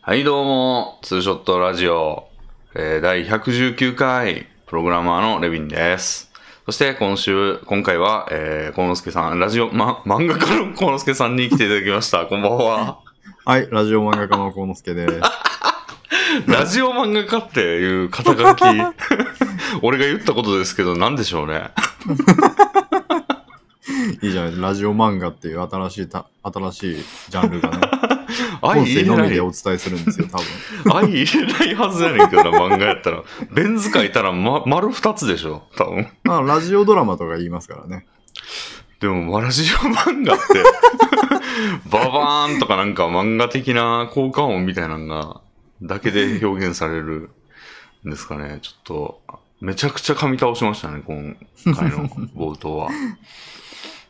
はい、どうも、ツーショットラジオ、えー第119回、プログラマーのレビンです。そして、今週、今回は、えー、幸之助さん、ラジオ、ま、漫画家の幸之助さんに来ていただきました。 こんばんは。はい、ラジオ漫画家の幸之助です。 ラジオ漫画家っていう肩書 き、俺が言ったことですけど、なんでしょうね。いいじゃないですか。ラジオ漫画っていう新しいた、新しいジャンル がね、愛音入声れのなみいで、お伝えするんですよ、多分。愛入れないはずやねんけどな、漫画やったら。ベン図書いたら、ま、丸二つでしょ、多分。まあ、ラジオドラマとか言いますからね。でも、ラジオ漫画って、 ババーンとかなんか漫画的な効果音みたいなのが、だけで表現されるんですかね。ちょっと、めちゃくちゃ噛み倒しましたね、今回の冒頭は。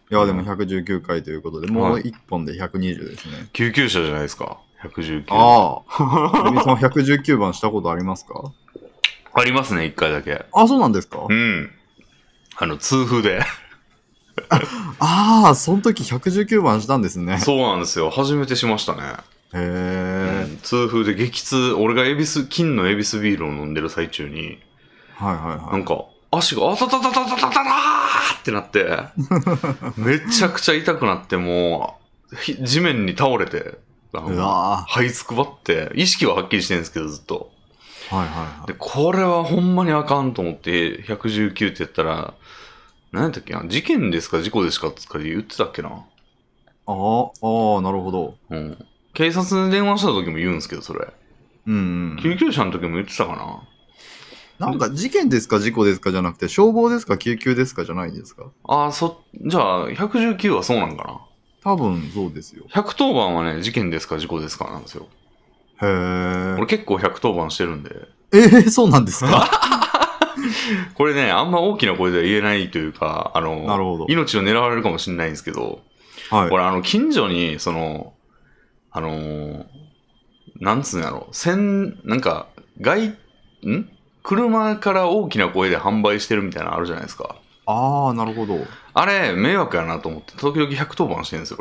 いや、でも119回ということで、もうはい1本で120ですね。救急車じゃないですか、119。ああ。レミさん119番したことありますかありますね、1回だけ。あ、そうなんですかうん。あの、痛風で。 ああ、その時119番したんですね。そうなんですよ。初めてしましたね。へえ。うん痛風で激痛、俺がエビス、金のエビスビールを飲んでる最中に、はいはいなはい。んか、足が、あたたたたたたたらーってなって、 めちゃくちゃ痛くなって、もう、ひ地面に倒れて、あうの、わ這いつくばって、意識ははっきりしてるんですけど、ずっと。ーはいはいで、これはほんまにあかんと思って、119ってやったら、何やったっけな、事件ですか事故ですかとか言ってたっけな。はい。ああ、ああ、なるほど。うん。警察に電話した時も言うんですけど、それ。うんうん。救急車の時も言ってたかな。なんか事件ですか事故ですかじゃなくて、消防ですか救急ですかじゃないですかああ、そ、じゃあ、119はそうなんかな。多分そうですよ。 110番はね、事件ですか事故ですかなんですよ。へえ。俺結構110番してるんで、えー、そうなんで すかこれね、あんま大きな声では言えないというか、あの、なるほど命を狙われるかもしれないんですけど、はい。これあの、近所に、その、あのーなんつうんやろ、せん、なんか、外、ん車から大きな声で販売してるみたいなのあるじゃないですか。ああ、なるほど。あれ、迷惑やなと思って、時々110番してるんですよ、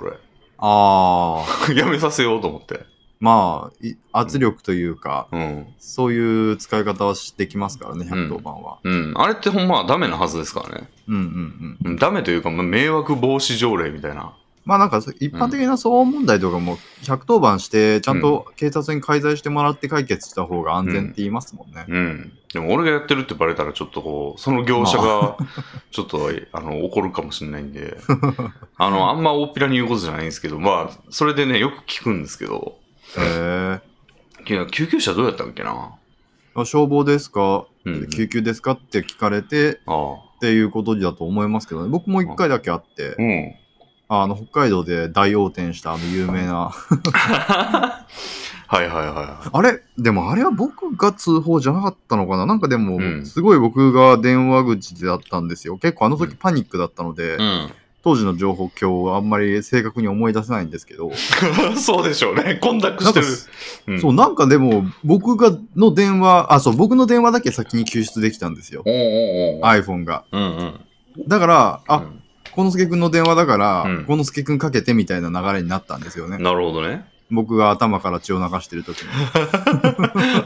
ああ、 俺。やめさせようと思って。まあ、い圧力というか、うん。そういう使い方はできますからね、うん110番は。うん。あれってほんまはダメなはずですからね。うんうんううん。んダメというか、まあ迷惑防止条例みたいな。まあなんか、そ一般的な騒音問題とかも、110番して、ちゃんと警察に介在してもらって解決した方が安全って言いますもんね。うん。でも俺がやってるってバレたらちょっとこう、その業者がちょっとあの怒るかもしれないんで、 あの、あんま大っぴらに言うことじゃないんですけど、まあ、それでね、よく聞くんですけど、へいや救急車どうやったっけなえ。消防ですか、うん救急ですかって聞かれて、ああ。っていうことだと思いますけどね。僕も一回だけあって、うん。あの、北海道で大横転したあの有名な、 はいはいはいはあれでもあれは僕が通報じゃなかったのかななんかでも、うんすごい僕が電話口だったんですよ。結構あのう時パニックだったので、い。当時の情報今日はあんまり正確に思い出せないんですけど、うん。 そうでしょうね。混濁しなてんかる。す、うんそう、なんかでも僕がの電話、あ、そう、僕の電話だけ先に救出できたんですよ。おうおうおう iPhone が。うんうん。だから、うあ、ん小之助くんの電話だから、うん小之助くんかけてみたいな流れになったんですよね。なるほどね。 僕が頭から血を流してる時に。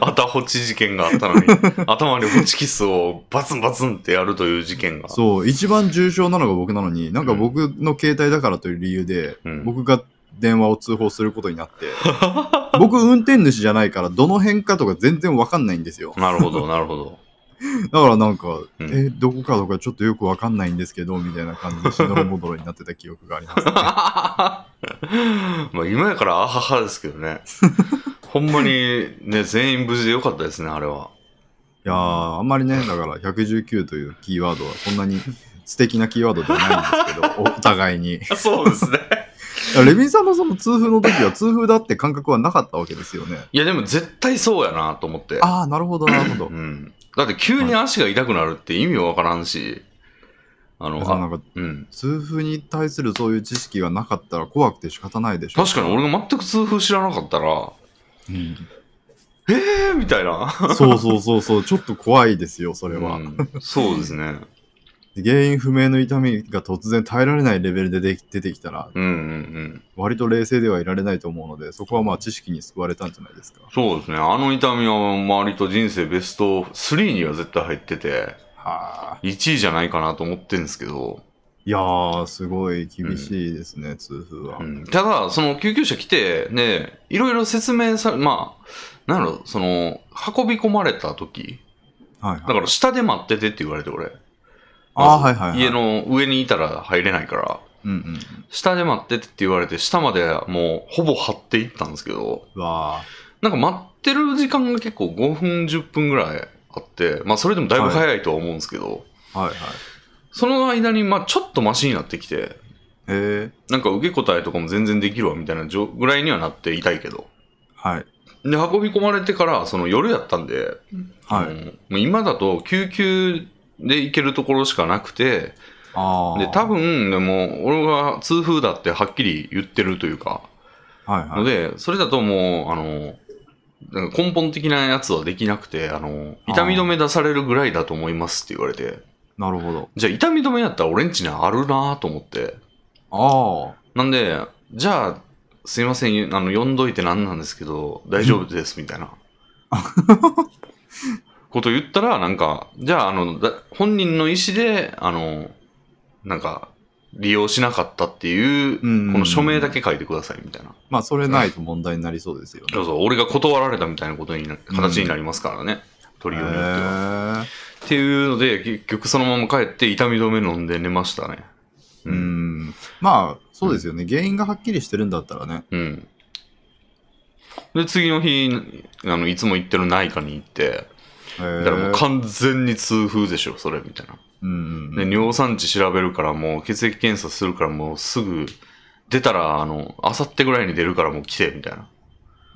あたほち事件があったのに、 頭にホチキスをバツンバツンってやるという事件が。そう、一番重症なのが僕なのに、なんか僕の携帯だからという理由で、うん僕が電話を通報することにな って、僕運転主じゃないから、どの辺かとか全然わかんないんですよ。なるほど、なるほど。だからなんか、うんえ、どこかとかちょっとよくわかんないんですけど、みたいな感じで、しのろもどろになってた記憶があり ます。 まあ今やからアハハですけど ね。ほんまにね、全員無事でよかったですね、あれは。いやー、あんまりね、だから119というキーワードはそんなに素敵なキーワードではないんですけど、おお互いに。 い そうですね。やレビンさんのその痛風の時は痛風だって感覚はなかったわけですよね。 いやでも絶対そうやなと思って。ああ、なるほど、なるほどう。ん、だって急に足が痛くなるって意味わからんし、あの、そのなあんかうん。痛風に対するそういう知識がなかったら怖くて仕方ないでしょ確かに俺が全く痛風知らなかったら、 に、えーみたいな。うんそうそうそうそうちょっと怖いですよそれは、うんそうですね。原因不明の痛みが突然耐えられないレベルででき出てきたら、うんうん。割と冷静ではいられないと思うので、そこはまあ知識に救われたんじゃないですか。そうですね。あの痛みは周りと人生ベスト3には絶対入ってて、はあ。 1位じゃないかなと思ってるんですけど、いやー、すごい厳しいですね、痛風は。うんただ、その救急車来て、ね、いろいろ説明され、まあ、なんだろう、その、運び込まれた時、はいだはかい。ら下で待っててって言われて、俺。あーまはいずはい、はい。家。の上にいたら入れないから、うんうん。下で待っててって言われて、下までもうほぼ張っていったんですけど、うわなんか待ってる時間が結構5分、10分ぐらいあって、まあそれでもだいぶ早いとは思うんですけど、ー。はいはい。その間に、まあちょっとマシになってきて、へえ。なんか受け答えとかも全然できるわみたいなじょぐらいにはなっていたいけど。はい。で、運び込まれてから、その夜やったんで、はい。あのもう今だと救急で行けるところしかなくて、ああ。で、多分、でも、俺が痛風だってはっきり言ってるというか、はいのはい。で、それだともう、あの、なんか根本的なやつはできなくて、あの、痛み止め出されるぐらいだと思いますって言われて、なるほど。じゃあ痛み止めやったら俺んちにあるなと思って、あなんで、じゃあ、すいません、あの、呼んどいてなんなんですけど、大丈夫です、みたい な。こと言ったら、なんか、じゃあ、あの、だ本人の意思で、あの、なんか、利用しなかったっていう、こうんの署名だけ書いてください、みたいな。あ。まあ、それないと問題になりそうですよね。そうそう、俺が断られたみたいなことにな、形になりますからね。取りようによっては。へえ。っていうので、結局そのまま帰って痛み止め飲んで寝ましたね。う。ん。まあ、そうですよね。原因がはっきりしてるんだったらね。うん。で、次の日、あの、いつも行ってる内科に行って、だへからもうえ。完全に痛風でしょ、それ、みたいな。うんうで、ん。尿酸値調べるから、もう血液検査するから、もうすぐ、出たら、あの、あさってぐらいに出るからもう来て、みたいな。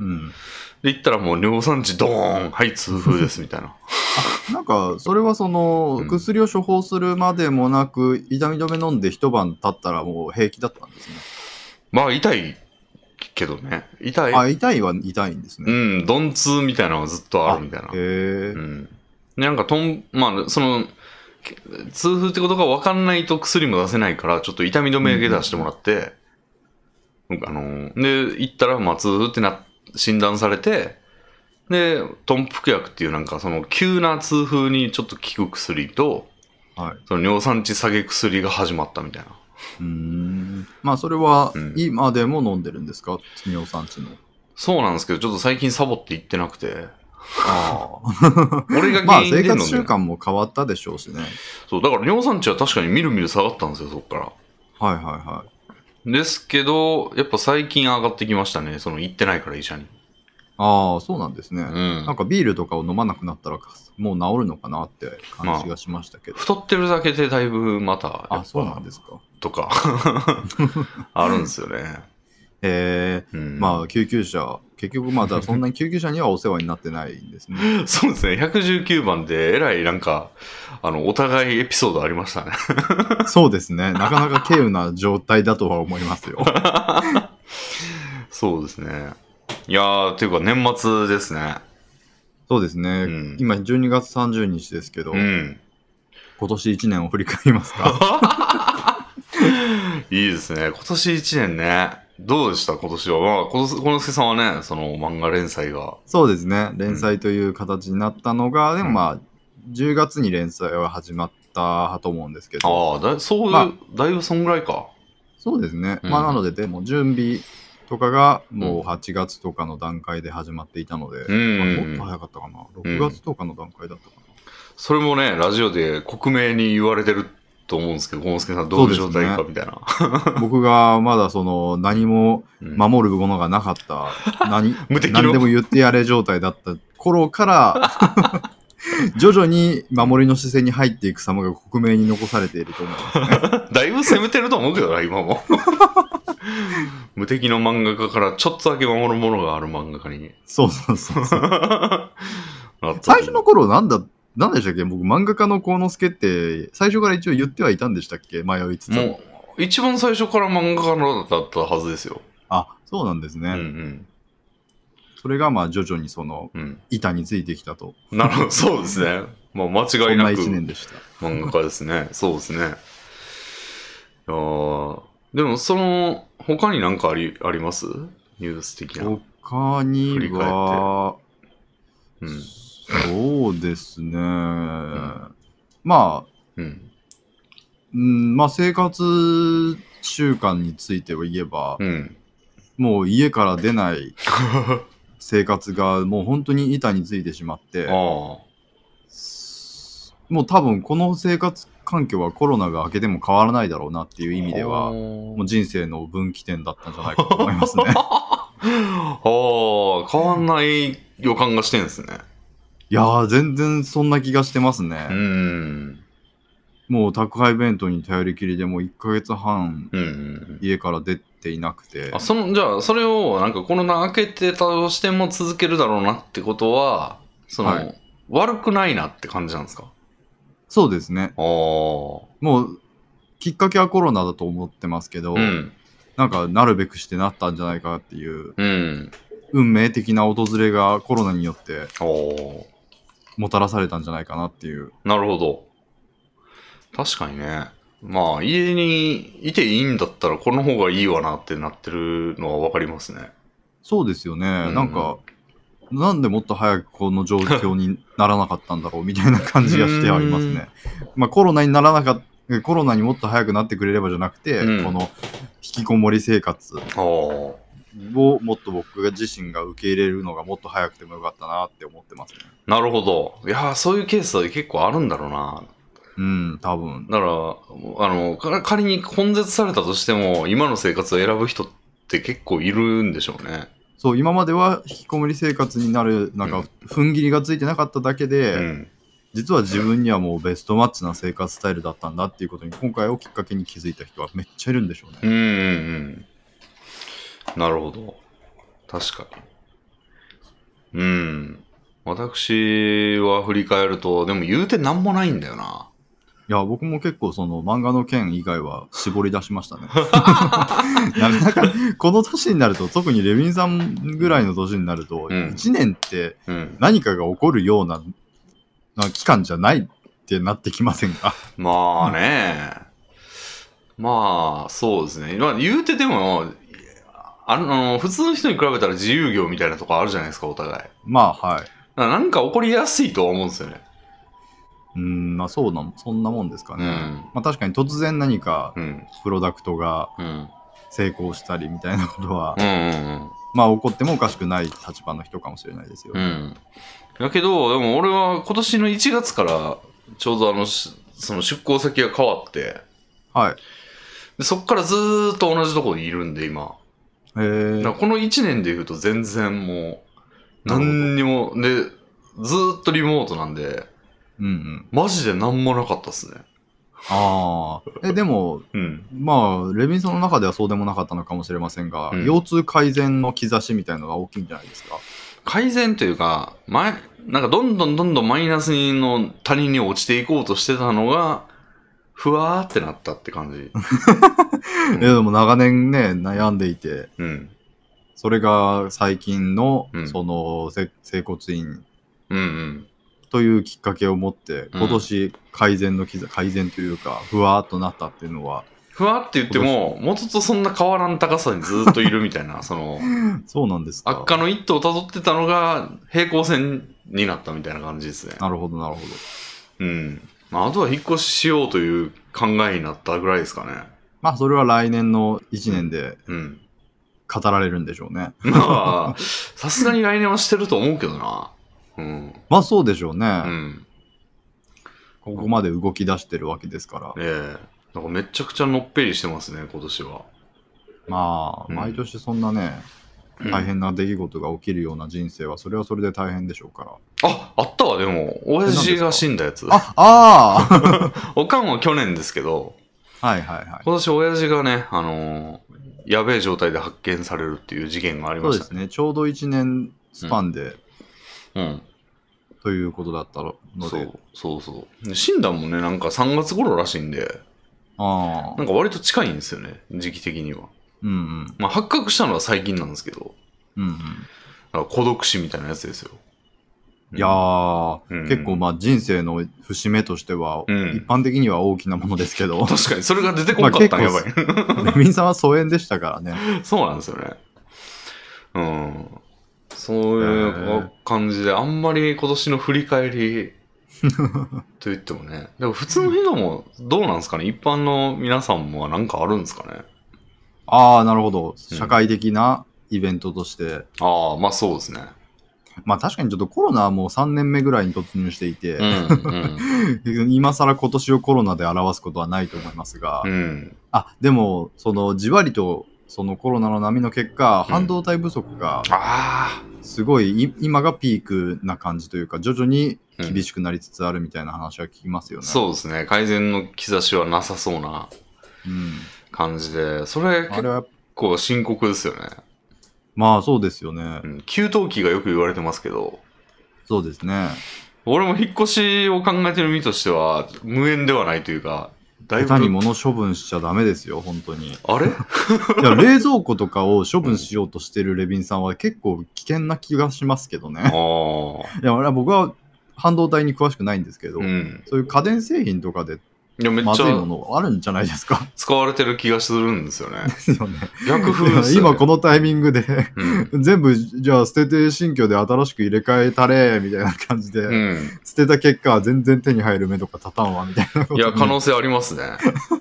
うん。で、行ったらもう尿酸値ドーンはい、痛風です、みたいな。 なんか、それはその、うん薬を処方するまでもなく、痛み止め飲んで一晩経ったらもう平気だったんですね。まあ、痛いけどね。痛い。あ、痛いは痛いんですうね。ん、鈍痛みたいなのはずっとあるみたいなへ。えう。ん。でなんかとん、まあ、その、け痛風ってことが分かんないと薬も出せないから、ちょっと痛み止めだけ出してもらって、あのーで、行ったら、まあ、痛風ってな、診断されて、で、豚腹薬っていうなんか、その、急な痛風にちょっと効く薬と、はい。その尿酸値下げ薬が始まったみたいな。うーん。まあ、それはうん、今でも飲んでるんですか尿酸値の。そうなんですけど、ちょっと最近サボって行ってなくて、ああ。俺が まあ、原因で生飲ん活で習る、慣も変わったでしょうしね。そう、だから尿酸値は確かにみるみる下がったんですよ、そっから。はいはいはい。ですけど、やっぱ最近上がってきましたね。その行ってないから医者に。ああ、そうなんですね。うんなんかビールとかを飲まなくなったらもう治るのかなって感じがしましたけど。太ってるだけでだいぶまた、あ、そうなんですか。と か、あるんですよね。へうえ。ん、まあ、救急車、結局まだそんなに救急車にはお世話になってないんですね。 あ、そうですね。119番で、えらいなんか、あの、お互いエピソードありましたね。 そうですね。なかなか軽有な状態だとは思いま すよ。そうですね。いやー、というか年末ですね。そうですね。うん今12月30日ですけど、うん。今年1年を振り返りますか いいですね。今年1年ね。どうでした今年は。まあ、このこのすけさんはね、その漫画連載が。そうですね。連載という形になったのが、でもうんまあ、10月に連載は始まったと思うんですけど、ああ、だそういう、まあだいぶそんぐらいか。そうですね。うんまあ、なので、でも準備とかがもう8月とかの段階で始まっていたので、んまあもっと早かったかな。6月とかの段階だったかな。それもね、ラジオで克明に言われてると思うんですけど、ゴンスケさんどういう状態かみたいな。僕がまだその何もうん守るものがな かった、何無敵の何でも言ってやれ状態だった頃から 徐々に守りの視線に入っていく様が克明に残されていると思い ます。だいぶ攻めてると思うけどな、今も。無敵の漫画家からちょっとだけ守るものがある漫画家に。そうそうそうそ う。なった最初の頃なんだなんでしたっけ僕漫画家の幸之助って最初から一応言ってはいたんでしたっけ迷いつつももう、一番最初から漫画家のだったはずですよ。あそうなんですね、うんうん。それがまあ徐々にそのうん。板についてきたと。なるほど、そうですね。まあ、間そ違いんななく一年でした。漫画家ですね。そうですね。いやーでも、その、他になんかあり、ありますニュース的な。うん。他に振りは、そうですね。まあ、うん。うん、まあ生活習慣については言えば、うん。もう家から出 ない生活がもう本当に板についてしまって、あもう多分この生活環境はコロナが明けても変わらないだろうなっていうあ。意味であは、ーもう人生の分岐点だったんじゃないかと思いま すね。ああ、変わんない予感がしてんですね。いやー、全然そんな気がしてますね。うん。もう宅配弁当に頼りきりでもう1ヶ月半うんうん。家から出ていなくてあ、その、じゃあ、それを、なんかコロナ開けてたとしても続けるだろうなってことは、その、は悪くないなって感じなんですかそうですねああ。もうきっかけはコロナだと思ってますけど、うん。なんかなるべくしてなったんじゃないかっていううん。運命的な訪れがコロナによっておおもたらされたんじゃないかなっていうー。なるほど。確かにね。まあ、家にいていいんだったら、この方がいいわなってなってるのはわかりますね。そうですよね、んなんかなんでもっと早くこの状況にならなかったんだろうみたいな感じがしてありますね。まあ、コロナにならなかったコロナにもっと早くなってくれればじゃなくて、うんこの引きこもり生活ああ。をもっと僕が自身が受け入れるのがもっと早くてもよかったなって思ってますね。なるほど。いやー、そういうケースは結構あるんだろうな。うん、多分。だから、あの、か仮に根絶されたとしても、今の生活を選ぶ人って結構いるんでしょうね。そう、今までは引きこもり生活になる、なんうかん、踏ん切りがついてなかっただけで、うん。実は自分にはもうベストマッチな生活スタイルだったんだっていうことに、今回をきっかけに気づいた人はめっちゃいるん でしょうね。うんうんうん。なるほど。確かに。うん。私は振り返ると、でも言うてなんもないんだよな。いや、僕も結構その漫画の件以外は絞り出しま したね。なかなかこの年になると、特にレヴィンさんぐらいの年になると、うん1年ってうん。何かが起こるようなな期間じゃないってなってきませんか まあね。まあ、そうですね。まあ、言うてでも、あの、普通の人に比べたら自由業みたいなとこあるじゃないですか、お互い。だかまあはい。らなんか起こりやすいとは思うんですよね。うん、まあそうなん、そんなもんですかうね。ん。まあ確かに突然何かうん。プロダクトがうん。成功したりみたいなことは、うんうんまあ起こってもおかしくない立場の人かもしれないですよ。うん。うん。だけど、でも俺は今年の1月から、ちょうどあの、しその出向先が変わって、はい。でそっからずーっと同じとこにいるんで、今。えーだからこの1年で言うと全然もう、なるほど何にも、で、ずーっとリモートなんで、うんうん。マジで何もなかったっすね。ああ。え、でも、うん。まあ、レビンさんの中ではそうでもなかったのかもしれませんが、うん腰痛改善の兆しみたいのが大きいんじゃないですか。改善というか、前、なんかどんどんどんどんマイナスの谷に落ちていこうとしてたのが、ふわーってなったって感じ。うんえでも長年ね、悩んでいて、うん。それが最近の、うんその、せ整骨院うんうん。というきっかけを持って、うん今年改善の兆改善というか、ふわーっとなったっていうのは、ふわって言っても、元とそんな変わらん高さにずーっといるみたいな、 その、そうなんです悪か。化の一途を辿ってたのが、平行線になったみたいな感じですね。なるほど、なるほど。うん。まあ、あとは引っ越ししようという考えになったぐらいですかね。まあ、それは来年の1年でうん。語られるんでしょうね。 まあ、さすがに来年はしてると思うけどな。うん。まあ、そうでしょうね。うん。ここまで動き出してるわけですから。ええなんかめちゃくちゃのっぺりしてますね、今年は。まあ、うん毎年そんなね、うん大変な出来事が起きるような人生は、それはそれで大変でしょうから。あ、あったわ、でも。親父が死んだやつ。あ、あ おかんは去年ですけど、あはいはいはい。今年親父がね、あのーやべえ状態で発見されるっていう事件がありそまうしでたすね、ちょうど1年スパンで、うん。ということだったのそで、う、そうそう。で死んだもね、なんか3月頃らしいんで、ああなんか割と近いんですよね、時期的には。うんうんまあ、発覚したのは最近なんですけど、うんうんから孤独死みたいなやつですよ。うんいやー、うん結構まあ人生の節目としては、うん一般的には大きなものですけ ど、確かに、それが出てこなかったんやばい。レミンさんは疎遠でしたからね。そうなんですよね。うん。そういう感じで、あんまり今年の振り返りと言ってもね。でも普通の人もどうなんですかね一般の皆さんもなんかあるんですかねああ、なるほど。社会的なイベントとして。ああ、まあそうですね。まあ確かにちょっとコロナはもう3年目ぐらいに突入していて、うん、 今更今年をコロナで表すことはないと思いますが、うん。うん。あ、でも、そのじわりと、そのコロナの波の結果、うん半導体不足があすごい、い今がピークな感じというか、徐々にあ、うん厳しくなりつつあるみたいな話は聞きますよね。そうですね。改善の兆しはなさそうなうん。感じで、それあ結れは、構深刻ですよね。まあそうですよねう。ん、給湯器がよく言われてますけど、そうですね。俺も引っ越しを考えてる身としては、無縁ではないというか、だいぶ下手に物処分しちゃダメですよ、本当に。いあ れや、冷蔵庫とかを処分しようとしてるレビンさんは結構危険な気がしますけどあね。あ。いや、俺は僕は半導体に詳しくないんですけど、うん。そういう家電製品とかでいや、めっまちずいもゃのあるんじゃないですか。使われてる気がするんです よね。ですよね。逆風ですよ、ね。今このタイミングで うん。全部じゃあ捨てて新居で新しく入れ替えたれみたいな感じで、うん。捨てた結果全然手に入る目とか立たんわみたいなこといにや、可能性ありますね。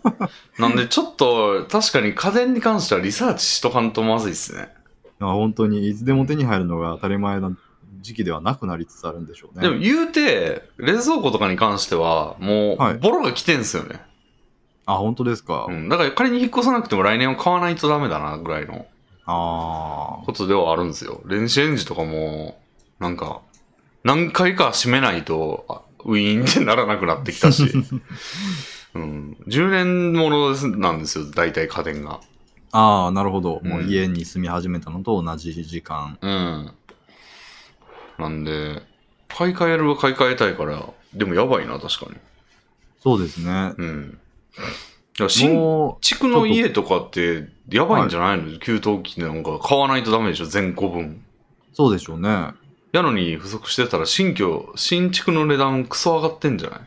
なんで、ちょっと、確かに家電に関してはリサーチしとかんとまずいっすね。 まあ本当にいつでも手に入るのが当たり前な時期ではなくなりつつあるんでしょうねでも、言うて、冷蔵庫とかに関しては、も、はいうボロが来てんすよね。あ本当ですか、うん。だから、仮に引っ越さなくても来年は買わないとダメだな、ぐらいのあことではあるんですよ。電子レンジとかも、なんか、何回か閉めないと、あウィーンってならなくなってきたし。うん。10年ものですなんですよ、大体家電が。ーあーなるほど、うんもう家に住み始めたのと同じ時間うん。なんで、買い替えるは買い替えたいから、でもやばいな、確かに。そうですねうん。いや新も築の家とかって、やばいんじゃないの、給湯器なんか買わないとダメでしょ、全個分。うそうでしょうねやのに不足してたら、新居、新築の値段クソ上がってんじゃない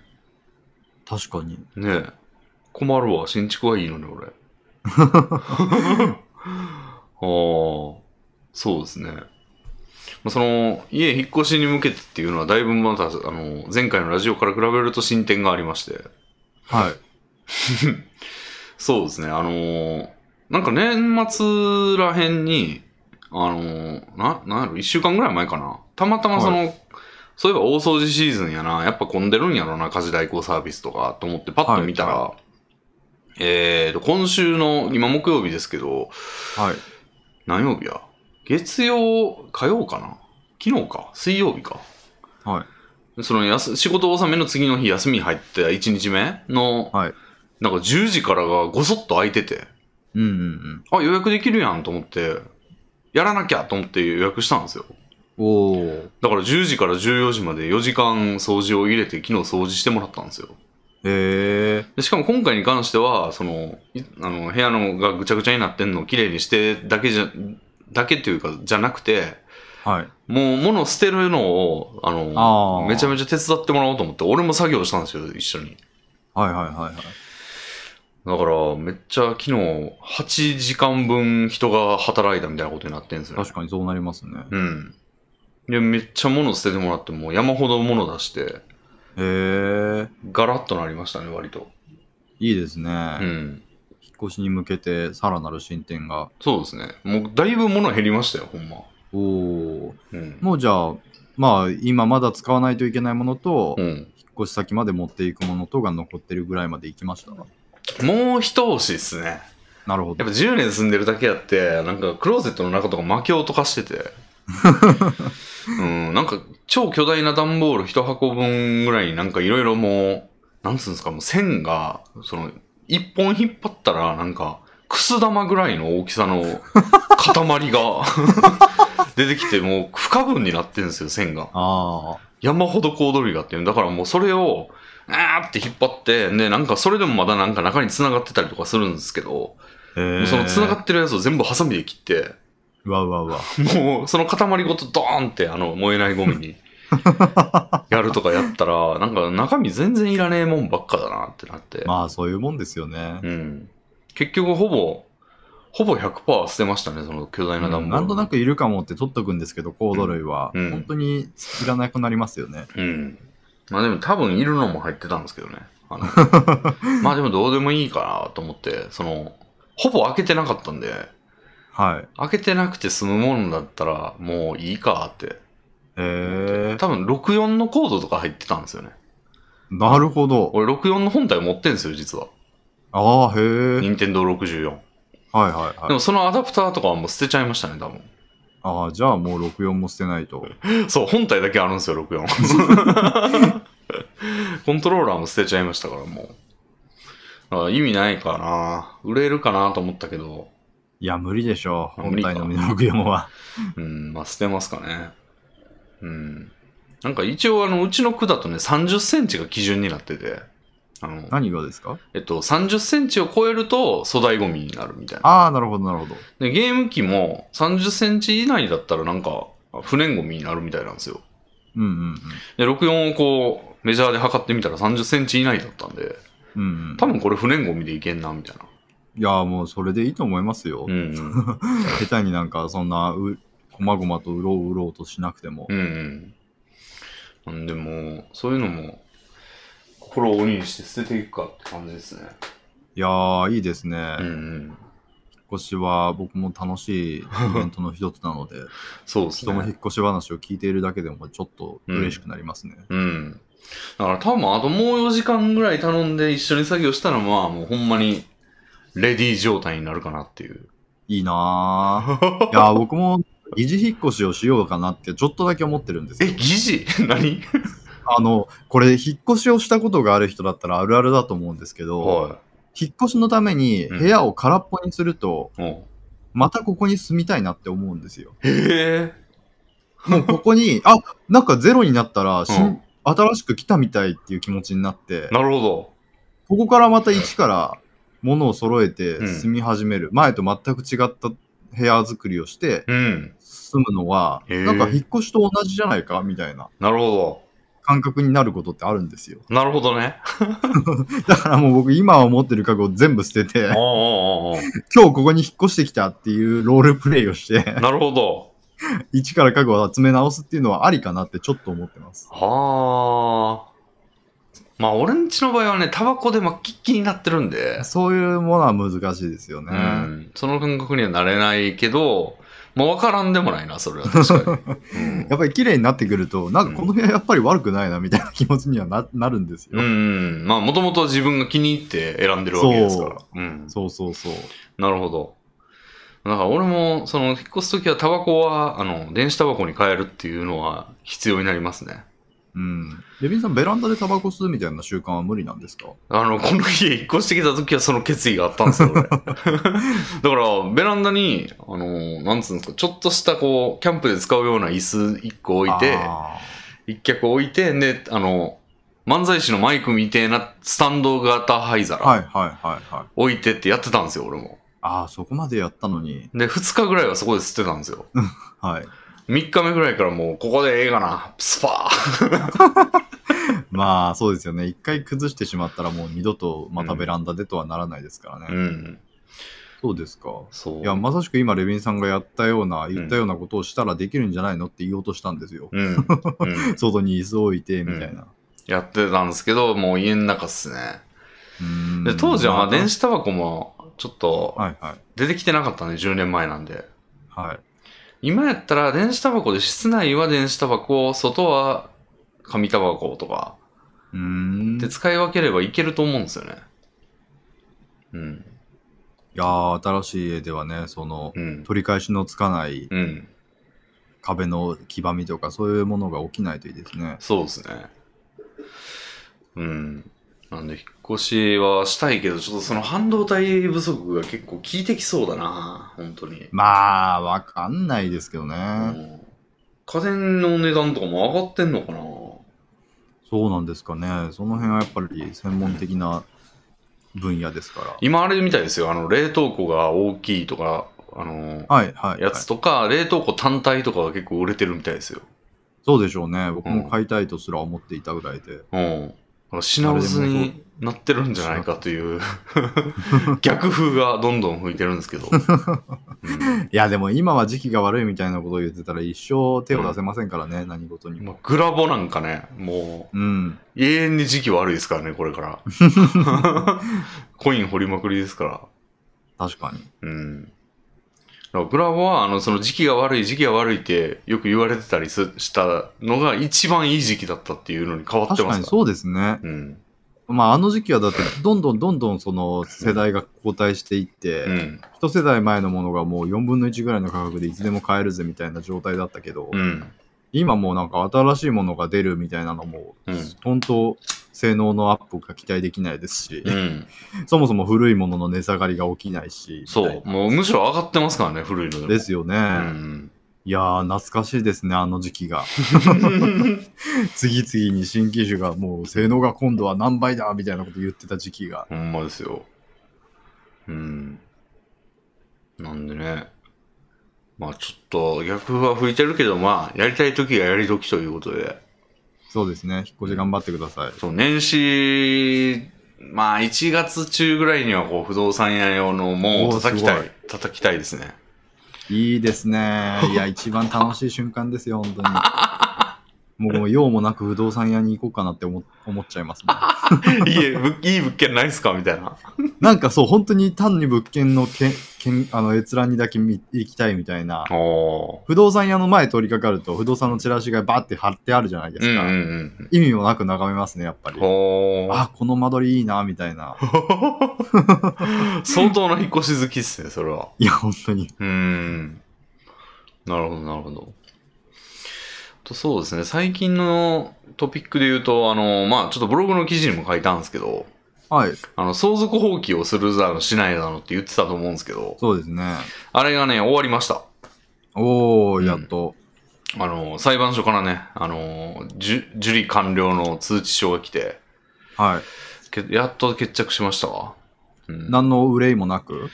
確かにねえ。困るわ。新築はいいのに、俺。ああ、そうですね。まあその、家引っ越しに向けてっていうのは、だいぶまた、あの、前回のラジオから比べると進展がありまして。はいそうですね。あのーなんか年末らへんに、あのーな、なんやろ、一週間ぐらい前かな。たまたまその、そういえば大掃除シーズンやな、やっぱ混んでるんやろな、家事代行サービスとか、と思ってパッと見たら、はえーと、今週の、今木曜日ですけど、はい何曜日や月曜、火曜かな昨日か水曜日かはいそのやす仕事納めの次の日休み入って1日目の、はいなんか10時からがごそっと空いてて、うんうんうんあ、予約できるやんと思って、やらなきゃと思って予約したんですよ。おおだから10時から14時まで4時間掃除を入れて昨日掃除してもらったんですよ。へえでしかも今回に関しては、その、いあの部屋のがぐちゃぐちゃになってんのをきれいにしてだけじゃ、だけというか、じゃなくて、はいもう物捨てるのを、あの、あーめちゃめちゃ手伝ってもらおうと思って、俺も作業したんですよ、一緒に。はいはいはいはいだから、めっちゃ昨日、8時間分人が働いたみたいなことになってんですよね。確かにそうなりますね。うん。で、めっちゃ物捨ててもらって、もう山ほど物出して、へえ、ガラッとなりましたね、割と。いいですね、うん。引っ越しに向けてさらなる進展が。そうですね。もう、だいぶ物減りましたよ、ほんま。おお、うん。もうじゃあ、まあ今まだ使わないといけないものと、うん、引っ越し先まで持っていくものとが残ってるぐらいまで行きました。もう一押しっすね。なるほやどっ。ぱ10年住んでるだけやって、なんかクローゼットの中とか魔境とかしてて。うん、なんか超巨大な段ボール一箱分ぐらいになんかいろいろもう、なんつうんですか、もう線が、その、一本引っ張ったらなんか、くす玉ぐらいの大きさの塊が 出てきて、もう不可分になってるんですよ、線が。あ山ほど小躍りがあって、だからもうそれを、あーって引っ張って、で、なんかそれでもまだなんか中に繋がってたりとかするんですけど、あ、へえ。その繋がっってるやつを全部ハサミで切って、うわうわ うわ。もう、その塊ごとドーンって、あの、燃えないゴミ に、やるとかやったら、なんか中身全然いらねえもんばっかだなってなって。まあそういうもんですよね。うん。結局、ほぼ、ほぼ100%捨てましたね、その巨大な段ボール。なんとなくいるかもって取っとくんですけど、コード類は、うん本当にいらなくなりますよね。うん。まあでも多分いるのも入ってたんですけどね。あ のまあでもどうでもいいかなと思って、その、ほぼ開けてなかったんで、はい。開けてなくて済むもんだったらもういいかって。えー、多分64のコードとか入ってたんですよね。なるほど。俺64の本体持ってんですよ、実は。ああ、へえ。はい任天堂64。はいはいで。もそのアダプターとかはもう捨てちゃいましたね、多分。ああ、じゃあもう64も捨てないと。そう、本体だけあるんですよ、64。コントローラーも捨てちゃいましたから、もう。だから意味ないかな。売れるかなと思ったけど、いや、無理でしょう。無本理か体のみの64は。うん、まあ捨てますかね。うん。なんか一応あの、うちの区だとね、30センチが基準になってて、あの、何がですかえっと、30センチを超えると粗大ゴミになるみたいな。ああ、なるほど、なるほど。で、ゲーム機も30センチ以内だったらなんか、不燃ゴミになるみたいなんですよ。うんうんで、64をこう、メジャーで測ってみたら30センチ以内だったんで、うん。うんうん、多分これ不燃ゴミでいけんな、みたいな。いや、もうそれでいいと思いますよ。うんうん。下手になんか、そんな、う、こまごまとうろううろうとしなくても。うんうん。なんでもう、そういうのも、心を鬼にして捨てていくかって感じですね。いやー、いいですね。うんうん。引っ越しは僕も 楽しいイベントの一つなので、そうです人の引ね。っ越し話を聞いているだけでもちょっと嬉しくなりますね。 うん。だから多分あともう4時間ぐらい頼んで一緒に作業したらまあもうほんまにレディー状態になるかなっていう。いいな ぁ。いやー、僕も疑似引っ越しをしようかなってちょっとだけ思ってるんですえ、よ。疑似 何あの、これ引っ越しをしたことがある人だったらあるあるだと思うんですけど、は引っ越しのために部屋を空っぽにすると、い。うんまたここに住みたいなって思うんですよ。へえ。もうここに、あ、なんかゼロになったら、しんうん新しく来たみたいっていう気持ちになって、なるほど。ここからまた一から物を揃えてうん住み始める、前と全く違った部屋作りをしてうん。住むのは、へーなんか引っ越しと同じじゃないかみたいななるほ感覚になることってあるんですよ。ど。なるほどね。だからもう僕今は持ってる家具を全部捨てておう、おうおうおう今日ここに引っ越してきたっていうロールプレイをして、なるほど。一から家具を集め直すっていうのはありかなってちょっと思ってます。はあ。まあ、俺んちの場合はね、タバコで巻きっきになってるんで、そういうものは難しいですようね。ん、その感覚にはなれないけど、まあ、わからんでもないな、それは確かに。 うんやっぱり綺麗になってくると、なんかこの部屋やっぱり悪くないなみたいな気持ちにはななるんですうよ。ん、まあ、もともと自分が気に入って選んでるわけですから。うん、そうそうそう。なるほど。だから俺も、その、引っ越すときはタバコは、あの、電子タバコに変えるっていうのは必要になりますね。うん。レビンさん、ベランダでタバコ吸うみたいな習慣は無理なんですかあの、この家引っ越してきた時はその決意があったんですよ、 俺。だから、ベランダに、あの、なんつうんですか、ちょっとしたこう、キャンプで使うような椅子1個置いて、あ1脚置いて、で、あの、漫才師のマイクみてえなスタンド型灰ーはい皿はいはいはい。置いてってやってたんですよ、俺も。ああ、そこまでやったのに。で、2日ぐらいはそこで吸ってたんですよ。はい。 3日目ぐらいからもう、ここでええがな、スパーまあ、そうですよね。一回崩してしまったら、もう二度とまたベランダでとはならないですからね。うん、そうですか。そう。いや、まさしく今、レビンさんがやったような、ん言ったようなことをしたらできるんじゃないのって言おうとしたんですよ。うん、うん。外に椅子を置いて、みたいな。やってたんですけど、もう家の中っすね。うんで当時はまあ電子。子タバコもちょっとはいはい。出てきてなかったんで10年前なんではい。今やったら電子タバコで室内は電子タバコ外は紙タバコとかうーん。でい使い分ければいけると思うんですよねうんやー、新しい家ではね、その、うん取り返しのつかないうん壁の黄ばみとか、そういうものが起きないといいですね。そうですねうんなんで引っ越しはしたいけどちょっとその半導体不足が結構効いてきそうだな本当にまあ、わかんないですけどね。うん家電の値段とかも上がってんのかなそうなんですかね。その辺はやっぱり専門的な分野ですから。今あれみたいですよあの冷凍庫が大きいとかあの、はいはい、はやい。つとか、冷凍庫単体とかが結構売れてるみたいですよ。そうでしょうね。僕も買いたいとすら思っていたぐらいで。うん。だから品薄になってるんじゃないかという 逆風がどんどん吹いてるんですけど。うんいや、でも今は時期が悪いみたいなことを言ってたら一生手を出せませんからね、何事にも。まあグラボなんかね、もうん。う永遠に時期悪いですからね、これから。 コイン掘りまくりですから。確かに。うん。だからグラボは、あの、その時期が悪い、時期が悪いってよく言われてたりすしたのが一番いい時期だったっていうのに変わってま確かすにから。そうですね。うん。まあ、あの時期はだって、どんどんどんどんその世代が後退していって、うん。一世代前のものがもう4分の1ぐらいの価格でいつでも買えるぜみたいな状態だったけど、うん。今もうなんか新しいものが出るみたいなのも、うん本当性能のアップが期待できないですし、うん。そもそも古いものの値下がりが起きないし、そ。みたいうもうむしろ上がってますからね、古いのでなも。ですよね。うん。いやー、懐かしいですね、あの時期が。次々に新機種がもう性能が今度は何倍だみたいなこと言ってた時期が。ほんまですよ。うん。なんでね。まあちょっと逆は吹いてるけど、まあやりたい時がやり時ということで。そうですね、引っ越し頑張ってください。そう、年始、まあ1月中ぐらいにはこう不動産屋用の門を叩きたおーい。叩きたい ですね。いいで すね。いや、一番楽しい瞬間ですよ、本当に。もうもう用もなく不動産屋に行こうかなって思思っちゃいますね。いいえ、ぶいい物件ないっすかみたいな。なんかそう、本当に単に物件のけんけんあの閲覧にだけ見行きたいみたいな。おー。不動産屋の前通りかかると、不動産のチラシがバーって貼ってあるじゃないでうんすうか。ん意味もなく眺めますね、やっぱうん。り。おー。あ、この間取りいいな、みたいな。相当な引っ越し好きっすね、それは。いや、本当に。うーん。なるほど、なるほど。あとそうですね、最近のトピックで言うと、あの、まあ、ちょっとブログの記事にも書いたんですけど、はい、あの、相続放棄をするだの、しないだのって言ってたと思うんですけど、そうですね。あれがね、終わりました。おうー、んやっと。あの、裁判所からね、あの、受受理完了の通知書が来て、はい。けやっと決着しましたわ。うん、何の憂いもなく。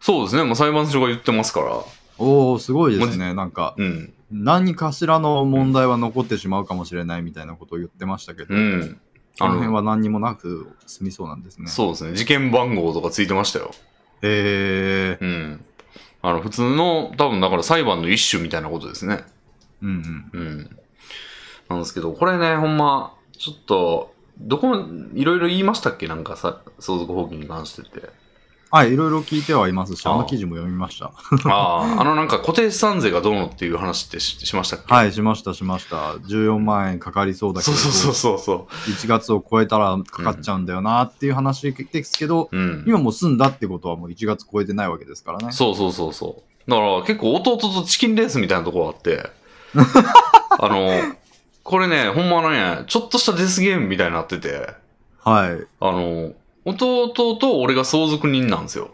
そうですね、もう裁判所が言ってますから、おー、すごいですね。なんか、うん、何かしらの問題は残ってしまうかもしれないみたいなことを言ってましたけど、うん。あの辺は何にもなく済みそうなんですね。そうですね、事件番号とかついてましたよ。へえ。うん。あの、普通の、多分だから裁判の一種みたいなことですね。うんうん。うん。なんですけど、これね、ほんま、ちょっと、どこも、いろいろ言いましたっけなんかさ、相続放棄に関して って。はい、いろいろ聞いてはいますし、あーあの記事も読みました。ああ、あのなんか固定資産税がどうのっていう話ってししましたっけ。はいい、しました、しました。14万円かかりそうだけそど、うそうそうそうそ1月を超えたらかかっちゃうんだよなっていう話ですけど、う。うん。今もう済んだってことはもう1月超えてないわけですからね。そうそうそうそう。だから結構弟とチキンレースみたいなところあって、あの、これね、ほんまね、ちょっとしたデスゲームみたいになってて、はい、あの、弟と俺が相続人なんですよ。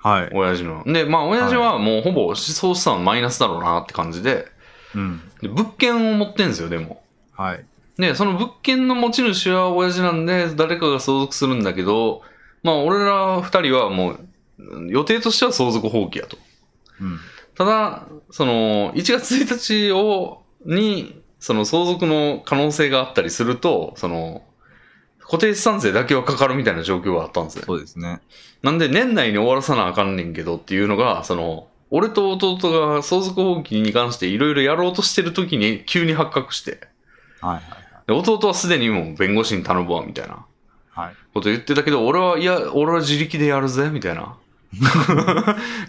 はい。親父の。で、まあ、親父はもうほぼ思想資産マイナスだろうなって感じで、うん。で物件を持ってんですよ、でも。はい。で、その物件の持ち主は親父なんで、誰かが相続するんだけど、まあ、俺ら二人はもう、予定としては相続放棄やと。うん。ただ、その、1月1日を、に、その相続の可能性があったりすると、その、固定資産税だけはかかるみたいな状況があったんですね。そうですね。なんで年内に終わらさなあかんねんけどっていうのが、その、俺と弟が相続放棄に関していろいろやろうとしてる時に急に発覚して、はい、はい、で弟はすでにもう弁護士に頼むわ、みたいなはい。こと言ってたけど、俺は、いや、俺は自力でやるぜ、みたいな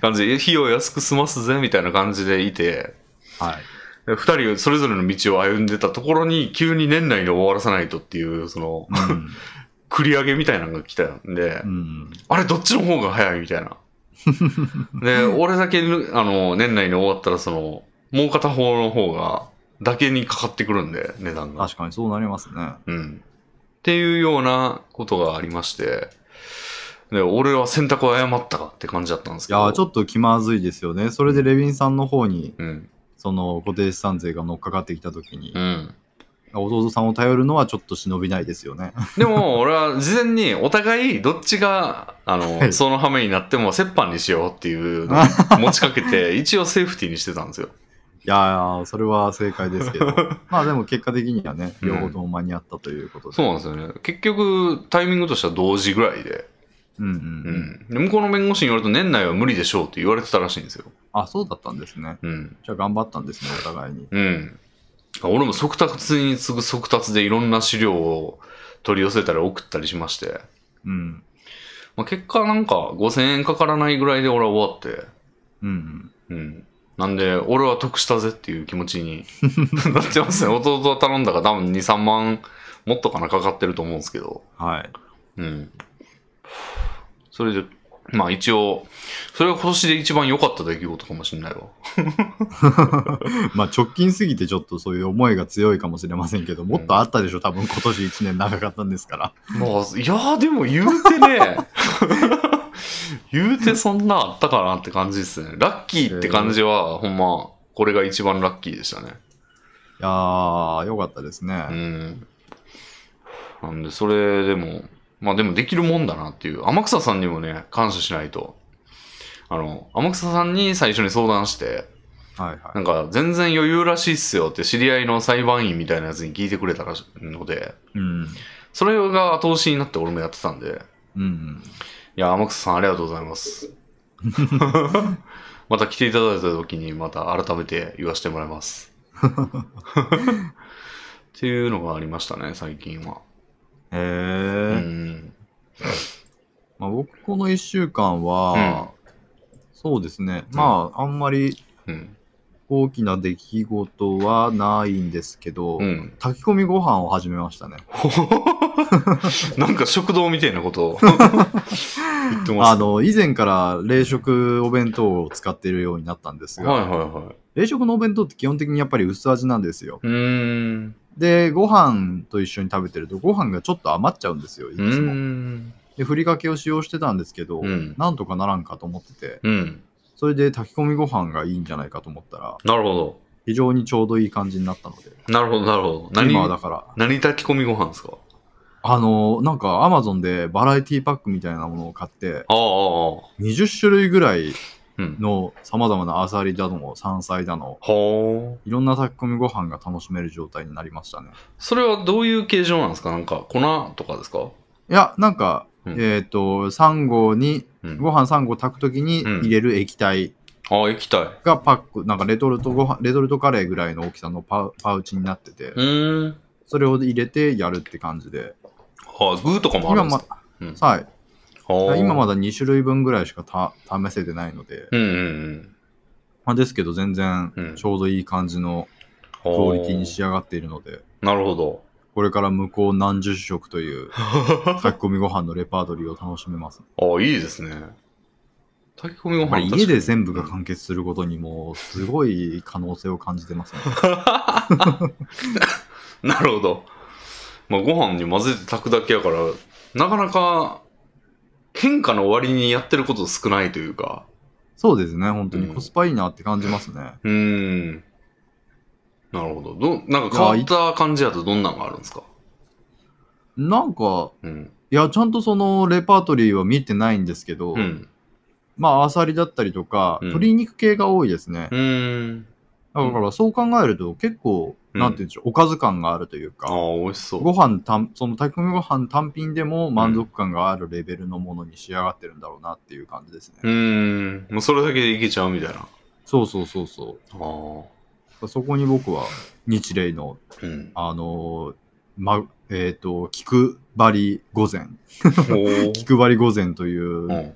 感じで、費用安く済ますぜ、みたいな感じでいて、はい。で二人それぞれの道を歩んでたところに急に年内に終わらさないとっていう、その、 うん。繰り上げみたいなのが来たんで、うん。あれ、どっちの方が早いみた いな。で、俺だけぬ、あの、年内に終わったら、その、もう片方の方が、だけにかかってくるんで、値段が。確かにそうなりますね。うん。っていうようなことがありまして、で、俺は選択を誤ったかって感じだったんですいけど。やーちょっと気まずいですよね。それでレヴィンさんの方に、うん。その固定資産税が乗っかかってきたときに、うん。弟さんを頼るのはちょっと忍びないですよ ね。でも、俺は事前にお互いどっちが、あの、はいその羽目になっても折半にしようっていうのを持ちかけ て、一応セーフティーにしてたんですよ。いやー、それは正解で すけど。まあでも結果的にはね、両方とも間に合ったということで。そうなんですよね。結局、タイミングとしては同時ぐらいで。うんうんううん。ん。で向こうの弁護士によると年内は無理でしょうって言われてたらしいんですよ。あ、そうだったんですね。うん。じゃあ頑張った んですね、お互いに。うん。俺も速達に次ぐ速達でいろんな資料を取り寄せたり送ったりしまして。うん。まあ、結果なんか5000円かからないぐらいで俺は終わって。うんうん。うん。なんで、俺は得したぜっていう気持ちに なってますね。弟は頼んだから多分2、3万もっとかなかかってると思うんですけど。はい。うん。それで、まあ一応、それが今年で一番良かった出来事かもしれないわ。まあ直近すぎてちょっとそういう思いが強いかもしれませんけど、もっとあったでしょ、多分今年1年長かったんですから。まあ、いやーでも言うて ね、言うてそんなあったかなって感じですね。ラッキーって感じは、ほんま、これが一番ラッキーでしたね。いやー、よかったですうね。ん。なんで、それでも、まあでもできるもんだなっていう。天草さんにもね、感謝しないと。あの、天草さんに最初に相談して、はいはなんか全然余裕らしいっすよって知り合いの裁判員みたいなやつに聞いてくれたらしいので、い。うん。それが後押しになって俺もやってたんで、うんうん。いや、天草さんありがとうございます。 また来ていただいた時にまた改めて言わせてもらいます。っていうのがありましたね、最近は。へうー。ん。まあ、僕この1週間は、そうですね、うんまああんまりうん。大きな出来事はないんですけど、うん。炊き込みご飯を始めましたね。 なんか食堂みたいなことを 言ってます。あの以前から冷食お弁当を使っているようになったんですが、はいはいはい。冷食のお弁当って基本的にやっぱり薄味なんですよ。うーん。で、ご飯と一緒に食べてるとご飯がちょっと余っちゃうんですよ、いうつーも。ん。で、ふりかけを使用してたんですけど、うんなんとかならんかと思ってて、うん。それで炊き込みご飯がいいんじゃないかと思ったら、なるほど。非常にちょうどいい感じになったので、なるほど、なるほど。何今はだから、何炊き込みご飯ですかあの、なんかアマゾンでバラエティパックみたいなものを買っああ、て、ああ、ああ20種類ぐらいうん。の様々なアサリだの、山菜だの、はあ。いろんな炊き込みご飯が楽しめる状態になりましたね。それはどういう形状なんですかなんか、粉とかですかいや、なんか、うんえっ、と、サンゴに、うん。ご飯サンゴ炊くときにうん入れる液体ああ、液体。がパック、なんかレトルトご飯、レトルトカレーぐらいの大きさのパパウチになっててう、ーん。それを入れてやるって感じで。ああ、具とかもある今んですまか、うんはい。はあ今まだ2種類分ぐらいしかた試せてないので、うんうんまあ、ですけど全然うん。うん。ちょうどいい感じのククオリティに仕上がっているので、なるほど。これから向こう何十食 というあ炊き込みご飯のレパートリーを楽し めます。あ、いいですね。炊き込みごやっぱ飯り家で全部が完結することにもうすごい可能性を感じて ますね。なるほど。まあ、ご飯に混ぜて炊くだけやから、なかなか変化の割にやってること少ないというか。そうですね、本当にうんコスパいいなって感じますね。うーん。なるほど。ど、なんか変わった感じやとどんなのがあるんですかなんか、うん。いや、ちゃんとそのレパートリーは見てないんですけど、うん。まあ、アサリだったりとか、うん鶏肉系が多いですねう。ーん。だから、そう考えると結構、うんなんて言うんでしょう、おかず感があるというか、ああ、美味しそう。ご飯単、その炊き込みご飯単品でも満足感があるレベルのものに仕上がってるんだろうなっていう感じですね。うーん。もうそれだけでいけちゃうみたいな。あそうそうそうそあ。う。そこに僕は日例の、 うん。あのーま、えっ、と、菊張り御膳、おー。菊張り御膳といううん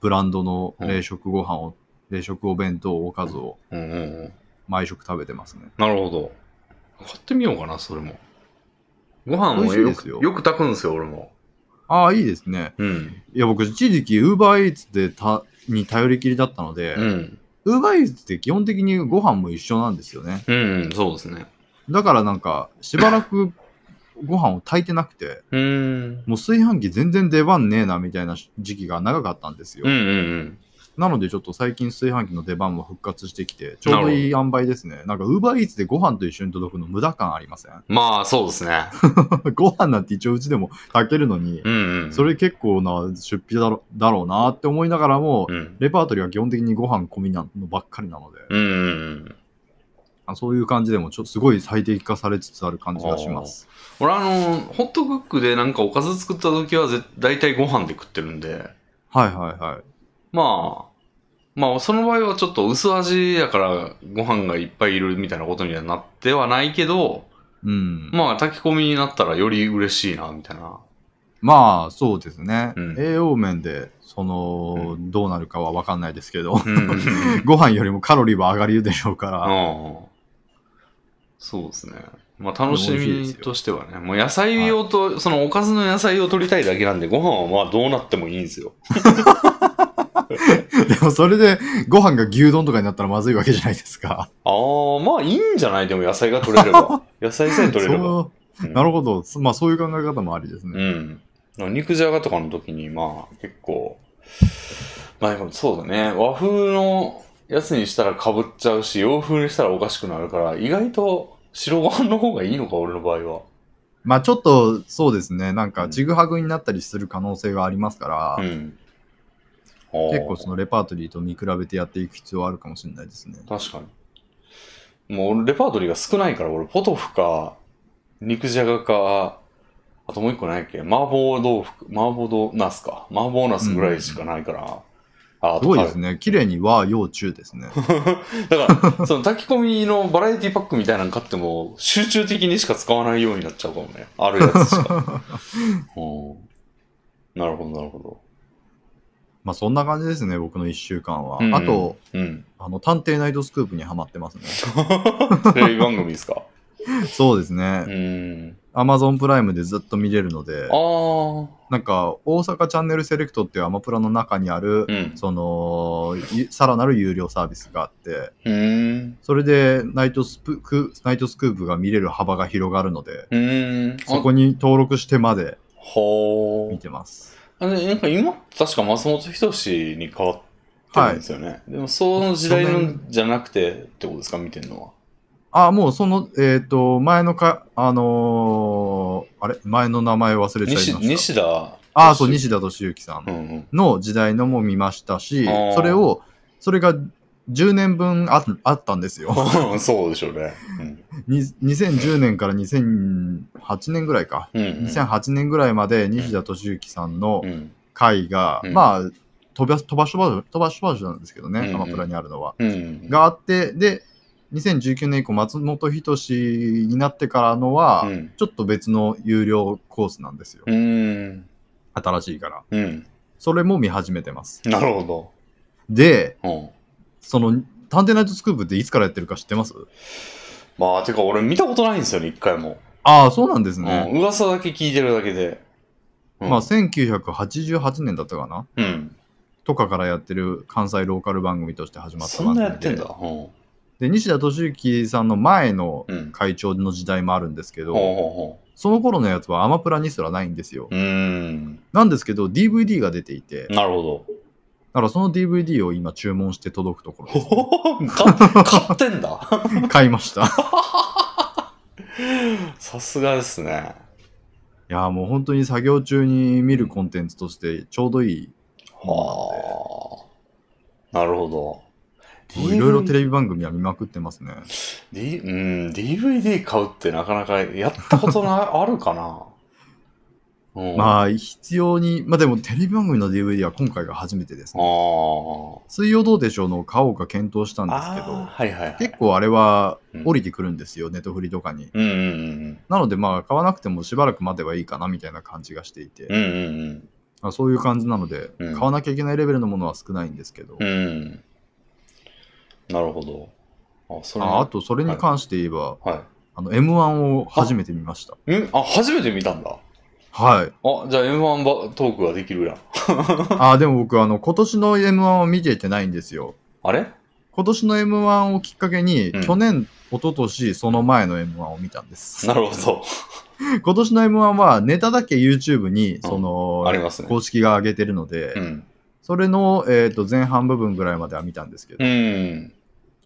ブランドの冷食ご飯を、冷食お弁当おかずをうんうんうん。毎食食べてますね。なるほど。買ってみようかな、それも。ご飯美も味しいよですくよよく炊くんですよ、俺も。ああ、いいですね。うん。いや、僕、一時期 UberEats でた、に頼りきりだったのでう、ん。 UberEats って基本的にご飯も一緒なんですよね。うん、うん、そうですね。だからなんか、しばらくご飯を炊いてなくて、うーん。もう炊飯器全然出番ねえなみたいな時期が長かったんですよ。うんうんなのでちょっと最近炊飯器の出番も復活してきて、ちょうどいい塩梅ですね。なんか Uber Eats でご飯と一緒に届くの無駄感ありません まあ、そうですね。ご飯なんて一応うちでも炊けるのにう、ん、 うん。それ結構な出費だろだろうなって思いながらも、うん。レパートリーは基本的にご飯込みなのばっかりなので、うんうんうん。あそういう感じでもちょすごい最適化されつつある感じがします。俺、あの、ホットクックでなんかおかず作った時はぜ、大体ご飯で食ってるんで、はいはいはい。まあ、まあ、その場合はちょっと薄味やからご飯がいっぱいいるみたいなことにはなってはないけど、うん。まあ、炊き込みになったらより嬉しいな、みたいな。まあそうですね、うん栄養面でその、うどうなるかは分かんないですけど うんうんうん。ご飯よりもカロリーは上がるでしょうから、うんそうですね。まあ、楽し美味しいみですよとしてはね、もう野菜用と、そのおかずの野菜を取りたいだけなんで、ご飯はまあどうなってもいいんですよ。 でもそれでご飯が牛丼とかになったらまずいわけじゃないですか。ああ、まあいいんじゃないでも野菜が取れれ ば。野菜さえ取れれば。そううんなるほど、そまあそういう考え方もありですね。うん。肉じゃがとかの時に、まあ結構、まあでもそうだね、和風のやつにしたらかぶっちゃうし、洋風にしたらおかしくなるから、意外と白ご飯の方がいいのか、俺の場合は。まあちょっとそうですね、なんかちぐはぐになったりする可能性がありますから、うん。結構そののレパートリーと見比べてやっていく必要はあるかもしれないですね。確かに。もう俺レパートリーが少ないから、俺、ポトフか、肉じゃがか、あともう一個何やっけ、麻婆豆腐、麻婆豆ナスか。麻婆ナスぐらいしかないから。あ、あすとごいカレーですね。綺麗に和洋中です ね。だから、その炊き込みのバラエティパックみたいなの買っても、集中的にしか使わないようになっちゃうかもね。あるやつしか。 うんなるほど、なるほど。まあそんな感じですね、僕の1週間は。うんうんあと、、うん。 あの、探偵ナイトスクープにはまってますね。 テレビ番組ですか。そうですねう。ーん。アマゾンプライムでずっと見れるのであ、あ。なんか、大阪チャンネルセレクトっていうアマプラの中にあるう、ん。その、いさらなる有料サービスがあって、うーん。それでナイトスプク、ナイトスクープが見れる幅が広がるので、うーん。あそこに登録してまでほ見ーてます。あれなんか今、確か松本人志に変わってるんですよね。でも、その時代のじゃなくてってことですか、見てるのは。あ、もうその、えっ、と、前のか、あのーあれ前の名前忘れちゃいま西した。西田。あ、そう、西田敏行さうんんうん。の時代のも見ましたしあー、それを、それが10年分ああったんですよ。 そうでしょうね。うん に2010年から2008年ぐらいか。うんうん。 2008年ぐらいまで西田敏行さんのうん回が、うんまあ、飛ば飛ばしば飛ばしばしなんですけどね、うんうんアマプラにあるのは。うん。があって、で、2019年以降、松本人志になってからのは、うん。ちょっと別の有料コースなんですよ。うん。新しいから。うん。それも見始めてます。なるほで、ど。うん。その、探偵ナイトスクープっていつからやってるか知ってますまあ、てか俺見たことないんですよね、一回も。ああ、そうなんですうね。ん。噂だけ聞いてるだけで。うんまあ、1988年だったかなうん。とかからやってる関西ローカル番組として始まったそ番ん組なで。やってんだ。うん。で、西田敏行さんの前のうん。会長の時代もあるんですけほうど、ほその頃のやつはアマプラにすらないんですようほう。。うん。なんですけど、DVD が出ていて、だなるほからその DVD を今注文して届くとこ ろですね、ど。か買ってんだ。 買いました。さすがですね。いやーもう本当に作業中に見るコンテンツとしてちょうどいい。はあ。なるほど。いろいろテレビ番組は見まくってますね。 D うん、DVD 買うってなかなかやったこと なあるかな。うん、あまあ必要に、まあでもテレビ番組の DVD は今回が初めてですあね。ー。水曜どうでしょうの買おうか検討したんですけあどー、はいはい、はい。結構あれはうん降りてくるんですよ、ネットフリとかに。うんうんなのでまあ買わなくてもしばらく待てばいいかなみたいな感じがしていて、うん。うんうんまあそういう感じなので、うん買わなきゃいけないレベルのものは少ないんですけど、うん。うん。なるほど。あ、それね、ああとそれに関して言えば、はあの M1 を初めて見ました。い。んあ、初めて見たんだ。はい。あ、じゃあ M1 ばトークができるやん。あーでも僕あの今年の m 1を見ていてないんですよあれ今年の m 1をきっかけに、うん去年一昨年その前の m 1を見たんですなるほど。 今年の m 1はネタだけ YouTube にそありの、ますね。公式が上げてるので、うん。それの、えー、と前半部分ぐらいまでは見たんですけど、うん。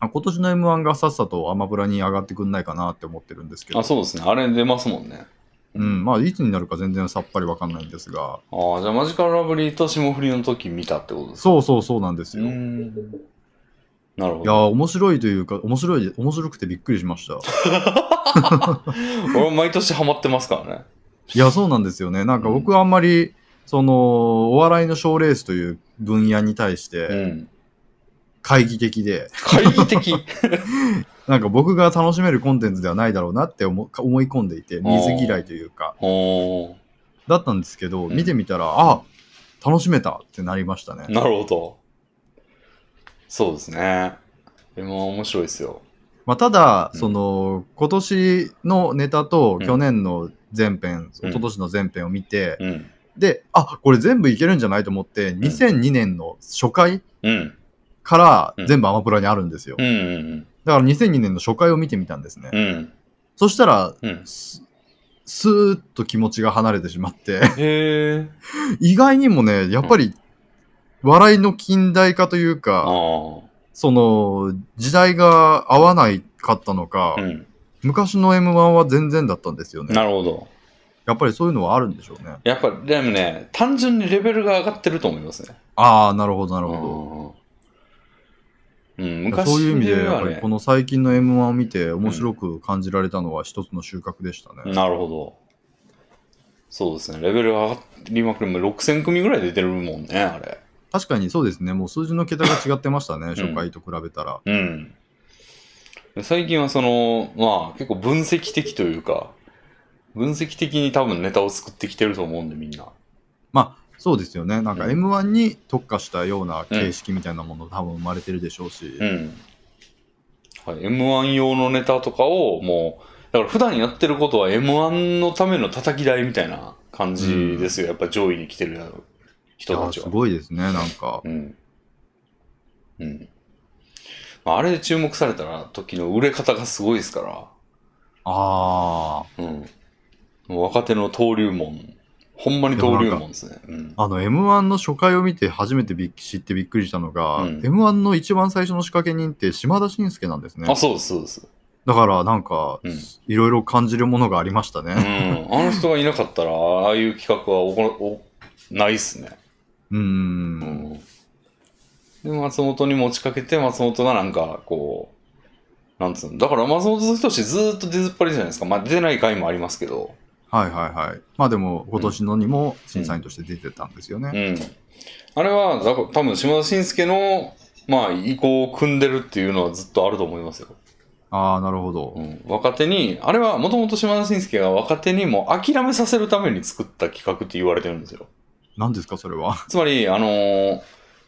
あ今年の m 1がさっさとアマプラに上がってくんないかなって思ってるんですけどあ、そうですね。あれ出ますもんね。うんまあ、いつになるか全然さっぱりわかんないんですがああ、じゃあマジカルラブリーと霜降りの時見たってことですかそうそうそうなんですよ、ういん。なるほやーど。面白いというか面白い面白くてびっくりしました俺毎年ハマってますからね。いやそうなんですよねなんか僕はあんまり、そのお笑いの賞ーレースという分野に対しうてん。懐疑的で、懐疑的。なんか僕が楽しめるコンテンツではないだろうなって思思い込んでいて水嫌いというか おーだったんですけど、うん見てみたらあ楽しめたってなりましたね。なるほど。そうですね。今面白いですよ。まあ、ただ、うんその今年のネタとうん去年の前編、うん一昨年の前編を見て、うん。であこれ全部いけるんじゃないと思って2002年の初回うん。かうんら全部アマプラにあるんですよ、うんうんだから2002年の初回を見てみたんですね、うん。うん。そしたらうん。すスーッと気持ちが離れてしまって へえ。意外にもねやっぱり笑いの近代化というあか、あ。その時代が合わないかったのか、うん。昔の m 1は全然だったんですよねなるほど。やっぱりそういうのはあるんでしょうね。やっぱ、でもね、単純にレベルが上がってると思いますね。ああ、なるほど、なるほど。ほど。うん、いや昔そういう意味で、でやっはぱねりこの最近の M1 を見て面白く感じられたのは一つの収穫でしたね。なるほど。そうですね、レベル上がりまくり、もう6000組ぐらい出てるもんね、あれ。確かにそうですね、もう数字の桁が違ってましたね、初回と比べたら。うん。で最近はその、まあ結構分析的というか、分析的に多分ネタを作ってきてると思うんで、みんな。まあ、そうですよね、なんかうん M1 に特化したような形式みたいなもの、多分生まれてるでしょうしう、ん。はい、M1 用のネタとかをもう、だから普段やってることは M1 のための叩き台みたいな感じですよ。やっぱ上位に来てるい人やたちすは。ごいですね、なんか。うん。うん。まあ、あれで注目されたら時の売れ方がすごいですかあら。うん。もう若手の登竜門。ほんまに登竜門ですね。うん。あ、あの M1 の初回を見て初めてびっ知ってびっくりしたのが、うん M1 の一番最初の仕掛け人って島田紳介なんですね。あ、そうです、そうです。だからなんかうん、いろいろ感じるものがありましたうん。ね。あの人がいなかったら、ああいう企画はおこおないっすね。うー。うんん。で、松本に持ちかけて、松本がなんか、こう、なんつうの。だから松本人志ずーっと出ずっぱりじゃないですか。まあ、出てない回もありますけど。はいはいはい。まあでも、今年のにも審査員として出てたんですようね。ん。あれは、だから多分島田紳介の、まあ、意向を組んでるっていうのはずっとあると思いますよ。ああ、なるほどう。ん、若手に、あれはもともと島田紳介が若手にもう諦めさせるために作った企画って言われてるんですよ。何ですか、それは。つまり、あのー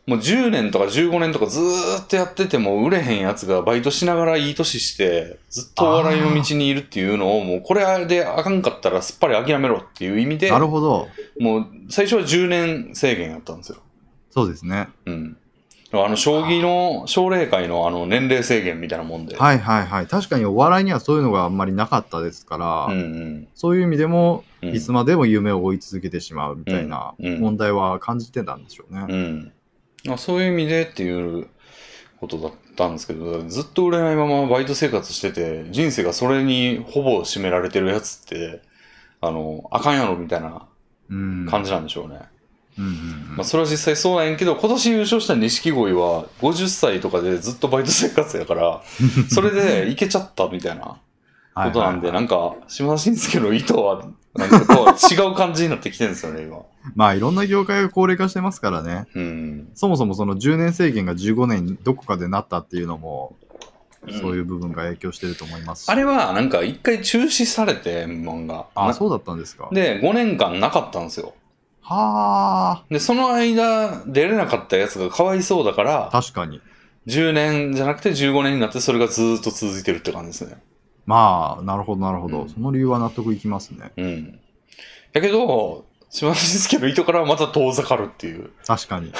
もう10年とか15年とかずーっとやってても売れへんやつがバイトしながらいい年してずっとお笑いの道にいるっていうのをもうこれであかんかったらすっぱり諦めろっていう意味でなるほど。もう最初は10年制限やったんですよ。そうですね。うん。あの、将棋の、奨励会のあの、年齢制限みたいなもんで。はいはいはい。確かにお笑いにはそういうのがあんまりなかったですから、うんうん。そういう意味でも、うんいつまでも夢を追い続けてしまうみたいなうん問題は感じてたんでしょううね。ん。あそういう意味でっていうことだったんですけど、ずっと売れないままバイト生活してて、人生がそれにほぼ占められてるやつって、あの、あかんやろみたいなうん。感じなんでしょうね。うんうんうまあ、んそれは実際そうなんやけど、今年優勝した錦鯉は50歳とかでずっとバイト生活や から、それでいけちゃったみたいな。はいはいはいことなんで、なんか、島田紳介の意図は、なんかこう、違う感じになってきてるんですよね、今。まあいろんな業界が高齢化してますからね。うん。そもそもその10年制限が15年にどこかでなったっていうのも、そういう部分が影響してると思いますしあれは、なんか、一回中止されて、漫画。あなそうだったんですか。で、5年間なかったんですよ。はで、その間、出れなかったやつがかわいそうだかあ、ら、確かに。 10年じゃなくて15年になって、それがずーっと続いてるって感じですね。まあ、なるほど、なるほど、うんその理由は納得いきますね。うん。だけど、島田紳介の意図からはまた遠ざかるっていう。確かに。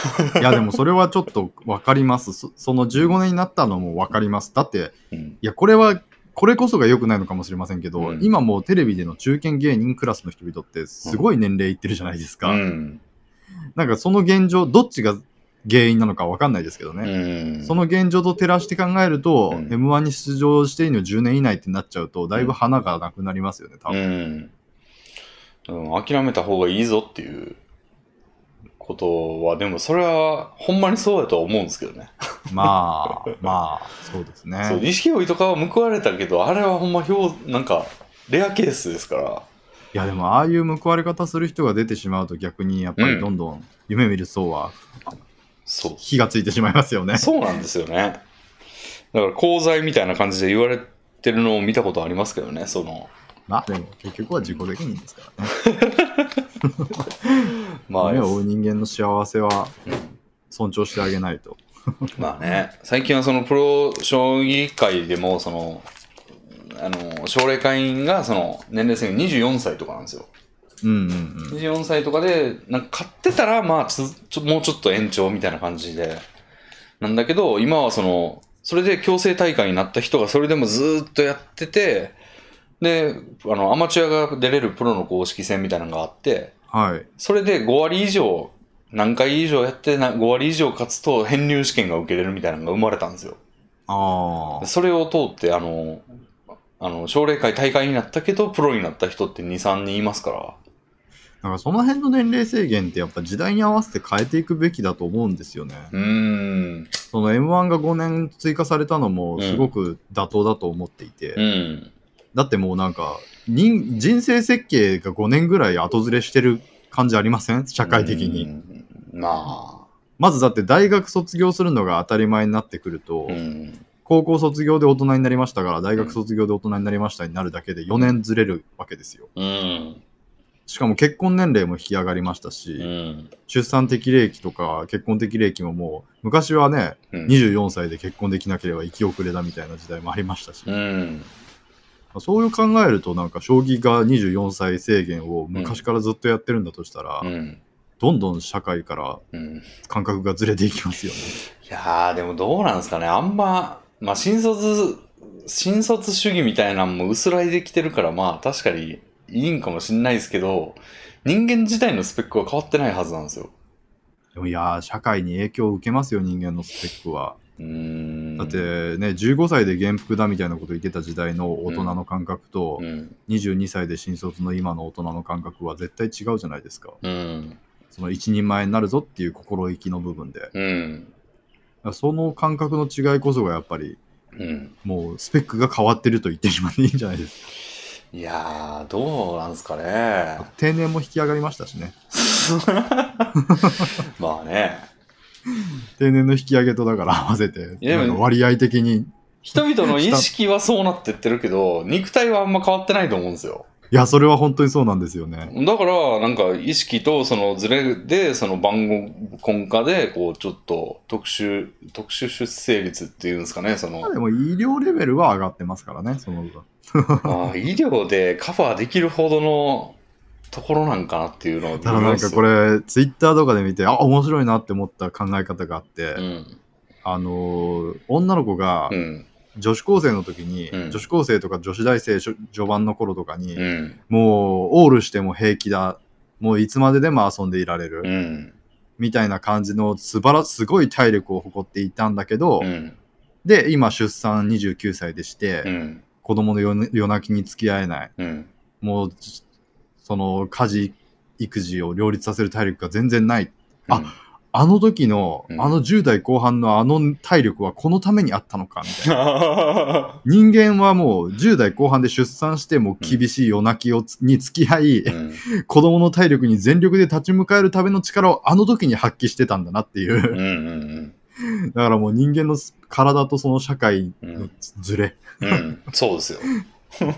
いや、でもそれはちょっと分かります。そその15年になったのも分かります。だって、うん。いや、これは、これこそが良くないのかもしれませんけど、うん今もうテレビでの中堅芸人クラスの人々ってすごい年齢いってるじゃないですうか。ん。なんかその現状、どっちが原因なのかわかんないですけどね。うん。その現状と照らして考えると、うん M1 に出場していいの10年以内ってなっちゃうと、だいぶ花がなくなりますよね、多う分。ん。うん、諦めた方がいいぞっていうことは、でもそれはほんまにそうだとは思うんですけどね。まあ、まあ、そうですそう、ね。錦鯉とかは報われたけど、あれはほんま表、なんか、レアケースですから。いや、でも、ああいう報われ方する人が出てしまうと、逆にやっぱうんりどんどん夢見る層はそう。火がついてしまいますよね。そうなんですよね。だから、功罪みたいな感じで言われてるのを見たことありますけどね、その、 まあ、でも、結局は自己責任ですからね。まあ、夢を追う人間の幸せは尊重してあげないと。まあね、最近はそのプロ将棋界でも、その、あの、奨励会員がその年齢制限24歳とかなんですよ。うんうん24歳とかで、なんか買ってたら、まあつちょ、もうちょっと延長みたいな感じで。なんだけど、今はその、それで強制大会になった人がそれでもずーっとやってて、で、あの、アマチュアが出れるプロの公式戦みたいなのがあって、うん。はい。それで5割以上、何回以上やってな、5割以上勝つと編入試験が受けれるみたいなのが生まれたんですよ。ああ。それを通って、あの、あの、奨励会大会になったけど、プロになった人って2、3人いますから。なんかその辺の年齢制限ってやっぱ時代に合わせて変えていくべきだと思うんですよね。うーん。その M1 が5年追加されたのもすごく妥当だと思っていて、うん。だってもうなんか人人生設計が5年ぐらい後ずれしてる感じありません社会的に、うん。ままずだって大学卒業するのが当たり前になってくると、あ、うん。高校卒業で大人になりましたから大学卒業で大人になりましたになるだけで4年ずれるわけですようん。しかも結婚年齢も引き上がりましたし、うん。出産適齢期とか結婚適齢期ももう昔はねうん24歳で結婚できなければ生き遅れだみたいな時代もありましたし、うん。そういう考えるとなんか将棋が24歳制限を昔からずっとやってるんだとしたら、うん。どんどん社会からうん。感覚がずれていきますよね。 いやー、でもどうなんですかね。あんま、まあ、新卒、新卒主義みたいなのも薄らいできてるから、まあ、確かにいいんかもしんないですけど、人間自体のスペックは変わってないはずなんですよ。でもいやー社会に影響を受けますよ人間のスペックは。うーん。だってね、15歳で元服だみたいなこと言ってた時代の大人の感覚と、うん。 22歳で新卒の今の大人の感覚は絶対違うじゃないですか。うん。その一人前になるぞっていう心意気の部分で。だかうん。らその感覚の違いこそがやっぱりうん。もうスペックが変わってると言ってしまっていいんじゃないですか。いやー、どうなんですかね。定年も引き上がりましたしね。まあね。定年の引き上げとだから合 わせて、いやでもなんか割合的に。人々の意識はそうなってってるけど、肉体はあんま変わってないと思うんですよ。いや、それは本当にそうなんですよね。だから、なんか意識とそのズレで、その晩婚化で、こう、ちょっと特殊、特殊出生率っていうんですかね、そのまあ、でも医療レベルは上がってますからね、その分。まあ、医療でカバーできるほどのところなんかなっていうのをただなんかこれ、ツイッターとかで見て、あ、面白いなって思った考え方があって、うん。あのー女の子がうん。女子高生の時に、うん女子高生とか女子大生しょ序盤の頃とかに、うん。もうオールしても平気だ。もういつまででも遊んでいられる。うん。みたいな感じの素晴らすごい体力を誇っていたんだけど、うん。で、今出産29歳でして、うん。子供の夜夜泣きに付き合えない。うん。もう、じその家事、育児を両立させる体力が全然ない。あの時の、うんあの10代後半のあの体力はこのためにあったのかみたいな。あ、人間はもう10代後半で出産しても厳しい夜泣きをつに付き合い、 うん。子供の体力に全力で立ち向かえるための力をあの時に発揮してたんだなっていう う。ん。うん。だからもう人間のす体とその社会のズレ、うん。そうですよ。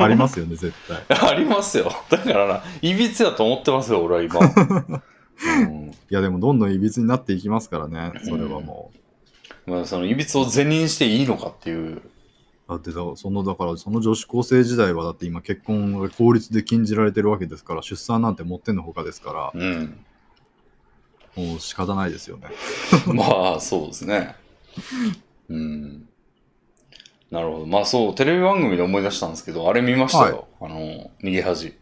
ありますよね、絶対。 ありますよ。だからな、いびつやと思ってますよ、俺は 今。うんいや、でもどんどんいびつになっていきますからね、それはもう。まあ、そのいびつを善人していいのかっていう。だってだ、その、だから、その女子高生時代は、だって今結婚が法律で禁じられてるわけですから、出産なんて持ってんのほかですかうん。 ら、もう仕方ないですよね。まあ、そうですね。うん。なるほど。まあそう、テレビ番組で思い出したんですけど、あれ見ましたよ。あの、逃げ恥。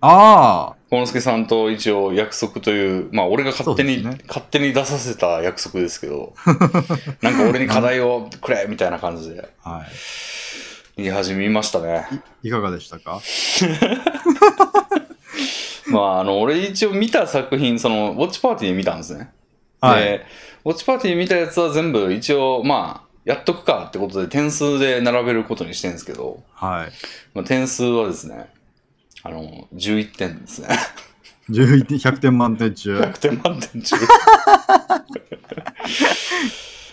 ああ、コノスケさんと一応約束という、まあ俺が勝手に、そうですね勝手に出させた約束ですけ ど、なんか俺に課題をくれみたいな感じでは言い始めましたね。い。いかがでしたかまああの、俺一応見た作品、その、ウォッチパーティーで見たんですね。はい。で、ウォッチパーティーで見たやつは全部一応、まあ、やっとくかってことで点数で並べることにしてるんですけど、はい。まあ、点数はですね、あの、11点です ね。 11点、100点満点中。 100点満点 中。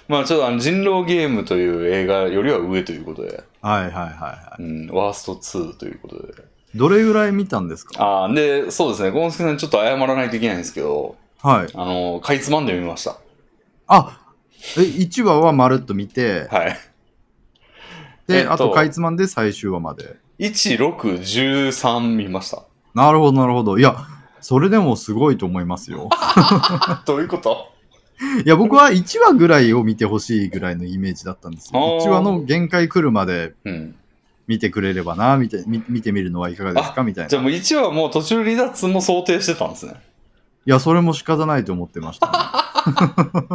まあちょっとあの人狼ゲームという映画よりは上ということで、はいはいはいはうん、ワースト2ということで。い。どれぐらい見たんですかあーで、そうですね、ゴンスケさんにちょっと謝らないといけないんですけど、はい。あの、かいつまんでみました。あえ、1話はまるっと見て、はい。えっで、とあとかいつまんで最終話まで。 1、6、13見ました。なるほどなるほど。いや、それでもすごいと思いますよ。どういうこといや、僕は1話ぐらいを見てほしいぐらいのイメージだったんですよ。あー1話の限界来るまでうん。見てくれればな、見てみ見てみるのはいかがですかみたいじな。ゃあいもう1はもう途中離脱も想定してたんですね。や、それも仕方ないと思ってました、ね。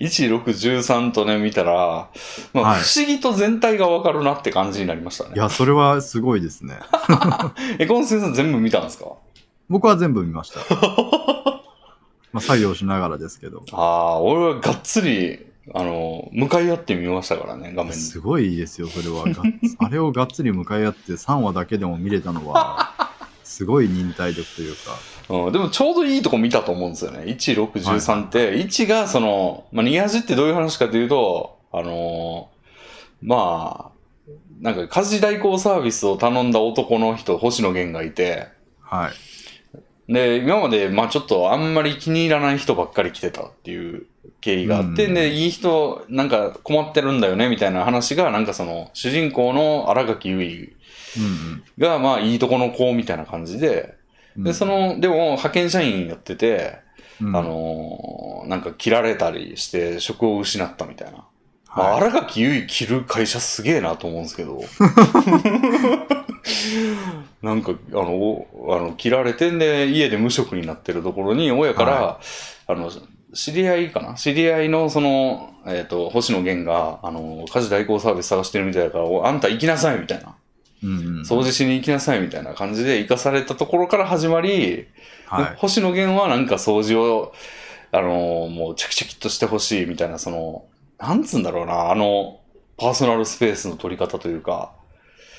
1613とね、見たら、まあはい不思議と全体がわかるなって感じになりましたねい。や、それはすごいですね。え、ゴンスケさん全部見たんですか僕は全部見 ました。まあ、作業しながらですけど。ああ、俺はがっつり、あの、向かい合って見ましたからね、画面に。すごいですよ、それは。がっ あれをがっつり向かい合って3話だけでも見れたのは、すごい忍耐力というか。うん、でもちょうどいいとこ見たと思うんですよね。1、6、13って、1がその、まあ、逃げ恥ってどういう話かというと、あのーまあ、なんか家事代行サービスを頼んだ男の人、星野源がいて、はい。で、今まで、まあちょっとあんまり気に入らない人ばっかり来てたっていう経緯があって、うんで、いい人、なんか困ってるんだよね、みたいな話が、なんかその、主人公の新垣結衣うんが、まあ、いいとこの子みたいな感じで、うん。で、その、でも、派遣社員やってて、うん、あのーなんか切られたりして、職を失ったみたいな。まあ、はい、新垣結衣着る会社すげえなと思うんですけ ど。なんか、あの、おあの切られてんで、家で無職になってるところに、親から、はあの、知り合いかな知り合いの、その、えっ、と、星野源が、あの、家事代行サービス探してるみたいだから、おあんた行きなさいみたいな。うんうん、掃除しに行きなさいみたいな感じで生かされたところから始まり、はい。星野源はなんか掃除を、あのーもうチャキチャキっとしてほしいみたいな、その、なんつうんだろうな、あの、パーソナルスペースの取り方というか、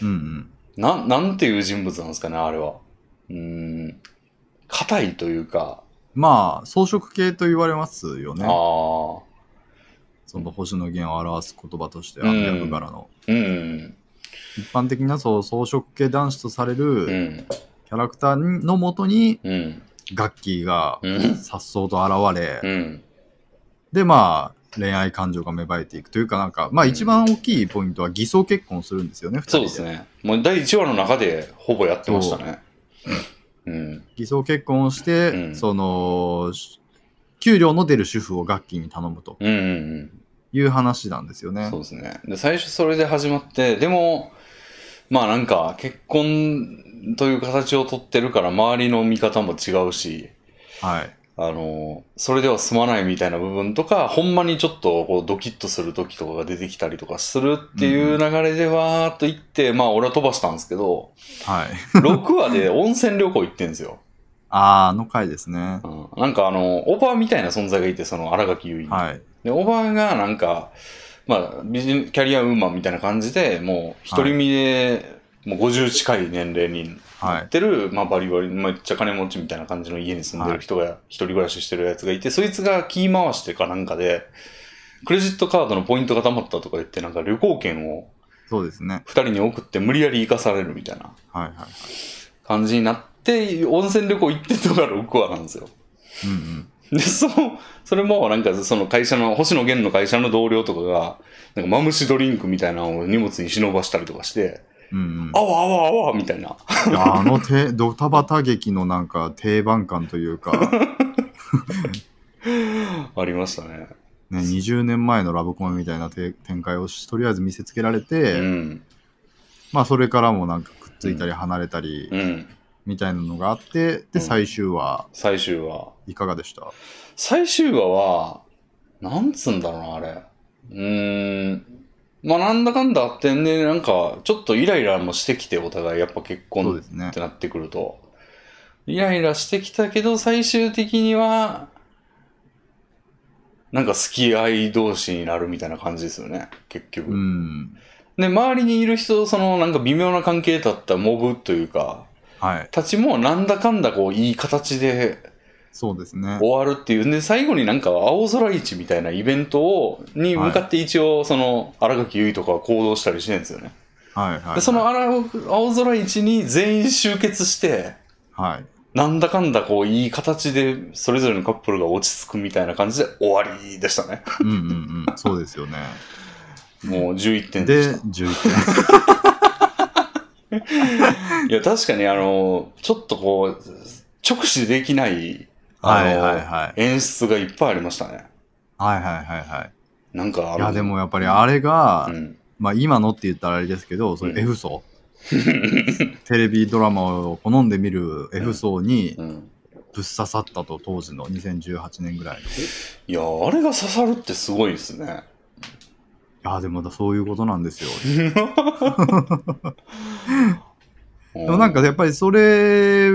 うんうん。なん、なんていう人物なんですかね、あれは。うーん、硬いというか、まあ、装飾系と言われますよね。ああ、その星野源を表す言葉として、うん役柄の。うん、一般的なそう装飾系男子とされうるん、キャラクターのもとに、うん、ガッキーがうん、さっそうと現れ、うん、で、まあ、恋愛感情が芽生えていくというか、なんか、まあ、うん一番大きいポイントは偽装結婚するんですよね、二人そうで。ですね。もう第1話の中でほぼやってましたね。うん、偽装結婚をして、うんその、し給料の出る主婦をガッキーに頼むとうん、うん、うん。いう話なんですよねそう。ですね。で、最初それで始まって、でも、まあなんか、結婚という形をとってるから、周りの見方も違うし、はい。あの、それでは済まないみたいな部分とか、ほんまにちょっとこうドキッとする時とかが出てきたりとかするっていう流れでわーっと行って、まあ俺は飛ばしたんですけど、はい。 6話で温泉旅行行ってんですよ。あー、あの回ですね。うん、なんかあの、オーバーみたいな存在がいて、その新垣結衣に。はい。で、おばあがなんか、まあ、ビジネキャリアウーマンみたいな感じで、もう、独り身で、もう50近い年齢になってる、まあ、バリバリ、めっちゃ金持ちみたいな感じの家に住んでる人が、一人暮らししてるやつがいて、そいつがキー回してかなんかで、クレジットカードのポイントが貯まったとか言って、なんか旅行券をそうですね。二人に送って無理やり生かされるみたいなはいはいはい。感じになって、温泉旅行行ってたのが6話なんですよ。うんうん。で、その、それも、なんか、その会社の、星野源の会社の同僚とかが、なんか、マムシドリンクみたいなのを荷物に忍ばしたりとかして、うんうんあ、わあわあわみたいな。いやあのてドタバタ劇のなんか定番感という か、ありましたね。ね、20年前のラブコメみたいなて展開をしとりあえず見せつけられて、うん。まあそれからもなんかくっついたり離れたり、うん。みたいなのがあって、うんで、最終話、最終話。いかがでした最終話は、なんつうんだろうな、あれ。うーん。まあ、なんだかんだあってんで、なんか、ちょっとイライラもしてきて、お互い、やっぱ結そう婚ですねっ。てなってくると。イライラしてきたけど、最終的には、なんか好き合い同士になるみたいな感じですよね、結局。うん。で、周りにいる人、その、なんか微妙な関係だったモブというか、はい。たちもなんだかんだこう、いい形でそうですね。終わるっていう。で、最後になんか青空市みたいなイベントを、に向かって一応、その、荒垣結衣とかは行動したりしてるんですよね。はいはい、はい。で、その荒青空市に全員集結して、はい。なんだかんだこう、いい形で、それぞれのカップルが落ち着くみたいな感じで終わりで したね。うんうんうん。そうです よね。もう11点でしで、た。 11いや、確かにあの、ちょっとこう、直視できない、点。あはの、いはいはい。演出がいっぱいありましたね。はいはいはいはい。なんかあいる。やでもやっぱりあれが、うん。まあ今のって言ったらあれですけど、そううんいう F 層、 テレビドラマを好んで見る F 層にうん。ぶっ刺さったと当時の2018年ぐらい。いいや、あれが刺さるってすごいですね。やでもだそういうことなんですよ。ででもなんか、やっぱりそれ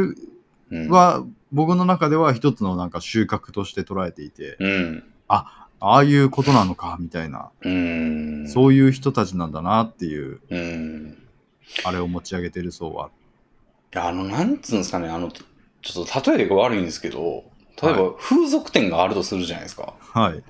うん、は僕の中では一つのなんか収穫として捉えていて、うん。ああいうことなのかみたいな、うん。そういう人たちなんだなっていう、うん。あれを持ち上げてる層は。いや、あの、なんつうんですかね、あの、ちょっと例えが悪いんですけど、例えば、風俗店があるとするじゃないですか。はい。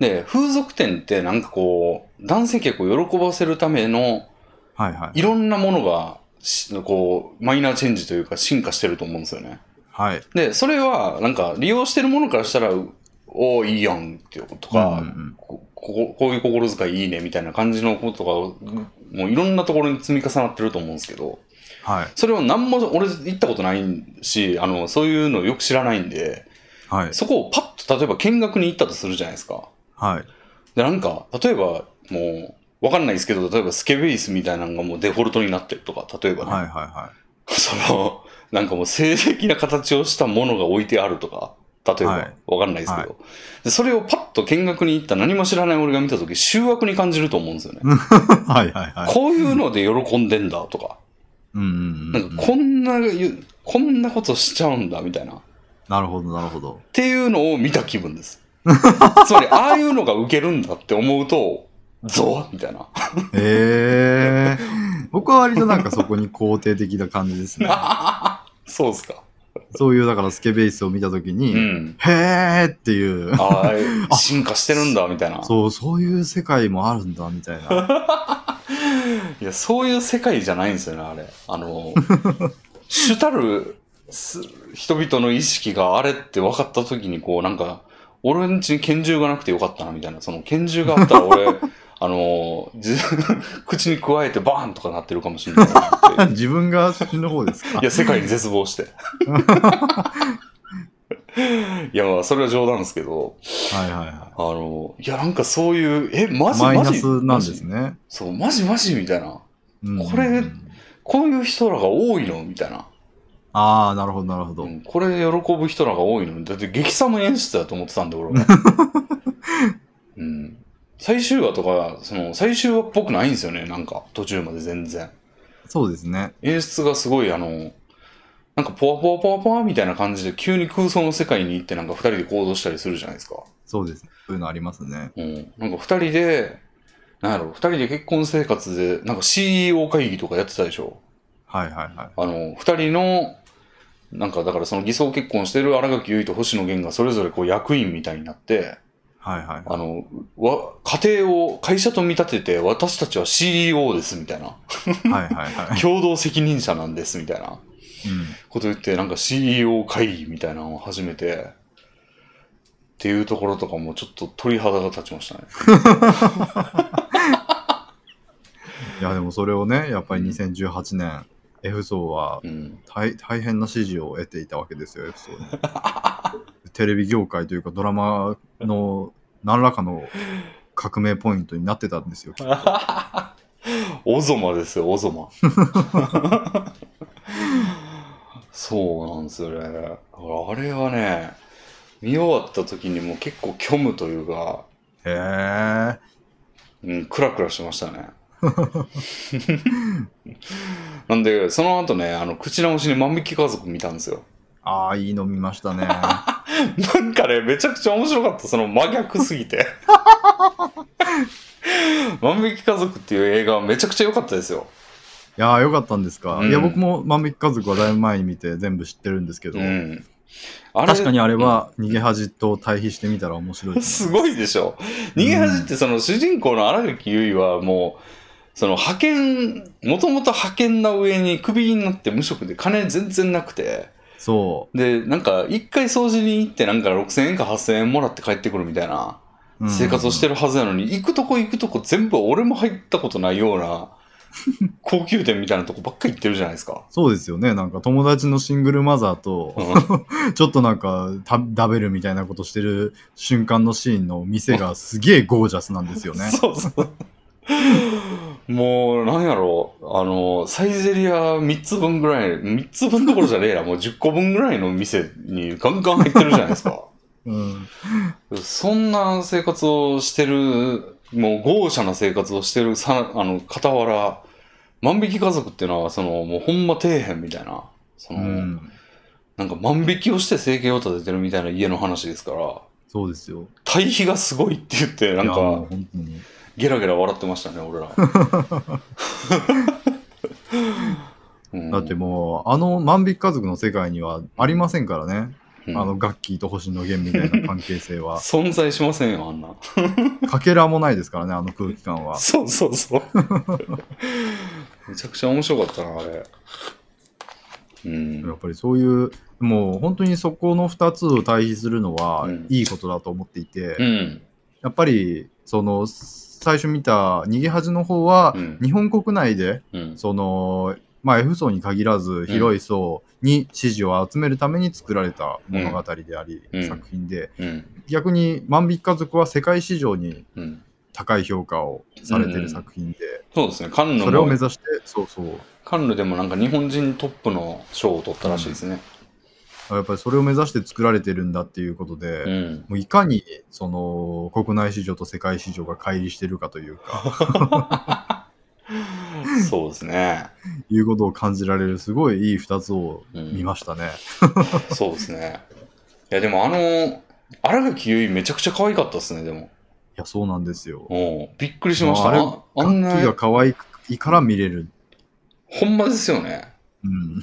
で、風俗店ってなんかこう、男性客を喜ばせるための、はいはい。いろんなものがし、こう、マイナーチェンジというか進化してると思うんですよね。はい。で、それは、なんか、利用してるものからしたら、うおお、いいやん、ってとか、うんうんうんこここういう心遣いいいねみたいな感じのことがうんもういろんなところに積み重なってると思うんですけどはい。それを何も俺行ったことないしあのそういうのよく知らないんではい。そこをパッと例えば見学に行ったとするじゃないですかはい。でなんか例えばもうわかんないですけど例えばスケベースみたいなのがもうデフォルトになってるとか例えばね、はいはいはそのなんかもう性的な形をしたものが置いてあるとか例えば、はいわかんないですけど、はでそれをパッと見学に行った何も知らない俺が見た時醜悪に感じると思うんですよねい。はいはいはい。こういうので喜んでんだとか、うんうんなうんうんんかこんな、こんなことしちゃうんだみたいな、っなるほどなるほど。ていうのを見た気分 です。つまり、ああいうのがウケるんだって思うと、ゾワッみたいな。へえ僕は割となんかそこに肯定的な感 じですね。そうですか。そういうだからスケベイスを見たときに、うん。へえっていう、ああ、進化してるんだみたいな。そう、そういう世界もあるんだみたい な。いや、そういう世界じゃないんですよね、あれ。あ の、主たるす人々の意識があれって分かった時に、こう、なんか、俺んちに拳銃がなくてよかったな、みたいな。その拳銃があったら 俺、あの、じ 口に加えてバーンとかなってるかもしれないなっていう。自分が死ぬ方 ですかいや、世界に絶望 して。いや、まあ、それは冗談ですけど、はいはいはあの、いや、なんかそういう、え、マい。ジマイマナジスなんマでジすね。そう、マジマジみたいな。うんこれこういう人らが多いのみたいな。ああ、なるほどなるほど。うんこれで喜ぶ人らが多いのだって激寒演出だと思ってたんで俺は、うん、最終話とかその最終話っぽくないんですよねなんか途中まで全然そうですね。演出がすごいあのなんかポワポワポワポワみたいな感じで急に空想の世界に行ってなんか2人で行動したりするじゃないですか、そうです。そういうのありますね。うん、なんか2人でなんやろ2人で結婚生活でなんか CEO 会議とかやってたでしょはいはいはい。あの、二人の、なんかだからその偽装結婚してる新垣結衣と星野源がそれぞれこう役員みたいになって、はいはいはあの、わ家庭を会社と見立てて私たちは CEO ですみたいな、 い。はいはいは。共同責任者なんですみたいないうんこと言って、なんか CEO 会議みたいなのを始めて、っていうところとかもちょっと鳥肌が立ちましたね。いやでもそれをね、やっぱり2018年、F 層はうん。大大変な支持を得ていたわけですよ、F 層に。 テレビ業界というかドラマの何らかの革命ポイントになってたんです よ。きっとオゾマですよ、オゾマ。そうなんですよね。だからあれはね、見終わった時にもう結構虚無というか、へえ。うん、クラクラしてましたね。 なんで、その後ね、あの、口直しに万引き家族見たんですよ。ああ、いいの見 ましたね。なんかね、めちゃくちゃ面白かった、その真逆すぎて。 万引き家族っていう映画はめちゃくちゃ良かったですよ。いやー、よかったんですか。うんいや、僕も万引き家族はだいぶ前に見て全部知ってるんですけど、うん。あ確かにあれは逃げ恥と対比してみたら面白いと思いますすごいでしょ。逃げ恥ってその主人公の荒垣結衣はもう、その派遣、もともと派遣な上にクビになって無職で金全然なくて、そで、なんか一回掃除に行ってなんか6000円か8000円もらって帰ってくるみたいなう、うん生活をしてるはずなのに、行くとこ行くとこ全部俺も入ったことないような高級店みたいなとこばっか行ってるじゃないです か。そうですよねなんか友達のシングルマザーうとんちょっとなんかたダベルみたいなことしてる瞬間のシーンの店がすげえゴージャスなんですよねそうそう。もう、なんやろう、あの、サイゼリア3つ分ぐらい、3つ分どころじゃねえな、もう10個分ぐらいの店にガンガン入ってるじゃないですか。うんそんな生活をしてる、もう豪奢な生活をしてるさ、あの、傍ら、万引き家族っていうのは、その、もうほんま底辺みたいな、そうの、んなんか万引きをして生計を立ててるみたいな家の話ですから、そうですよ対比がすごいって言って、なんいやかもう、本当にゲラゲラ笑ってましたね、 俺ら。うんだってもうあの万引き家族の世界にはありませんからね、うんあのガッキーと星野源みたいな関係 性は存在しませんよ、あんな。かけらもないですからねあの空気感はそうそうそう。 めちゃくちゃ面白かったな、あれ。うん。やっぱりそういう、もう本当にそこの2つを対比するのはうんいいことだと思っていて、うん。やっぱりその最初見た逃げ恥の方は、うん日本国内でうん。その、まあ、F 層に限らず広い層に支持を集めるために作られた物語であり、うん作品でうん。逆に「万引き家族」は世界市場にうん。高い評価をされてる作品で、そうですね、カンヌそれを目も、指してそうそうカンヌでもなんか日本人トップの賞を取ったらしいですね。やっぱりそれを目指して作られてるんだっていうことで。うん。もういかにその国内市場と世界市場が乖離してるかというかそうですね。いうことを感じられるすごいいい2つをうん見ましたね。そうですね。いや、でもあの、荒垣結衣めちゃくちゃ可愛かったですね、でも。いやそうなんですよ。おうびっくりしました。あれああん楽器なが、可愛いから見れる。ほんまですよね。うん、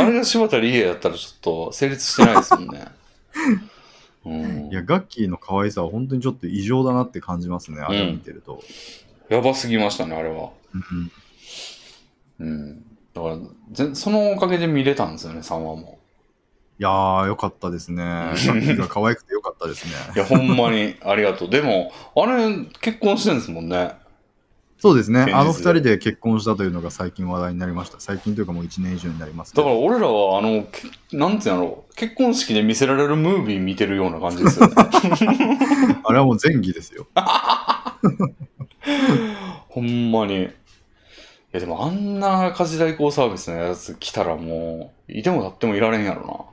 あれが柴田理恵やったらちょっと成立してないですもん ね。うんい、やガッキーの可愛さは本当にちょっと異常だなって感じますねあれを見てると。やばすぎましたね、あれは。うんうん、だからぜ、そのおかげで見れたんですよね、3話も。いやーよかったですね。ガッキーが可愛くてよかっ たですね。いや、ほんま にありがとう。でも、あれ、結婚してるんですもんね。そうですね。現実であの2人で結婚したというのが最近話題になりました。最近というかもう1年以上になりますけだ からど。俺らは、あの、けなんていうんだろう、結婚式で見せられるムービー見てるような感じですよね。あれはもう前戯ですよ。ほんまに。いや、でもあんな家事代行サービスのやつ来たらもう、いても立ってもいられんやろ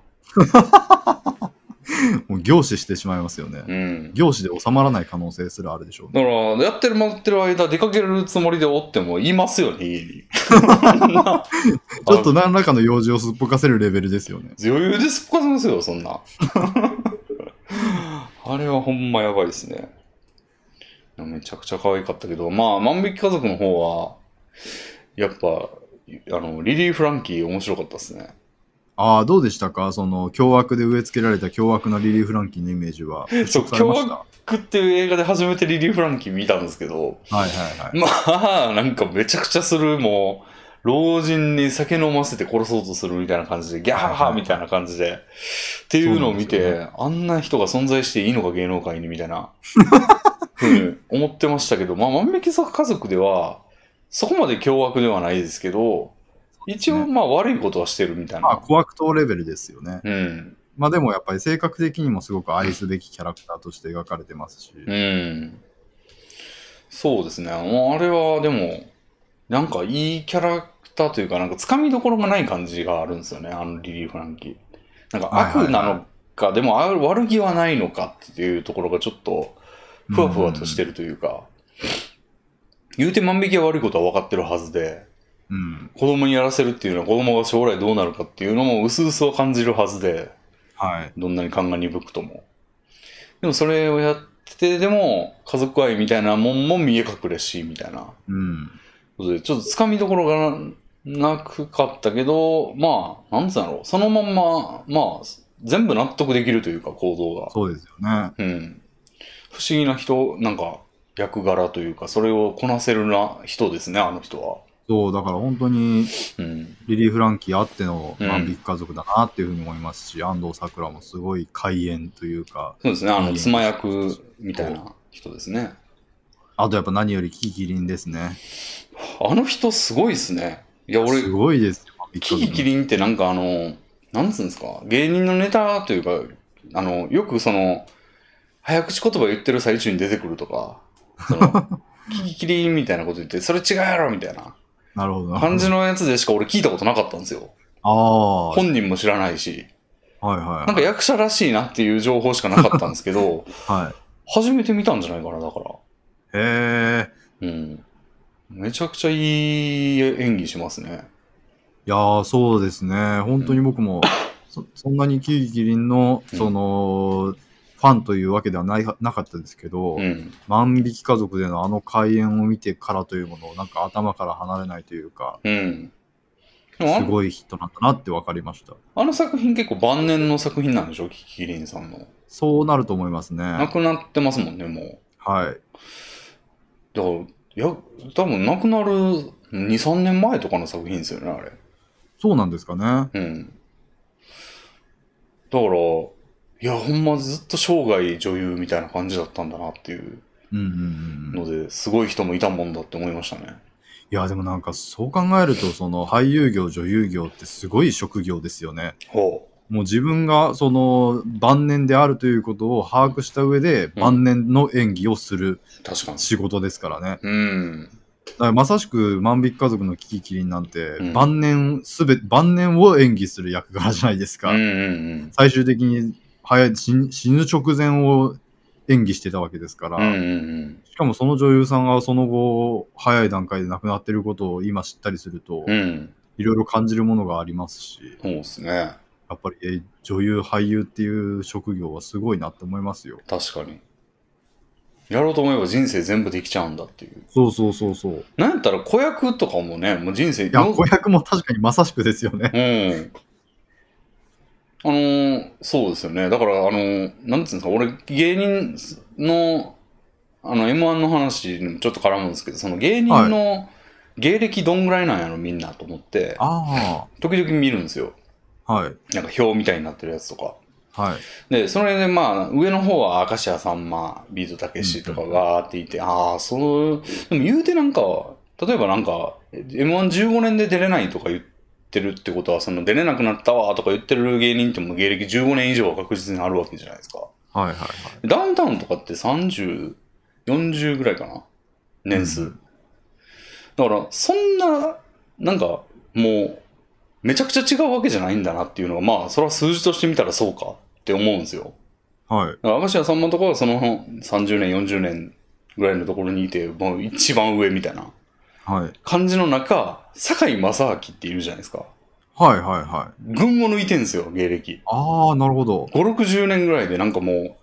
もう凝視してしまいますよね。な。うん。業種で収まらない可能性すらあるでしょうね。だから、やってる待ってる間、出かけるつもりでおっても、いますよね、家に。 ちょっと何らかの用事をすっぽかせるレベルですよね。余裕ですっぽかせますよ、そんな。 あれはほんまやばいですね。めちゃくちゃ可愛かったけど、まあ、万引き家族の方は、やっぱ、あの、リリー・フランキー面白かったですね。ああ、どうでしたかその、凶悪で植え付けられた凶悪なリリー・フランキーのイメージは。 そうされましたクっていう映画で初めてリリー・フランキー見たんですけど、はいはいはい。まあ、なんかめちゃくちゃする、もう、老人に酒飲ませて殺そうとするみたいな感じで、ギャーハーみたいな感じで、っていうのを見そうなて、んですあんな人が存在していいのか芸能界にみたいな、ふうに思ってましたけど、まあ、万引き家族では、そこまで凶悪ではないですけど、一応まあ悪いことはしてるみたいまあ、な。小悪党レベルですよね。うん。まあでもやっぱり性格的にもすごく愛すべきキャラクターとして描かれてますし。うん。そうですね。もうあれはでも、なんかいいキャラクったというか、なんか掴みどころがない感じがあるんですよね、あのリリー・フランキー。なんかはいはいはい悪なのか、でもあ悪気はないのかっていうところがちょっと、ふわふわとしてるというか、言うて万引きは悪いことは分かってるはずで、うん。子供にやらせるっていうのは子供が将来どうなるかっていうのも薄々は感じるはずで、はい。どんなに勘が鈍くとも。でもそれをやってて、でも家族愛みたいなもんも見え隠れし、みたいな。うん。ことで、ちょっとつかみどころがななくかったけど、まあ、なんつうんだろう、そのまんま、まあ、全部納得できるというか、行動が。そうですよね。うん。不思議な人、なんか、役柄というか、それをこなせるな人ですね、あの人は。そう、だから本当にうん。リリー・フランキーあっての万引き家族だなっていうふうに思いますし、安藤サクラもすごい開演というか、そうですね、あうの、ん妻役みたいな人ですね。あとやっぱ何よりキキリンですね。あの人、すごいですね。いや、俺、すごいですよ、万引キキキン。リンってなんかあの、なんつうんですか、芸人のネタというか、あの、よくその、早口言葉言ってる最中に出てくるとか、その、 キキキリンみたいなこと言って、それ違うやろみたいななるほど。感じのやつでしか俺聞いたことなかったんですよ。ああ、はい本人も知らないし、はい。なんか役者らしいなっていう情報しかなかったんですけ ど、はい。初めて見たんじゃないかな、だから。へうえ。ん。めちゃくちゃいい演技しますね。いやー、そうですね。本当に僕も、そそんなにキキキリンの、うんその、ファンというわけではないなかったですけど、うん。万引き家族でのあの開演を見てからというものを、なんか頭から離れないというか、うん。でもあすのごいヒットなんだなって分かりました。あの作品結構晩年の作品なんでしょキキキリンさんの。そうなると思いますね。亡くなってますもんね、もう。はい。だから、いや、多分亡くなる2、3年前とかの作品ですよね、あれ。そうなんですかね。うん。だから、いや、ほんまずっと生涯女優みたいな感じだったんだなっていううんうんうんうん。ので、すごい人もいたもんだって思いましたね。いや、でもなんかそう考えると、その俳優業、女優業ってすごい職業ですよね。ほもう自分がその晩年であるということを把握した上で、うん晩年の演技をするう、確かに。仕事ですからね。うん。だからまさしく万引き家族のキキキリンなんて、うん晩年すべ、晩年を演技する役柄じゃないですうか。んうん最終的に早い死ぬ死ぬ直前を演技してたわけですから、うん。うんうんしかもその女優さんがその後、早い段階で亡くなってることを今知ったりすると、うん。うん。いろいろ感じるものがありますし、そうですね。やっぱりえー女優、俳優っていう職業はすごいなって思いますよ。確かに。やろうと思えば人生全部できちゃうんだっていう。そうそうそうそう。いなんやったら子役とかもね、もう人生や、の子役も確かにまさしくですよね。うん。あのーそうですよね。だから、あのーなんつうんですか、俺、芸人の、あの、M1 の話にもちょっと絡むんですけど、その芸人の芸歴どんぐらいなんやろ、みんなと思って、あ時々見るんですよ。あ、はい、なんか表みたいになってるやつとか。はい。で、それでまあ、上の方は明石家さんま、ビートたけしとかがーっていて、ああ、そう、でも言うてなんか、例えばなんか、M115 年で出れないとか言ってるってことは、その出れなくなったわとか言ってる芸人ってもう芸歴15年以上は確実にあるわけじゃないですか。はいはいはい。ダウンタウンとかって30、40ぐらいかな年数。うんだから、そんな、なんか、もう、めちゃくちゃ違うわけじゃないんだなっていうのが、まあ、それは数字として見たらそうかって思うんですよ。はい。だから明石家さんまとかはその30年40年ぐらいのところにいてもう一番上みたいなはい。感じの中堺正明っているじゃないですかはいはいはい。群を抜いてんですよ芸歴ああ、なるほど。 560年ぐらいでなんかもう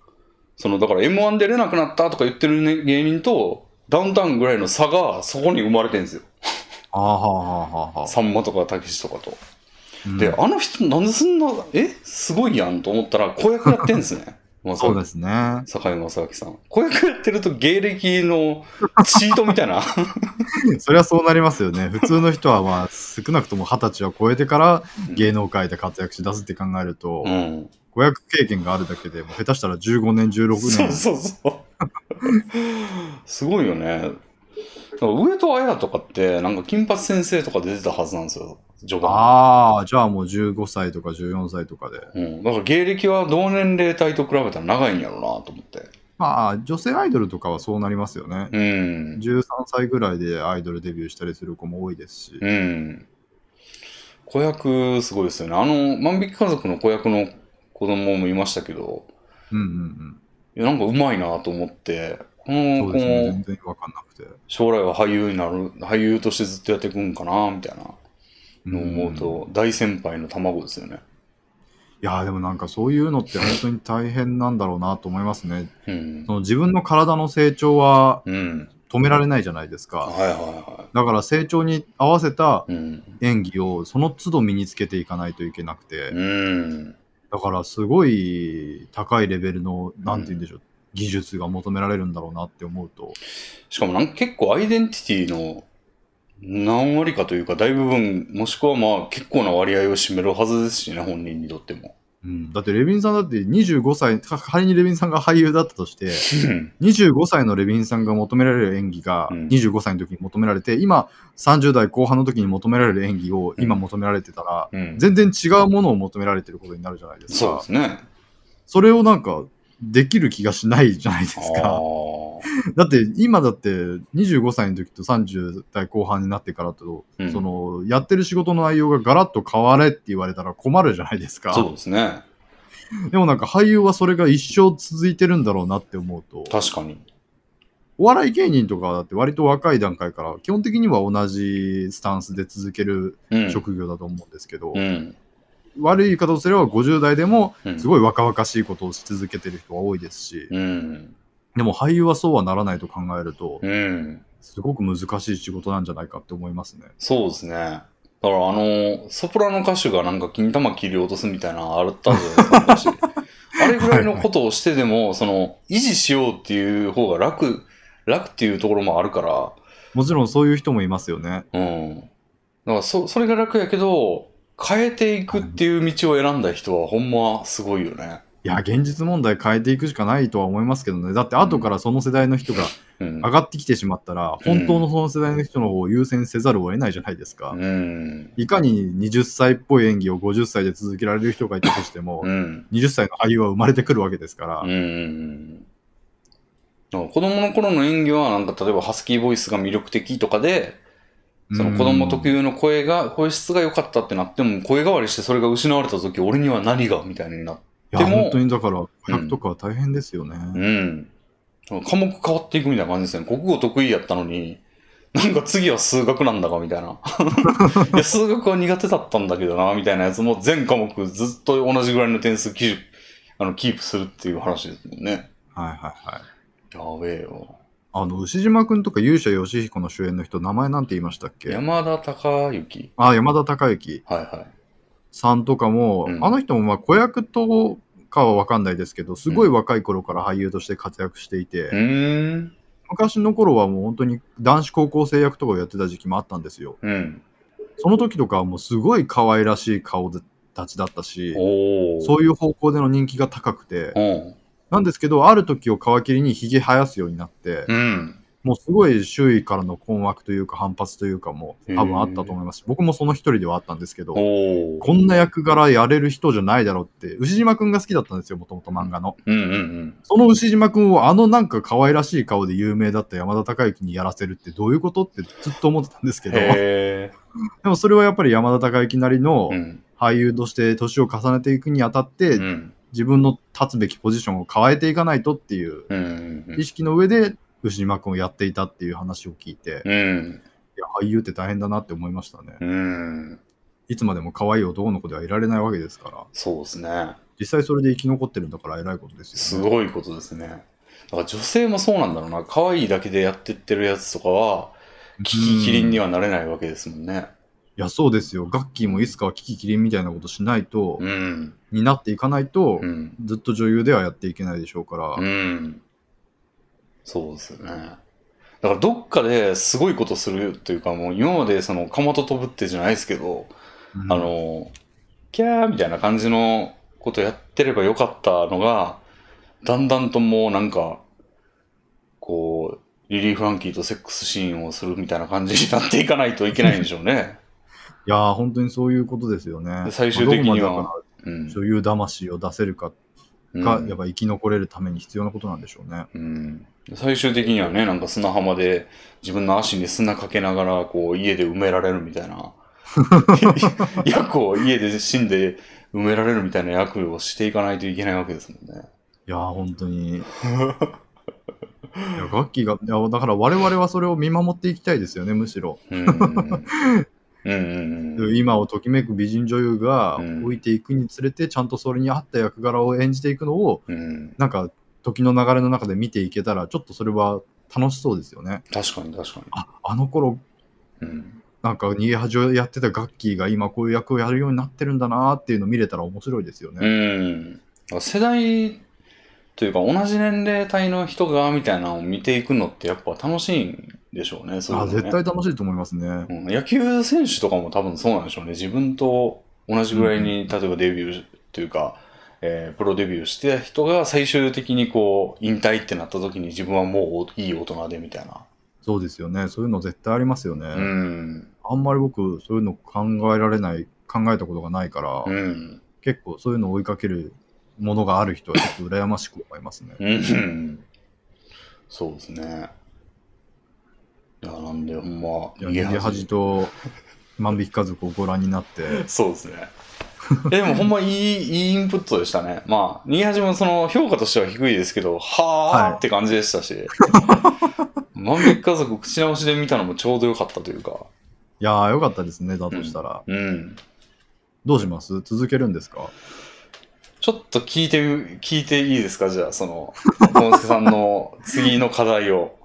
そのだから m 1出れなくなったとか言ってる、ね、芸人とダウンタウンぐらいの差がそこに生まれてんですよああ、はあはあはあはあ。さんまとかたけしとかと、うんであの人なんでそんなえすごいやんと思ったら子役やってんです ねまあそうですね。堺正明さん。子役やってると芸歴のチートみたいな。 そりゃそうなりますよね。普通の人は、まあ、少なくとも二十歳を超えてから芸能界で活躍し出すって考えると、うん。子役経験があるだけで、もう下手したら15年、16そう年。そうそう。 すごいよね。だから上戸彩とかって、なんか金八先生とか出てたはずなんですよ、序盤。ああ、じゃあもう15歳とか14歳とかで。うん、だから芸歴は同年齢帯と比べたら長いんやろうなと思って。まあ、女性アイドルとかはそうなりますよね。うん。 13歳ぐらいでアイドルデビューしたりする子も多いですし、うん。子役すごいですよね。あの、万引き家族の子役の子供もいましたけど、うんうんいやなんかうまいなと思って、こうん。のそ子うですね。も全然分かんなくて。将来は俳優になる、俳優としてずっとやっていくんかな、みたいなうのを思うんと、大先輩の卵ですよね。いやーでもなんかそういうのって本当に大変なんだろうなと思いますね。うんそ。の自分の体の成長はうん。止められないじゃないですはいか。はいはだから成長に合わせたい。うん。演技をその都度身につけていかないといけなくて、うん。だからすごい高いレベルの、なんて言うんでしょう、技術が求められるんだろうなって思うと、しかもなんか結構アイデンティティの何割かというか大部分もしくはまあ結構な割合を占めるはずですしね本人にとっても。うん、だってレビンさんだって25歳、か仮にレビンさんが俳優だったとして、うん25歳のレビンさんが求められる演技がうん25歳の時に求められて、今30代後半の時に求められる演技を今求められてたら、うん、全然違うものを求められてることになるじゃないですか。そうですね。それをなんかできる気がしないじゃないですあか。ーだって今だって25歳の時と30代後半になってからと、うんそのやってる仕事の内容がガラッと変われって言われたら困るじゃないですか。そうですね。でもなんか俳優はそれが一生続いてるんだろうなって思うと、確かに。お笑い芸人とかはだって割と若い段階から基本的には同じスタンスで続けるうん。職業だと思うんですけど、うん。悪い言い方をすれば50代でもうんすごい若々しいことをし続けてる人が多いですし、うん。でも俳優はそうはならないと考えると、うん。すごく難しい仕事なんじゃないかって思いますね。そうですね。だからあの、ソプラノ歌手がなんか金玉切り落とすみたいなのあったじゃないですか、昔。あれぐらいのことをしてでも、その、維持しようっていう方が楽、楽っていうところもあるから、もちろんそういう人もいますよね。うん。だからそ、それが楽やけど、変えていくっていう道を選んだ人はほんますごいよね。いや、現実問題変えていくしかないとは思いますけどね。だって後からその世代の人がうん上。がってきてしまったら、うん本当のその世代の人の方を優先せざるを得ないじゃないですか。うん。いかに20歳っぽい演技を50歳で続けられる人がいたとしても、うん。 20歳の俳優は生まれてくるわけですから、うん。だから子供の頃の演技は、なんか例えばハスキーボイスが魅力的とかで、その子供特有有の声が、声質が良かったってなっても、声変わりしてそれが失われた時、俺には何がみたいになって。ででもも本当にだから、子役とかは大変ですよね。うん。科目変わっていくみたいな感じですね。国語得意やったのに、なんか次は数学なんだかみたいな。 いや、数学は苦手だったんだけどな、みたいなやつも全科目ずっと同じぐらいの点数基準、あの、キープするっていう話ですもんね。はいはいはい。やべえよ。あの牛島君とか勇者義彦の主演の人、名前なんて言いましたっけ山田孝之。あ山田孝之はいはさんとかも、うんあの人もまあ子役とかは分かんないですけど、すごい若い頃から俳優として活躍していて、い。うーん。昔の頃はもう本当に男子高校生役とかをやってた時期もあったんですよ。うん。その時とかはもうすごい可愛らしい顔立ちだったし、おー。そういう方向での人気が高くて、うん。なんですけど、ある時を皮切りにひげ生やすようになって、うん。もうすごい周囲からの困惑というか反発というかも多分あったと思いますし、僕もその一人ではあったんですけど、おー。こんな役柄やれる人じゃないだろうって、牛島くんが好きだったんですよ、もともと漫画の。うんうんうん。その牛島くんをあのなんか可愛らしい顔で有名だった山田孝之にやらせるってどういうことってずっと思ってたんですけど、でへもそれはやっぱり山田孝之なりのー。うん。俳優として年を重ねていくにあたって、うん。自分の立つべきポジションを変えていかないとっていううんうんうん意識の上で牛島くんをやっていたっていう話を聞いて、ういん。や俳優って大変だなって思いましたね。うん、いつまでも可愛い男の子ではいられないわけですから、そうですね。実際それで生き残ってるんだから偉いことですすよね。ごいことですね。だから女性もそうなんだろうな。可愛いだけでやってってるやつとかは、キキキリンには。はなれないわけですもんね。いや、そうですよ。ガッキーもいつかはキキキリンみたいなことしないと、うん。になっていかないと、うん。ずっと女優ではやっていけないでしょうから、うん。そうですよね。だからどっかですごいことするというか、もう今までその、かまと飛ぶってじゃないですけど、うんあの、キャーみたいな感じのことやってればよかったのが、だんだんともうなんか、こう、リリー・フランキーとセックスシーンをするみたいな感じになっていかないといけないんでしょうね。いやー、本当にそういうことですよねで。最終的にはまあどこまでだかうんら。女優魂を出せるかうんが、やっぱ生き残れるために必要なことなんでしょうね。うん最終的にはね、なんか砂浜で自分の足に砂かけながら、こう、家で埋められるみたいな ヤコを家で死んで埋められるみたいな役をしていかないといけないわけですもんね。いやー、本 当に。いや、ガッキーが、いや、だから我々はそれを見守っていきたいですよね、むしろ。うんうんうん。うんうんうん。今をときめく美人女優がうん置いていくにつれて、ちゃんとそれに合った役柄を演じていくのを、うん、なんか、時の流れの中で見ていけたら、ちょっとそれは楽しそうですよね。確かに確かに。あ、あの頃、うん、なんか逃げ恥をやってたガッキーが今こういう役をやるようになってるんだなーっていうの見れたら面白いですよね。うん、世代というか同じ年齢帯の人がみたいなのを見ていくのってやっぱ楽しいんでしょうね。そういうあのね絶対楽しいと思いますね。うん野球選手とかも多分そうなんでしょうね。自分と同じぐらいに、例えばデビューというか、えープロデビューしてた人が最終的にこう、引退ってなった時に自分はもういい大人でみたいな。そうですよね。そういうの絶対ありますよね。うん。あんまり僕、そういうの考えられない、考えたことがないから、うん。結構そういうのを追いかけるものがある人はちょっと羨ましく思いますね。うん。そうですね。いや、なんで、ほんま、いや逃げ恥と万引き家族をご覧になって、そうですね。えでもほんまいい、いいインプットでしたね。まあ、逃げ始めもその評価としては低いですけど、ははーいって感じでしたし、万引き家族口直しで見たのもちょうど良かったというか、いやー、よかったですね、だとしたら。うん。どうします続けるんですかちょっと聞いてみ、聞いていいですかじゃあ、その、本助さんの次の課題を。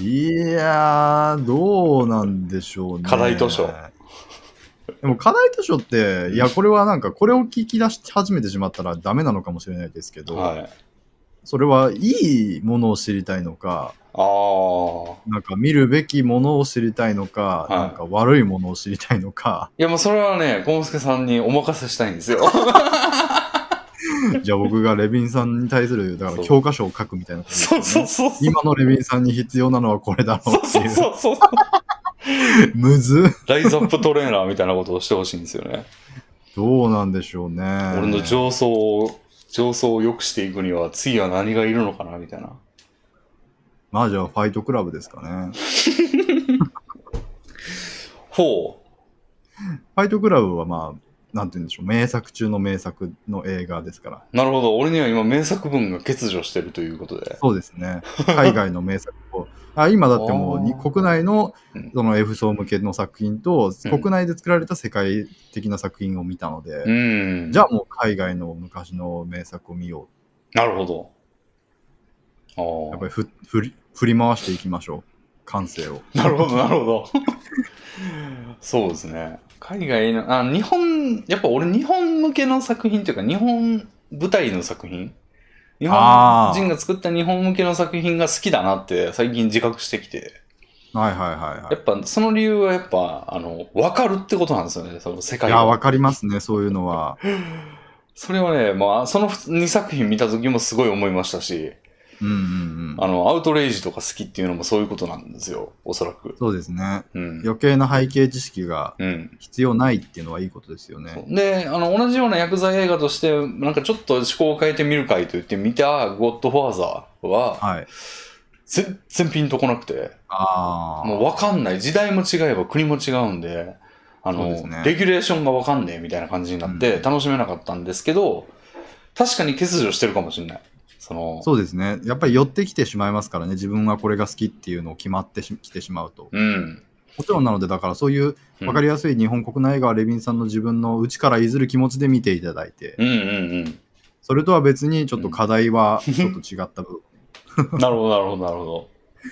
いやー、どうなんでしょうね。課題図書。でも課題図書って、いや、これはなんか、これを聞き出し始めてしまったらダメなのかもしれないですけど、はい。それはいいものを知りたいのか、ああ。なんか見るべきものを知りたいのか、はいなんか悪いものを知りたい のか、いや、もうそれはね、ゴンスケさんにお任せしたいんですよ。 じゃあ僕がレビンさんに対する、だかそうら教科書を書くみたいなことですそうよね、そうそう。そう今のレビンさんに必要なのはこれだろうってそういう。そうそう。むずライズアップトレーナーみたいなことをしてほしいんですよね。どうなんでしょうね。俺の上層を、上層を良くしていくには、次は何がいるのかなみたいな。まあじゃあファイトクラブですかね。ほファイトクラブはまあ、なんて言うんでしょう、名作中の名作の映画ですから。う。なるほど。俺には今、名作文が欠如してるということで。そうですね。海外の名作を。あ今だってもうにあー国内のうんその F 層向けの作品と、うん国内で作られた世界的な作品を見たので、うん。じゃあもう海外の昔の名作を見よなるほう。ど。やっあぱりふ振り振り回していきましょう。感性を。あ。なるほど、なるほど。 そうですね。海外の、あ、日本、やっぱ俺、日本向けの作品というか、日本舞台の作品日本あー人が作った日本向けの作品が好きだなって最近自覚してきて。はいはいはいはやっぱその理由はやっぱあの分かるってことなんですよねその世い。い界や、わがかりますね、そういうのは。それはね、まあ、その2作品見た時もすごい思いましたしうんうんうあん。のアウトレイジとか好きっていうのもそういうことなんですよおそらくそうですね。うん、余計な背景知識がうん、必要ないっていうのはいいことですよね。そうであの同じような薬剤映画としてなんかちょっと思考を変えてみるかいと言って見た「ゴッドファーザー」ははい。全然ピンとこなくてああ。もう分かんない時代も違えば国も違うんであそうのですねレギュレーションが分かんねえみたいな感じになってうん楽しめなかったんですけど、確かに欠如してるかもしれないそのそうですね。やっぱり寄ってきてしまいますからね。自分はこれが好きっていうのを決まってしきてしまうと。うんもちろんなので、だからそういううん分かりやすい日本国内映画はレビンさんの自分の内から譲る気持ちで見ていただいて、うんうんそれとは別にちょっと課題はちょっと違った部分。うんなるほどなるほどなるほどま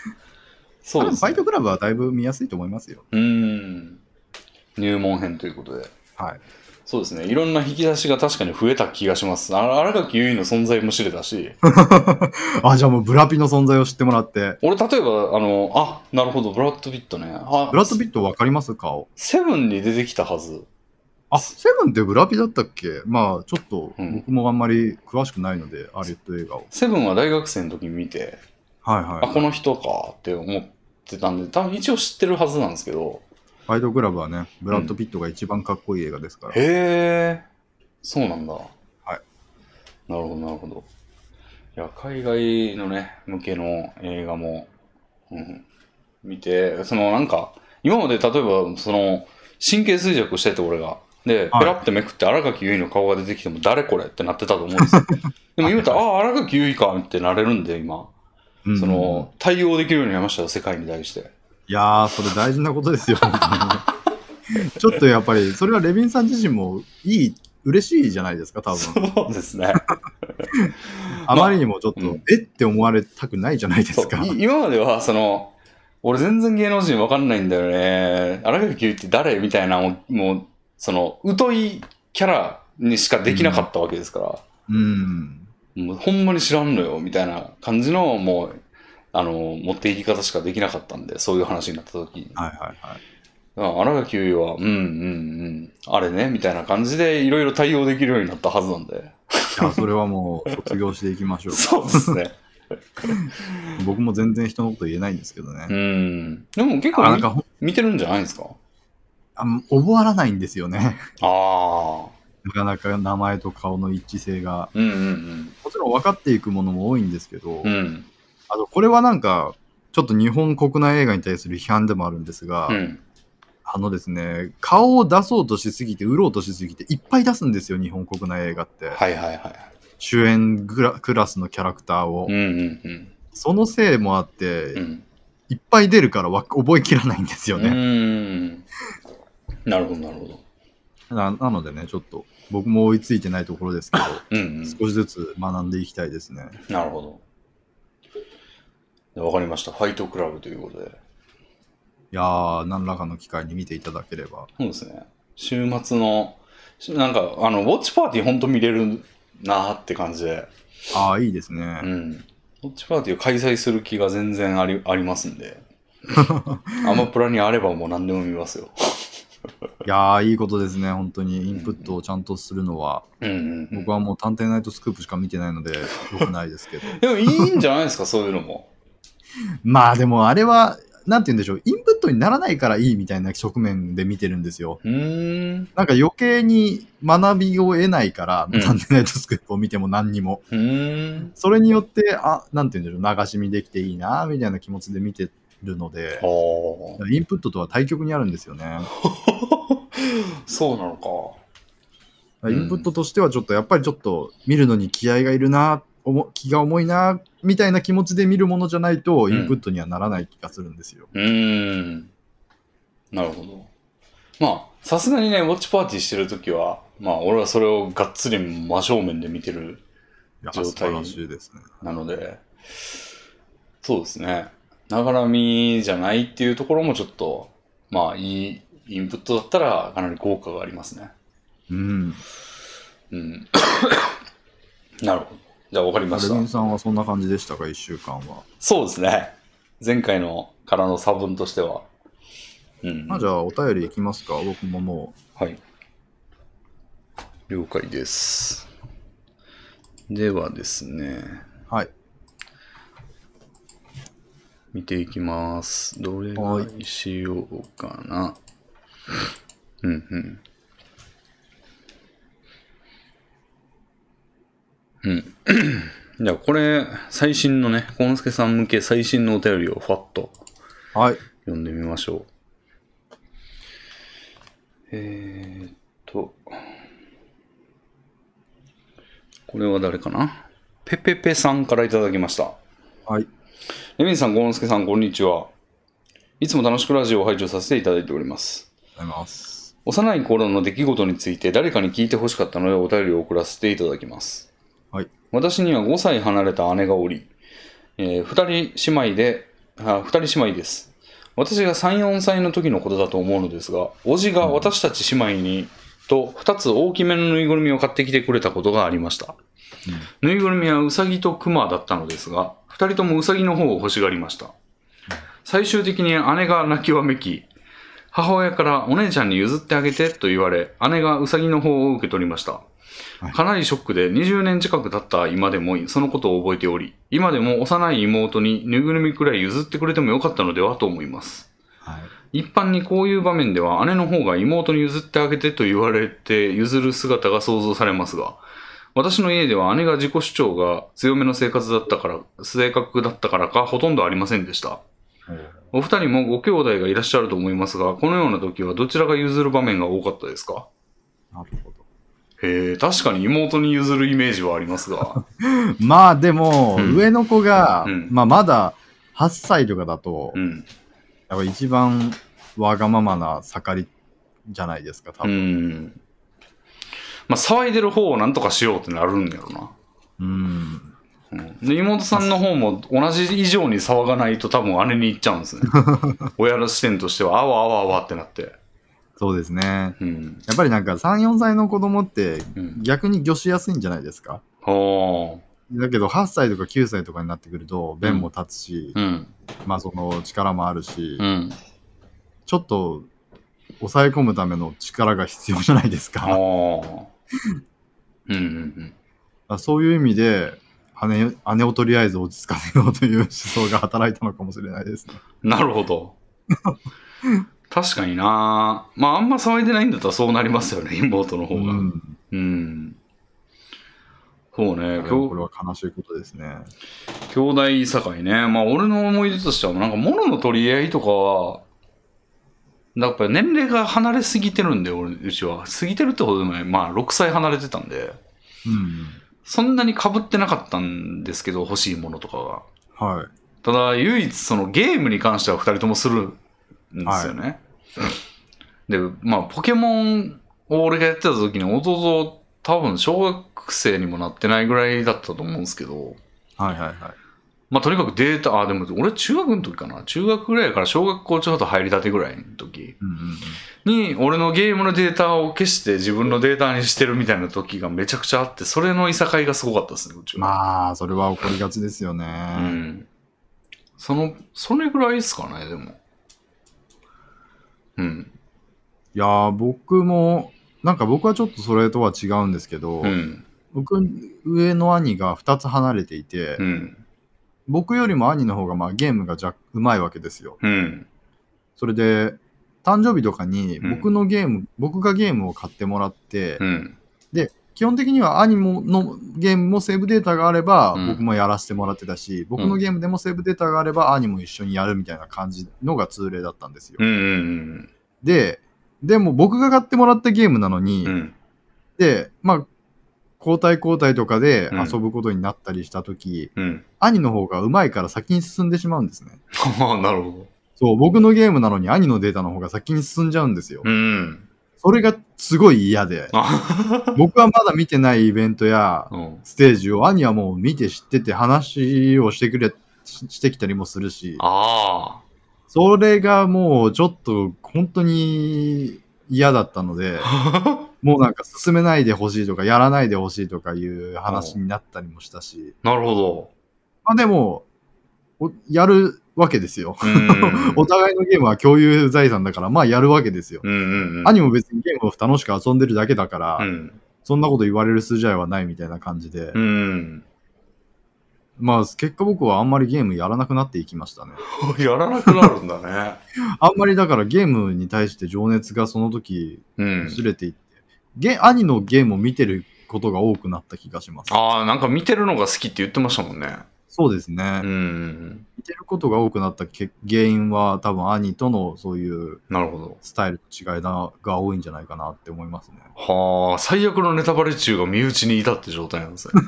そうあででもすファねイトクラブはだいぶ見やすいと思いますよ。うん入門編ということではい。そうですねいろんな引き出しが確かに増えた気がしますあ新垣結衣の存在も知れた しあ、じゃあもうブラピの存在を知ってもらって。俺例えばあのあなるほどブラッド・ピットねあブラッド・ピット分かります顔。セブンに出てきたはずあ、セブンってブラピだったっけまあちょっとうん僕もあんまり詳しくないので、アリウッド映画を。セブンは大学生の時に見て、はいあ、こはい。の人かって思ってたんで、多分一応知ってるはずなんですけど、ファイトクラブはね、ブラッド・ピットが一番かっこいい映画ですから。。へえ、そうなんだ。はいなるほど、なるほど。いや、海外のね、向けの映画も、うん、見て、そのなんか、今まで例えば、その、神経衰弱してて、俺が。で、はいペラってめくって新垣結衣の顔が出てきても、誰これってなってたと思うん ですよ。でも言うたら、ああ、新垣結衣かってなれるんで、今。うんその、対応できるようになりましたよ、世界に対して。いやー、それ大事なことですよ。 本当にちょっとやっぱり、それはレビンさん自身もいい、嬉しいじゃないですか、多 分。そうですね。あまりにもちょっと、うんえって思われたくないじゃ ないでそすうか。い今まではその俺全然芸能人わかんないんだよね荒垣結衣って誰みたいなもうもうその疎いキャラにしかできなかったわけですから、うん。もうほんまに知らんのよみたいな感じのもうあの持っていき方しかできなかったんでそういう話になった時にはいはいはい。あ荒垣結衣はうんうんうんあれねみたいな感じでいろいろ対応できるようになったはずなんでいや、それはもう卒業していきましょう。そうですね僕も全然人のこと言えないんですけどねう。んでも結あ構なんみかほん見てるんじゃないですかあん覚わらないんですよね。 ああなかなか名前と顔の一致性が。うんうんもちろん分かっていくものも多いんですけど、うん。うん。あとこれはなんか、ちょっと日本国内映画に対する批判でもあるんですが、うん。あのですね、顔を出そうとしすぎて、売ろうとしすぎて、いっぱい出すんですよ、日本国内映画って。はいはいはい。主演グラクラスのキャラクターを。うんうんうん。そのせいもあって、うん。いっぱい出るからわ覚えきらないんですようね。ーん。なるほどなるほど。ななのでね、ちょっと僕も追いついてないところですけど、うんうん。少しずつ学んでいきたいですね。なるほど。わかりました。ファイトクラブということで。いやー、何らかの機会に見ていただければ。そうですね。週末の、しなんか、あの、ウォッチパーティーほんと見れるなーって感じで。ああ、いいですねう。ん。ウォッチパーティーを開催する気が全然ありありますん で。アマプラにあればもう何でも見ますよ。いやー、いいことですね、本当に。インプットをちゃんとするのは、うんうん、うん。僕はもう探偵ナイトスクープしか見てないので、よくないですけど。でもいいんじゃないですか、そういうのも。まあでもあれは、なんて言うんでしょう、インプットにならないからいいみたいな側面で見てるんですよ。うーん。なんか余計に学びを得ないから、うん探偵ナイトスクープを見ても何にも。うーん。それによって、あ、なんて言うんでしょう、流し見できていいな、みたいな気持ちで見てるので、あインプットとは対極にあるんですよね。あ、そうなのか。うんインプットとしてはちょっと、やっぱりちょっと見るのに気合がいるな、おも気が重いな、みたいな気持ちで見るものじゃないと、んインプットにはならない気がするんですよ。うーん。なるほど。まあ、さすがにね、ウォッチパーティーしてるときは、まあ、俺はそれをがっつり真正面で見てるいや、状態素晴らしいですね。なので、そうですね。ながら見じゃないっていうところもちょっと、まあ、いいインプットだったら、かなり効果がありますね。うん。うん。 なるほど。じゃあ、わかりましルビンた。さんはそんな感じでしたか、1週間は。そうですね。前回のからの差分としては。うん。まあ、じゃあ、お便りいきますか。僕ももはい。了解です。ではですね、う。はい。見ていきます。どれはいにしようかな。うんうん。うん。じゃあこれ、最新のね、コンスケさん向け最新のお便りをファッとはい。読んでみましょう。えー、っと、これは誰かなペペペさんからいただきました。はい。レミンさん、ゴーンスケさん、こんにちは。いつも楽しくラジオを拝聴させていただいております。ありがとうございます。幼い頃の出来事について誰かに聞いてほしかったのでお便りを送らせていただきます。はい。私には5歳離れた姉がおり、え2人姉妹で、あ2人姉妹です。私が3、4歳の時のことだと思うのですが、叔父が私たち姉妹にと2つ大きめのぬいぐるみを買ってきてくれたことがありました。ぬいぐるみはウサギとクマだったのですが、2人ともウサギの方を欲しがりました。最終的に姉が泣きわめき、母親からお姉ちゃんに譲ってあげてと言われ、姉がウサギの方を受け取りましたはい。かなりショックで20年近く経った今でもそのことを覚えており、今でも幼い妹にぬいぐるみくらい譲ってくれてもよかったのではと思います。はい。一般にこういう場面では姉の方が妹に譲ってあげてと言われて譲る姿が想像されますが、私の家では姉が自己主張が強めの生活だったから、性格だったからかほとんどありませんでした。お二人もご兄弟がいらっしゃると思いますが、このような時はどちらが譲る場面が多かったですかなるほど。へえ、確かに妹に譲るイメージはありますが。まあでも、うん上の子が、うんまあまだ8歳とかだと、うん。やっぱ一番わがままな盛りじゃないですか、多う分。ん。まあ、騒いでる方をなんとかしようってなるんやろな。うん。うんで妹さんの方も同じ以上に騒がないと多分姉に行っちゃうんですね親の視点としてはあわあわあわってなってそうですね。うん、やっぱりなんか3、4歳の子供ってうん、逆に魚しやすいんじゃないですか。はだけど8歳とか9歳とかになってくると、弁も立つし、あうんまあその力もあるし、うんちょっと抑え込むための力が必要じゃないですああか。うんうんあそういう意味で姉、姉をとりあえず落ち着かせようという思想が働いたのかもしれないですね。うんなるほど確かになまああんま騒いでないんだったらそうなりますよね妹の方うがうん、ん、そうねだから今これは悲しいことですね。兄弟境ね。まあ、俺の思い出としては、なんか、物の取り合いとかは、やっぱ年齢が離れすぎてるんで、俺、うちは。過ぎてるってほどでもない。まあ、6歳離れてたんで、うん。そんなに被ってなかったんですけど、欲しいものとかが。はい。ただ、唯一、その、ゲームに関しては2人ともするんですよね。で、まあ、ポケモンを俺がやってた時に、弟、多分、小学生にもなってないぐらいだったと思うんですけど、はいはいはい。まあ、とにかくデータ、あ、でも俺中学の時かな。中学ぐらいから小学校ちょっと入りたてぐらいの時うんうんうん、に、俺のゲームのデータを消して自分のデータにしてるみたいな時がめちゃくちゃあって、それのいさかいがすごかったですね、うちは。まあ、それは起こりがちですよね。うん。その、それぐらいですかね、でも。うん。いやー、僕も、なんか僕はちょっとそれとは違うんですけど、うん。僕、上の兄が2つ離れていて、うん。僕よりも兄の方がまあゲームがじゃうまいわけですよ。うん。それで、誕生日とかにうん僕のゲーム、僕がゲームを買ってもらって、うん。基本的には兄ものゲームもセーブデータがあればうん僕もやらせてもらってたし、僕のゲームでもセーブデータがあれば兄も一緒にやるみたいな感じのが通例だったんですよ。うん。うん。で、でも僕が買ってもらったゲームなのに、うん。で、まあ、交代交代とかでうん遊ぶことになったりしたとき、うん。兄の方が上手いから先に進んでしまうんですね。ああ、 なるほど。そう、僕のゲームなのに兄のデータの方が先に進んじゃうんですよ。うん。、それがすごい嫌で あ僕はまだ見てないイベントやうん。ステージを兄はもう見て知ってて話をしてくれ、ししてきたりもするし、 あそれがもうちょっと本当に嫌だったので、あ。もうなんか進めないでほしいとか、やらないでほしいとかいう話になったりもしたし、 なるほど。まあでも、おやるわけですよ。うん お互いのゲームは共有財産だから、まあやるわけですよ。うんうんうん。兄も別にゲームを楽しく遊んでるだけだから、うん。そんなこと言われる筋合いはないみたいな感じで、うん。まあ結果僕はあんまりゲームやらなくなっていきましたね。やらなくなるんだね。あんまりだからゲームに対して情熱がその時 うん。薄れていって、ゲ兄のゲームを見てることが多くなった気がします。ああ、なんか見てるのが好きって言ってましたもんね。そうですね。うん。見てることが多くなったけ原因は多分兄とのそういうなるほど。スタイルの違いだが多いんじゃないかなって思いますね。はあ、最悪のネタバレ中が身内にいたって状態なんですね。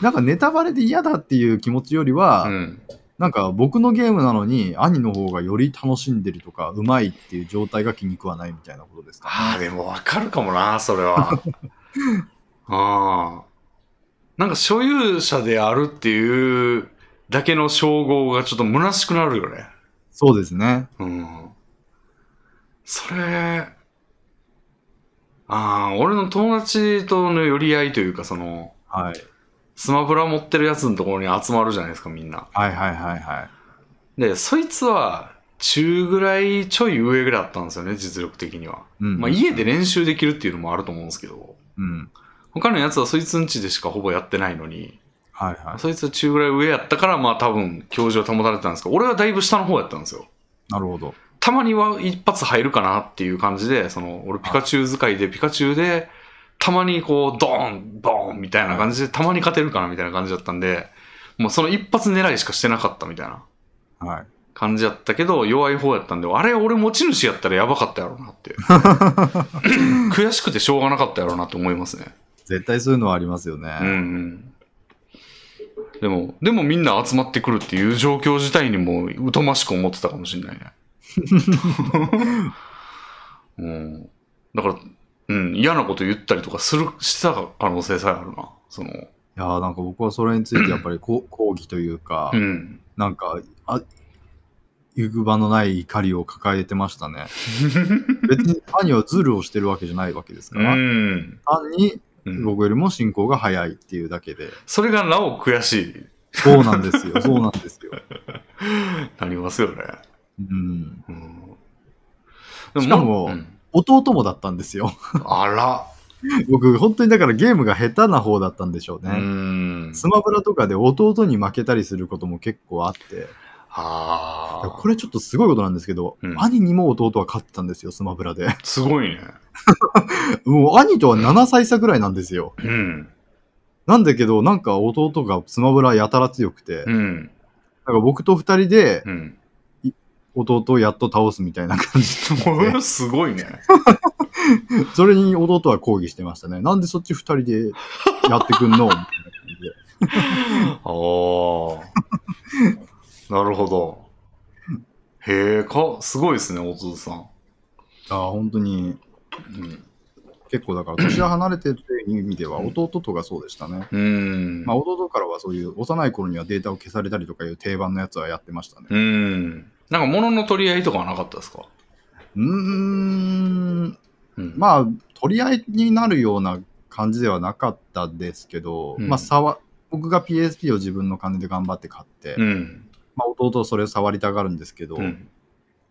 なんかネタバレで嫌だっていう気持ちよりは、うん。なんか僕のゲームなのに兄の方がより楽しんでるとかうまいっていう状態が気に食わないみたいなことですか、ああ、でもわかるかもな、それは。ああ。なんか所有者であるっていうだけの称号がちょっと虚しくなるよね。そうですね。うん。それ、ああ、俺の友達との寄り合いというか、その、はい。スマブラ持ってるやつのところに集まるじゃないですか、みんな。はいはいはいはい。で、そいつは、中ぐらいちょい上ぐらいだったんですよね、実力的には。うん、まあ、家で練習できるっていうのもあると思うんですけど、うん。他のやつはそいつんちでしかほぼやってないのに、はいはい。そいつは中ぐらい上やったから、まあ多分、教授を保たれてたんですけど、俺はだいぶ下の方やったんですよ。なるほど。たまには一発入るかなっていう感じで、その、俺ピカチュウ使いで、ピカチュウで、たまにこう、ドーン、ボーンみたいな感じで、たまに勝てるかなみたいな感じだったんで、もうその一発狙いしかしてなかったみたいなはい。感じやったけど、弱い方やったんで、あれ俺持ち主やったらやばかったやろうなって。悔しくてしょうがなかったやろうなと思いますね。絶対そういうのはありますよね。うんうん。でも、でもみんな集まってくるっていう状況自体にもう疎ましく思ってたかもしれない ね。うん。だから、うん、嫌なこと言ったりとかする、してた可能性さえあるな。その、いやーなんか僕はそれについてやっぱりこう抗議というか、うん。なんか、あ、行く場のない怒りを抱えてまし たね。別に兄はズルをしてるわけじゃないわけですかうら、ん。単にうん、僕よりも進行が早いっていうだけで、それがなお悔しい、 そうなんですよ、そうなんですよ。なりますよね。うん。うん。でしかもうん弟もだったんですよ。あら。僕、本当にだからゲームが下手な方だったんでしょううね。ん。スマブラとかで弟に負けたりすることも結構あって、ああ。これちょっとすごいことなんですけど、うん兄にも弟は勝ってたんですよ、スマブラで。 すごいね。もう兄とは7歳差ぐらいなんですよ。うん。なんだけど、なんか弟がスマブラやたら強くて、うなんん。か僕と2人でうん。弟をやっと倒すみたいな 感じすごいね。それに弟は抗議してましたね。なんでそっち2人 でやってくんのみたいな感じでああ。 なるほど。へえ、か、すごいですね、お父さん。あー本当にうん。結構だから年が離れてるっていう意味では弟とかそうでしたね。うん。まあ、弟からはそういう幼い頃にはデータを消されたりとかいう定番のやつはやってましたね。うん。なんか物の取り合いとかはなかったですかうーん、うん。あ。まあ、取り合いになるような感じではなかったですけど、うんまあ、触僕が PSP を自分の金で頑張って買って、うん。まあ、弟はそれを触りたがるんですけど、うん。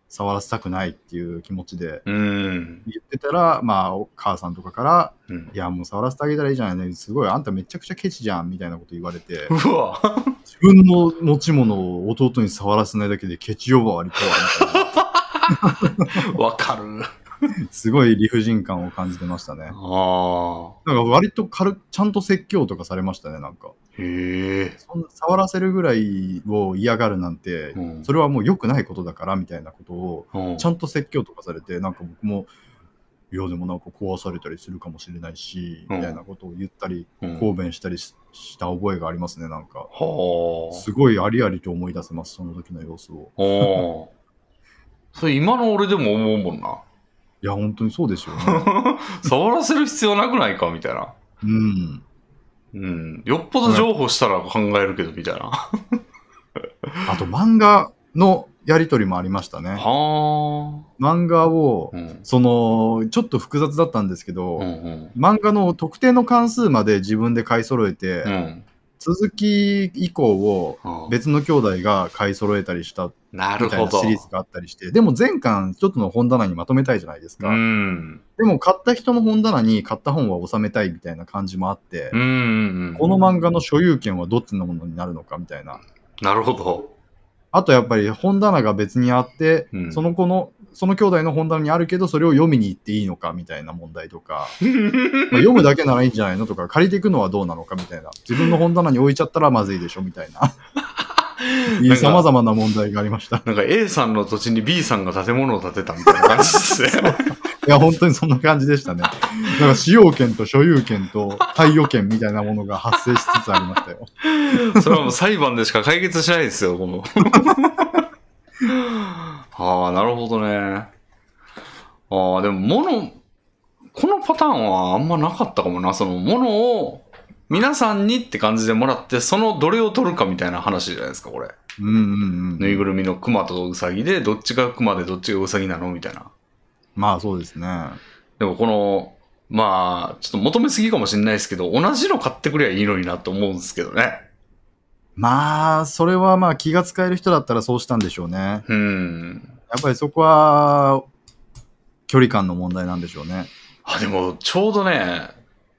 触らせたくないっていう気持ちでうん。言ってたら、まあ、お母さんとかから、うんいや、もう触らせてあげたらいいじゃないね、すごい、あんためちゃくちゃケチじゃんみたいなこと言わ れ て、うわ。自分の持ち物を弟に触らせないだけでケチ呼ばわりとはみたいな。わかる。すごい理不尽感を感じてましたね。ああ。なんか割と軽くちゃんと説教とかされましたね、なんか。へえ。そんな触らせるぐらいを嫌がるなんて、うんそれはもう良くないことだからみたいなことを、うんちゃんと説教とかされて、なんか僕も、いやでもなんか壊されたりするかもしれないし、うんみたいなことを言ったり、うん抗弁したりしした覚えがありますね、なんか。は あ。すごいありありと思い出せます、その時の様子を。おお。それ今の俺でも思うもんな。いや、本当にそうですよね。 触らせる必要なくないかみたいな。うん。うん。よっぽど譲歩したら考えるけど、みたいな。はあと漫画のやりとりもありましたね。あ。漫画を、うん。そのちょっと複雑だったんですけうど、んうん。漫画の特定の関数まで自分で買い揃えて、うん。続き以降をあー別の兄弟が買い揃えたりしたなるみたいほなど。シリーズがあったりしてでも全巻一つの本棚にまとめたいじゃないですか、うん。でも買った人の本棚に買った本は収めたいみたいな感じもあってうんう、んうん。この漫画の所有権はどっちのものになるのかみたいななるほど。 あとやっぱり本棚が別にあって、うんその子のその兄弟の本棚にあるけどそれを読みに行っていいのかみたいな問題とかまあ読むだけならいいんじゃないのとか、借りていくのはどうなのかみたいな。自分の本棚に置いちゃったらまずいでしょみたい な。なんかさまざまな問題がありました。なんか A さんの土地に B さんが建物を建てたみたいな感じですね。いや、本当にそんな感じでしたね。なんか使用権と所有権と貸与権みたいなものが発生しつつありましたよ。 それはもう裁判でしか解決しないですよ、この。 ああ、なるほどね。ああ、でも物、このパターンはあんまなかったかもな。その物を皆さんにって感じでもらって、そのどれを取るかみたいな話じゃないですか、これ。うんうんうぬいん。ぐるみのクマとウサギで、どっちがクマでどっちがウサギなのみたいな。まあそうですね。でもこの、まあ、ちょっと求めすぎかもしれないですけど、同じの買ってくりゃいいのになと思うんですけどね。まあ、それはまあ気が使える人だったらそうしたんでしょうね。やうん。っぱりそこは、距離感の問題なんでしょうね。あ、でも、ちょうどね、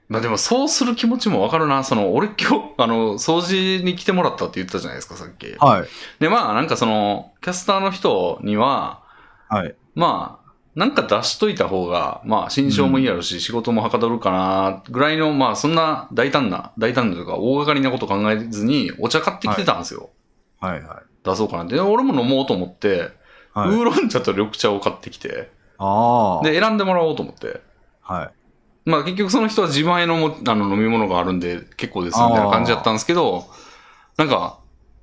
まあでも、そうする気持ちもわかるな。その、俺今日、あの、掃除に来てもらったって言ったじゃないですか、さっき。はい。で、まあ、なんかその、キャスターの人には、はい。まあ、なんか出しといた方が、まあ、心象もいいやろし、仕事もはかどるかな、ぐらいの、まあ、そんな大胆な、大胆なというか、大掛かりなこと考えずに、お茶買ってきてたんですよ。はいはい。出そうかなって。で俺も飲もうと思って、はい。ウーロン茶と緑茶を買ってきて、ああ。で、選んでもらおうと思って。はい。まあ結局その人は自前のもあの飲み物があるんで結構ですみたいな感じだったんですけど、なんか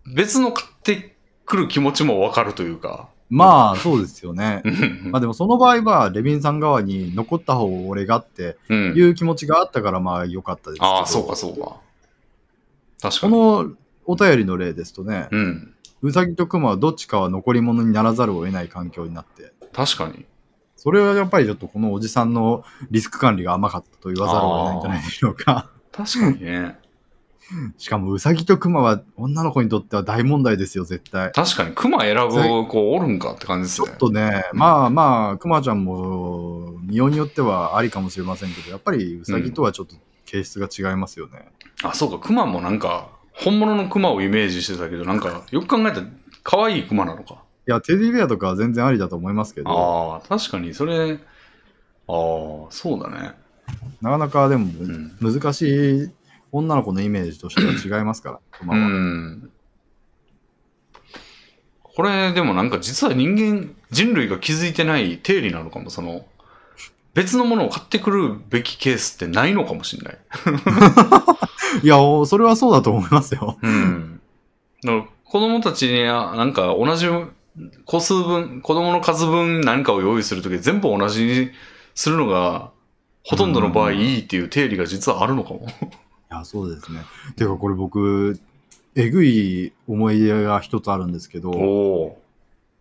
別の買ってくる気持ちもわかるというか。まあ、そうですよねう。んまあでもその場合は、レビンさん側に残った方を俺がってうんいう気持ちがあったから、まあ良かったですけど。ああ、そうかそうか。確かこに。のお便りの例ですとね、うん。ウサギとクマはどっちかは残り物にならざるを得ない環境になって、確かに。それはやっぱりちょっとこのおじさんのリスク管理が甘かったと言わざるを得ないんじゃないでしょうか。確かにね。しかもウサギとクマは女の子にとっては大問題ですよ、絶対。確かに。熊選ぶ子おるんかって感じちでょすねっ。とね、うんまあまあ、クマちゃんも、見ようによってはありかもしれませんけど、やっぱりウサギとはちょっと形質が違いますよね。あ、そうか。熊もなんか、本物の熊をイメージしてたけど、なんか、よく考えたら可愛い熊なのか。いや、テディベアとかは全然ありだと思いますけど、ああ、確かに。それ、ああ、そうだね。なかなかでもん難しい女の子のイメージとしては違いますから、クマうは。ん。これ、でもなんか実は人間、人類が気づいてない定理なのかも、その、別のものを買ってくるべきケースってないのかもしれない。いや、おそれはそうだと思いますよ。うん。だから子供たちには、なんか同じ個数分、子供の数分何かを用意するとき全部同じにするのが、ほとんどの場合いいっていう定理が実はあるのかも。いや、そうですね。てか、これ僕、えぐい思い出が一つあるんですけど、お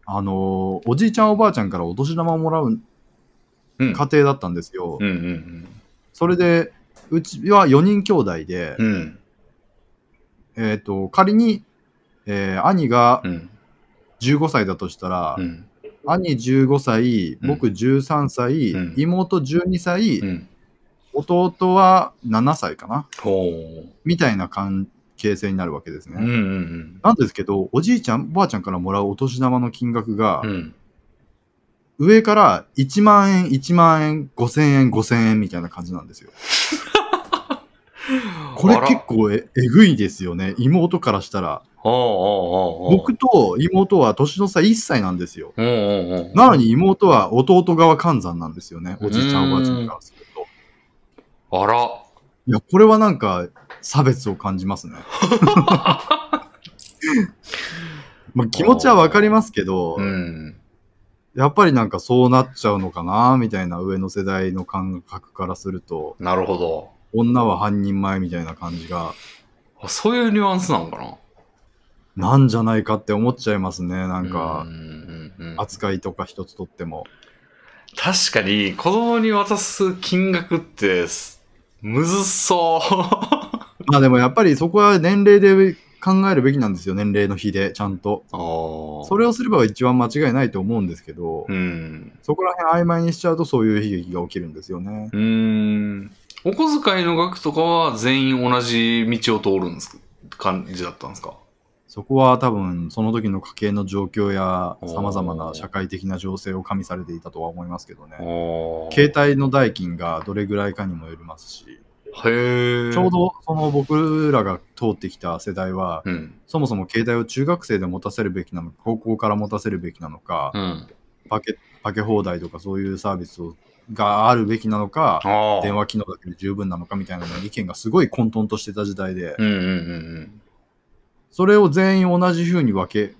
あの、おじいちゃんおばあちゃんからお年玉をもらううん。家庭だったんですよ。うんうんそれで、うちは4人兄弟で、うん。うん。えっ、と、仮に、えー兄がうん。 15歳だとしたら、うん。兄15歳、うん僕13歳、うん妹12歳、うん。弟は7歳かなほう。みたいな関係性になるわけですね。うんうんなんですけど、おじいちゃん、おばあちゃんからもらうお年玉の金額がうん。う、ん。上から1万円、1万円、5000円、5000円みたいな感じなんですよ。これあら結構ええぐいですよね。妹からしたら。ああああああ。僕と妹は年の差1歳なんですよ。うんうんうん。なのに妹は弟側換算なんですよね。おじいちゃん、おばあちゃんからすると。あら。いや、これはなんか差別を感じま すね。まあ気持ちはわかりますけど、うん。やっぱりなんかそうなっちゃうのかなみたいな上の世代の感覚からすると、なるほど。女は半人前みたいな感じが、あそういうニュアンスなのかななんじゃないかって思っちゃいますね。ななんか、うんうんうん、扱いとか一つとっても。確かに、子供に渡す金額ってす、むずそう。まあでもやっぱりそこは年齢で考えるべきなんですよ。年齢の比で、ちゃんと。 ああ。それをすれば一番間違いないと思うんですけど、うん。そこら辺曖昧にしちゃうとそういう悲劇が起きるんですよね。うーん。お小遣いの額とかは全員同じ道を通るんです感じだったんですかそこは多分その時の家計の状況やおー様々な社会的な情勢を加味されていたとは思いますけどね。携携帯の代金がどれぐらいかにもよりますし、帯。へえ。ちょう。どその僕らが通ってきた世代は、うん。そもそも携帯を中学生で持たせるべきなのか、高校から持たせるべきなのかう、ん。パケパケ放題とかそういうサービスをがあるべきなのか、ああ。電話機能だけで十分なのかみたいな意見がすごい混沌としてた時代で、うんうんうんそれを全員同じ風に分け、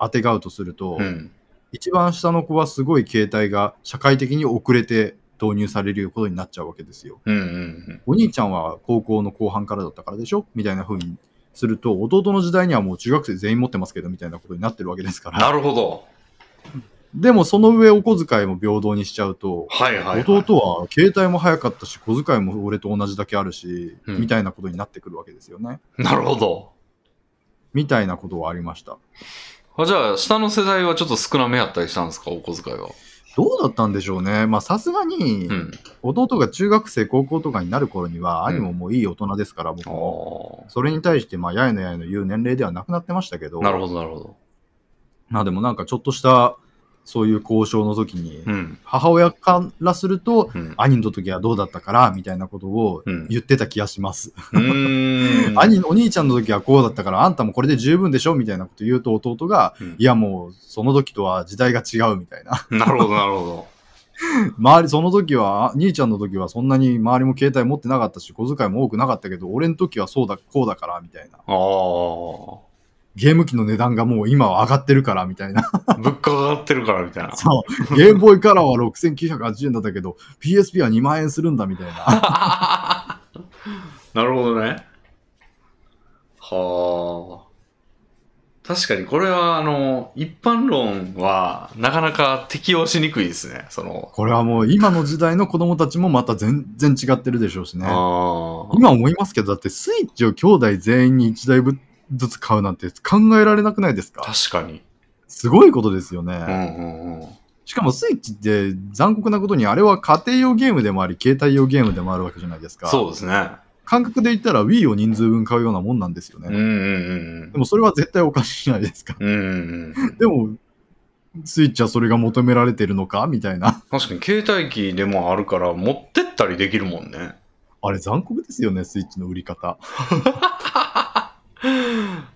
当てがうとすると、うん。うん。一番下の子はすごい携帯が社会的に遅れて導入されることになっちゃうわけですよ。うんうんうん。お兄ちゃんは高校の後半からだったからでしょみたいな風にすると、弟の時代にはもう中学生全員持ってますけどみたいなことになってるわけですから。なるほど。でもその上お小遣いも平等にしちゃうと、はいはい、はい。弟は携帯も早かったし、小遣いも俺と同じだけあるし、うんみたいなことになってくるわけですよね。なるほど。みたいなことはありました。あじゃあ、下の世代はちょっと少なめやったりしたんですか、お小遣いは。どうだったんでしょうね。まあさすがにう、ん。弟が中学生、高校とかになる頃には、うん兄ももういい大人ですから、僕あも。ーそれに対して、まあ、やいのやいの言う年齢ではなくなってましたけど、なるほど、なるほど。まあでもなんかちょっとしたそういう交渉の時に、うん。母親からすると、うん。兄の時はどうだったから、みたいなことをうん言ってた気がします。うーん。兄、お兄ちゃんの時はこうだったから、あんたもこれで十分でしょみたいなこと言うと弟が、うんいやもう、その時とは時代が違うみたいな。 なるほど、なるほど。周り、その時は、兄ちゃんの時はそんなに周りも携帯持ってなかったし、小遣いも多くなかったけど、俺の時はそうだ、こうだから、みたいな。あゲーム機の値段がもう今は上がってるから、みた いな。あ。物価が上がってるからみたいな。そう。ゲームボーイカラーは6980円だったけど、PSP は2万円するんだ、みたいな。なるほどね。はあ。確かにこれは、あの、一般論はなかなか適用しにくいですね。その、これはもう今の時代の子供たちもまた全然違ってるでしょうしね。ああ。今思いますけど、だってスイッチを兄弟全員に1台ぶずつ買うなんて考えられなくないですか確かに。すごいことですよね。うんうんうん。しかもスイッチって残酷なことにあれは家庭用ゲームでもあり、携帯用ゲームでもあるわけじゃないですか。そうですね。感覚で言ったら Wii を人数分買うようなもんなんですよね。うんうんでもそれは絶対おかしいじゃないですか。 うん。うんうんうん。でも、スイッチはそれが求められてるのかみたいな。確かに携帯機でもあるから持ってったりできるもんね。あれ残酷ですよね、スイッチの売り方。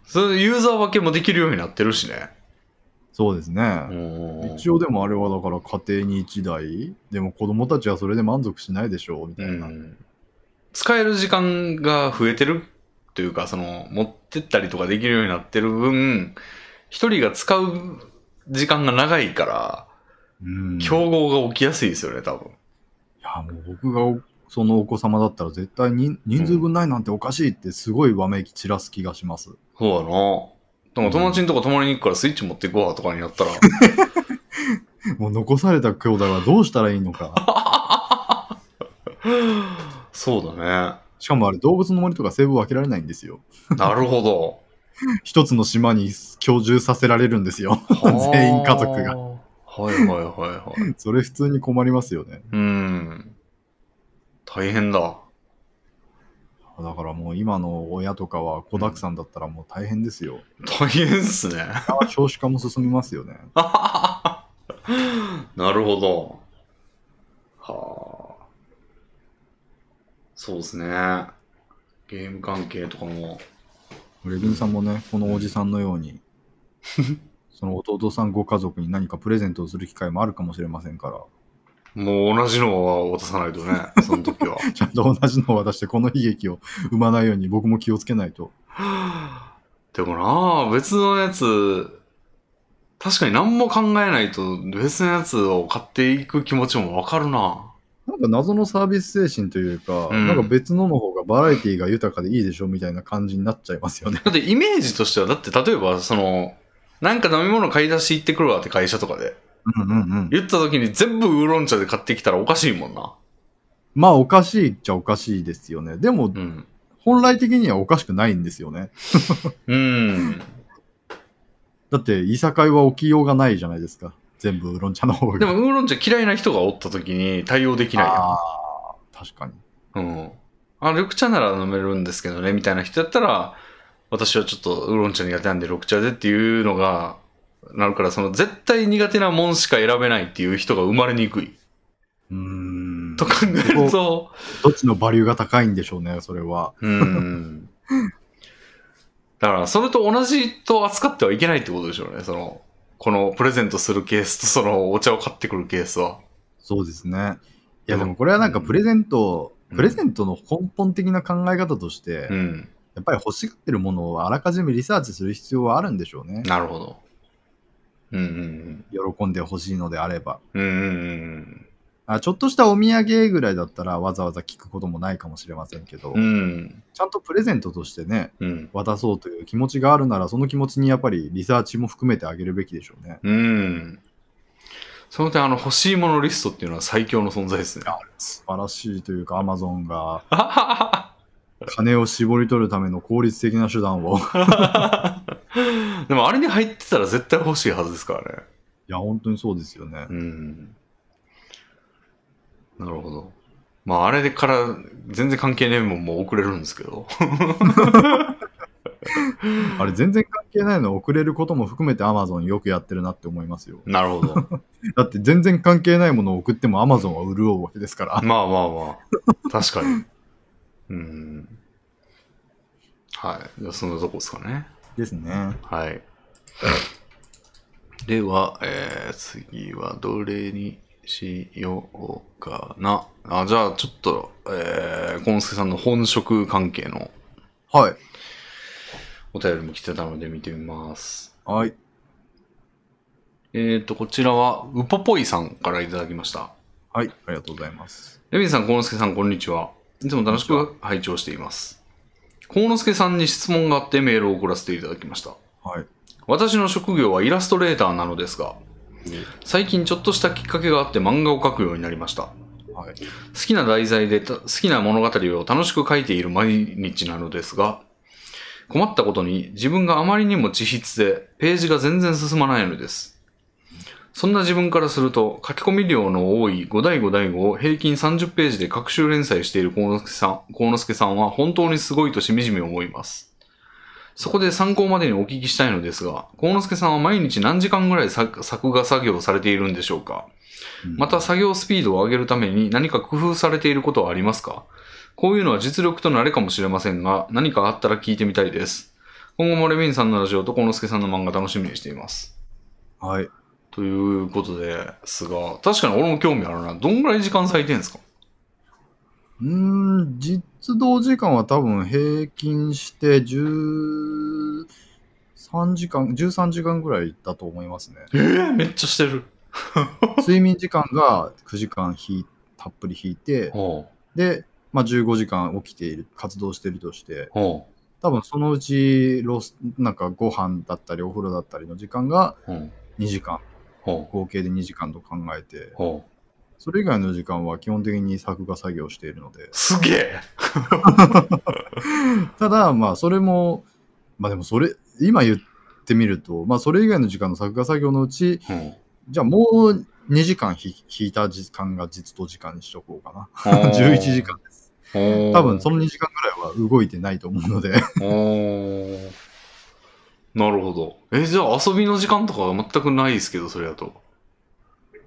それユーザー分けもできるようになってるしね。そうですね。一一応でもあれはだから家庭に1台でも子供たちはそれで満足しないでしょうみたういな、ん、使える時間が増えてるというかその持ってったりとかできるようになってる分一人が使う時間が長いからうんい競合が起きやすいですよね多分やもう僕がおそのお子様だったら絶対に人数分ないなんておかしいってすごいわめき散らす気がします、そうだなでも友達のとこ泊まりに行くからスイッチ持っていこうわとかになったら もう残された兄弟はどうしたらいいの かそうだしかもあれ動物の森とかセーブ分けられないんですよねなるほど一つの島に居住させられるんですよ 全員家族がはあはいはいはいはいそれ普通に困りますよねうん大変だだからもう今の親とかは子だくさんだったらもう大変です よ、大変っす ね少子化も進みますよねなるほど。はあ。そうですね。ゲーム関係とかも。レビンさんもね、このおじさんのよう に、その弟さんご家族に何かプレゼントをする機会もあるかもしれませんかもう同じのは渡さない とね、その時は。ら、ちゃんと同じのを渡して、この悲劇を生まないように僕も気をつけないと。でもなあ、別のやつ、確かに何も考えないと別のやつを買っていく気持ちもわかるな。なんか謎のサービス精神というか、うんなんか別のの方がバラエティが豊かでいいでしょみたいな感じになっちゃいますよね。だってイメージとしては、だって例えばその、なんか飲み物買い出し行ってくるわって会社とかで。うんうんうん。言った時に全部ウーロン茶で買ってきたらおかしいもんな。まあおかしいっちゃおかしいですよね。でもうん。本来的にはおかしくないんですよね。うん。だって、いさかいは起きようがないじゃないですか。全部ウーロン茶の方が。でも、ウーロン茶嫌いな人がおった時に対応できないやあー確かに。ん。うん。あ、緑茶なら飲めるんですけどね、みたいな人やったら、私はちょっとウーロン茶苦手なんで緑茶でっていうのが、なるから、その絶対苦手なもんしか選べないっていう人が生まれにくい。うーんと考えると、どっちのバリューが高いんでしょうね、それは。うん。だから、それと同じと扱ってはいけないってことでしょうね。その、このプレゼントするケースとそのお茶を買ってくるケースは。そうですね。いでや、もでもこれはなんかプレゼント、うんプレゼントの根本的な考え方として、うん。やっぱり欲しがってるものをあらかじめリサーチする必要はあるんでしょうね。なるほど。うんうん喜んでほしいのであれば。うん。うんうんあちょっとしたお土産ぐらいだったらわざわざ聞くこともないかもしれませんけど、うん。うん。ちゃんとプレゼントとしてね、うん。渡そうという気持ちがあるなら、その気持ちにやっぱりリサーチも含めてあげるべきでしょうね。うん。その点、あの、欲しいものリストっていうのは最強の存在ですね。素晴らしいというか、アマゾンがははは金を絞り取るための効率的な手段をはでも、あれに入ってたら絶対欲しいはずですからね。いや、本当にそうですよねう。ん。なるほど。まあ、あれでから全然関係ねえもんもう遅れるんですけど。あれ全然関係ないの遅れることも含めて Amazon よくやってるなって思いますよ。 なるほど。だって全然関係ないものを送っても Amazon は潤うわけですから。 まあまあまあ。確かに。うん。はい。じゃあそんなとこですかね。ですね。はい。 では、えー次はどれにしようかな。あじゃあ、ちょっと、えー、ゴンスケさんの本職関係のはい。お便りも来てたので見てみます。はい。えっ、と、こちらは、ウポポイさんからいただきました。はい。ありがとうございます。レミンさん、コウノスケさん、こんにちは。いつも楽しく拝聴しています。コウノスケさんに質問があってメールを送らせていただきました。はい。私の職業はイラストレーターなのですが、最近ちょっとしたきっかけがあって漫画を描くようになりました。はい。好きな題材でた好きな物語を楽しく書いている毎日なのですが、困ったことに自分があまりにも自筆でページが全然進まないのです。そんな自分からすると書き込み量の多い5第5第5を平均30ページで各週連載している幸之助さん幸之助さんは本当にすごいとしみじみ思います。そこで参考までにお聞きしたいのですが、幸之助さんは毎日何時間ぐらい作作画作業をされているんでしょうかうんまた作業スピードを上げるために何か工夫されていることはありますかこういうのは実力と慣れかもしれませんが、何かあったら聞いてみたいです。今後もレミンさんのラジオとコノスケさんの漫画楽しみにしています。はい。ということですが、確かに俺も興味あるな。どんぐらい時間割いてんですかうーん、実動時間は多分平均して13時間、13時間ぐらいだと思いますね。えー、めっちゃしてる。睡眠時間が9時間ひたっぷり引いて、ほで、まあ、15時間起きている、活動しているとしてう、ほ多分そのうちロス、なんかご飯だったりお風呂だったりの時間がうほう2時間、ほう合計で2時間と考えて、ほうそれ以外の時間は基本的に作画作業しているので、すげえただ、まあ、それも、まあでも、それ、今言ってみると、まあ、それ以外の時間の作画作業のうち、 うんじゃあもう2時間ひ引いた時間が実と時間にしとこうかな。11時。間です。多多分、その2時間ぐらいは動いてないと思うので、おーなるほど。え、じゃあ遊びの時間とかは全くないですけど、それだと。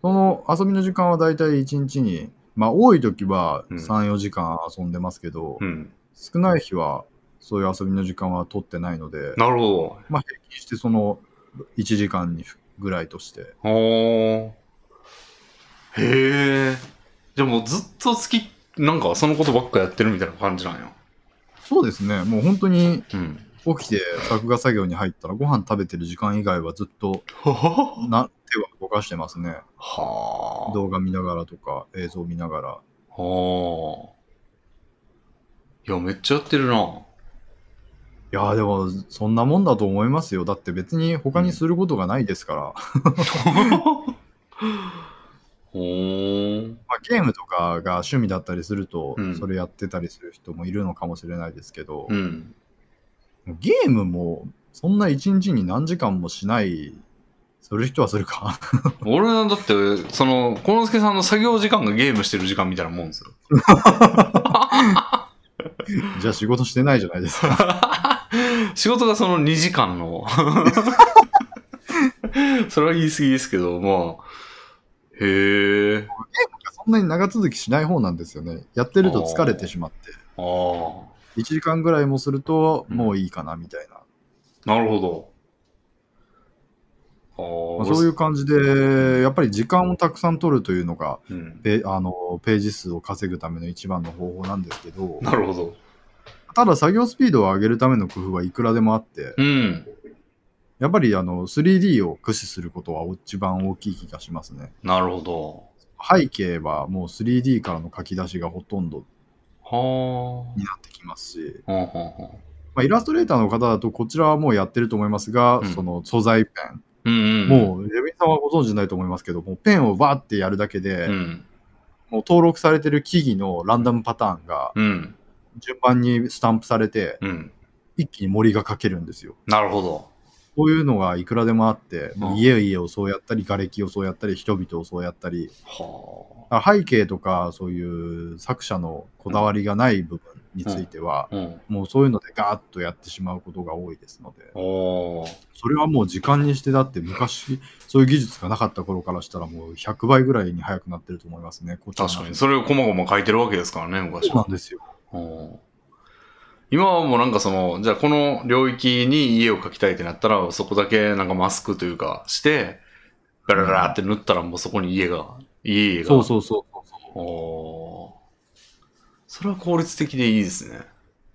その遊びの時間はだいたい1日に、まあ、多い時はうん3、4時間遊んでますけど、うん。少ない日は、そういう遊びの時間は取ってないので、なるほまあ、平均してその1時間にぐらいとして、ど。おーへえ。じゃあもうずっと好き、なんかそのことばっかやってるみたいな感じなんや。そうですね、もう本当にうん。起きて作画作業に入ったらご飯食べてる時間以外はずっとははな手は動かしてますねは動画見ながらとか映像見ながらあ。はあ。いや、めっちゃやってるな。いやーでもそんなもんだと思いますよだって別に他にすることがないですから、まほー。あ、ゲームとかが趣味だったりするとうんそれやってたりする人もいるのかもしれないですけどう、ん。ゲームもそんな一日に何時間もしないする人はす るか俺はだって、その、幸之助さんの作業時間がゲームしてる時間みたいなもんですよ。じゃあ仕事してないじゃないですか仕事がその2時間の。 それは言い過ぎですけど、まあ。へえ。そんなに長続きしない方なんですよねやってると疲れてしまってああ。 1時間ぐらいもするとうんもういいかなみたいな、なるほど。ああ、。まあ、そういうう感じでやっぱり時間をたくさん取るというのがん、ペあのページ数を稼ぐための一番の方法なんですけどなるほど。ただ作業スピードを上げるための工夫はいくらでもあってうん。やっぱりあの 3D を駆使することは一番大きい気がしますねなるほど。背景はもう 3D からの書き出しがほとんどはになってきますし、あ。はんはんはんまあ、イラストレーターの方だとこちらはもうやってると思いますが、うんその素材ペン、うんうん。もうレビンさんはご存知ないと思いますけどもうペンをバーってやるだけで、うん。もう登録されてる木々のランダムパターンがうん。順番にスタンプされて、うん。一気に森が描けるんですよ。なるほど。そういうのがいくらでもあって、うん家々をそうやったり、瓦礫をそうやったり、人々をそうやったり、はだから背景とかそういう作者のこだわりがない部分については、あ。うん。もうそういうのでガーッとやってしまうことが多いですので、おーそれはもう時間にしてだって昔、そういう技術がなかった頃からしたらもう100倍ぐらいに速くなってると思いますね、こっちの確かに。それをこまごま書いてるわけですからね、昔そうなはん。ですよ。うん今はもうなんかその、じゃあこの領域に家を描きたいってなったら、そこだけなんかマスクというかして、ガラガラって塗ったらもうそこに家が、家が。そうそうそうそうそう。おーそれは効率的でいいですね。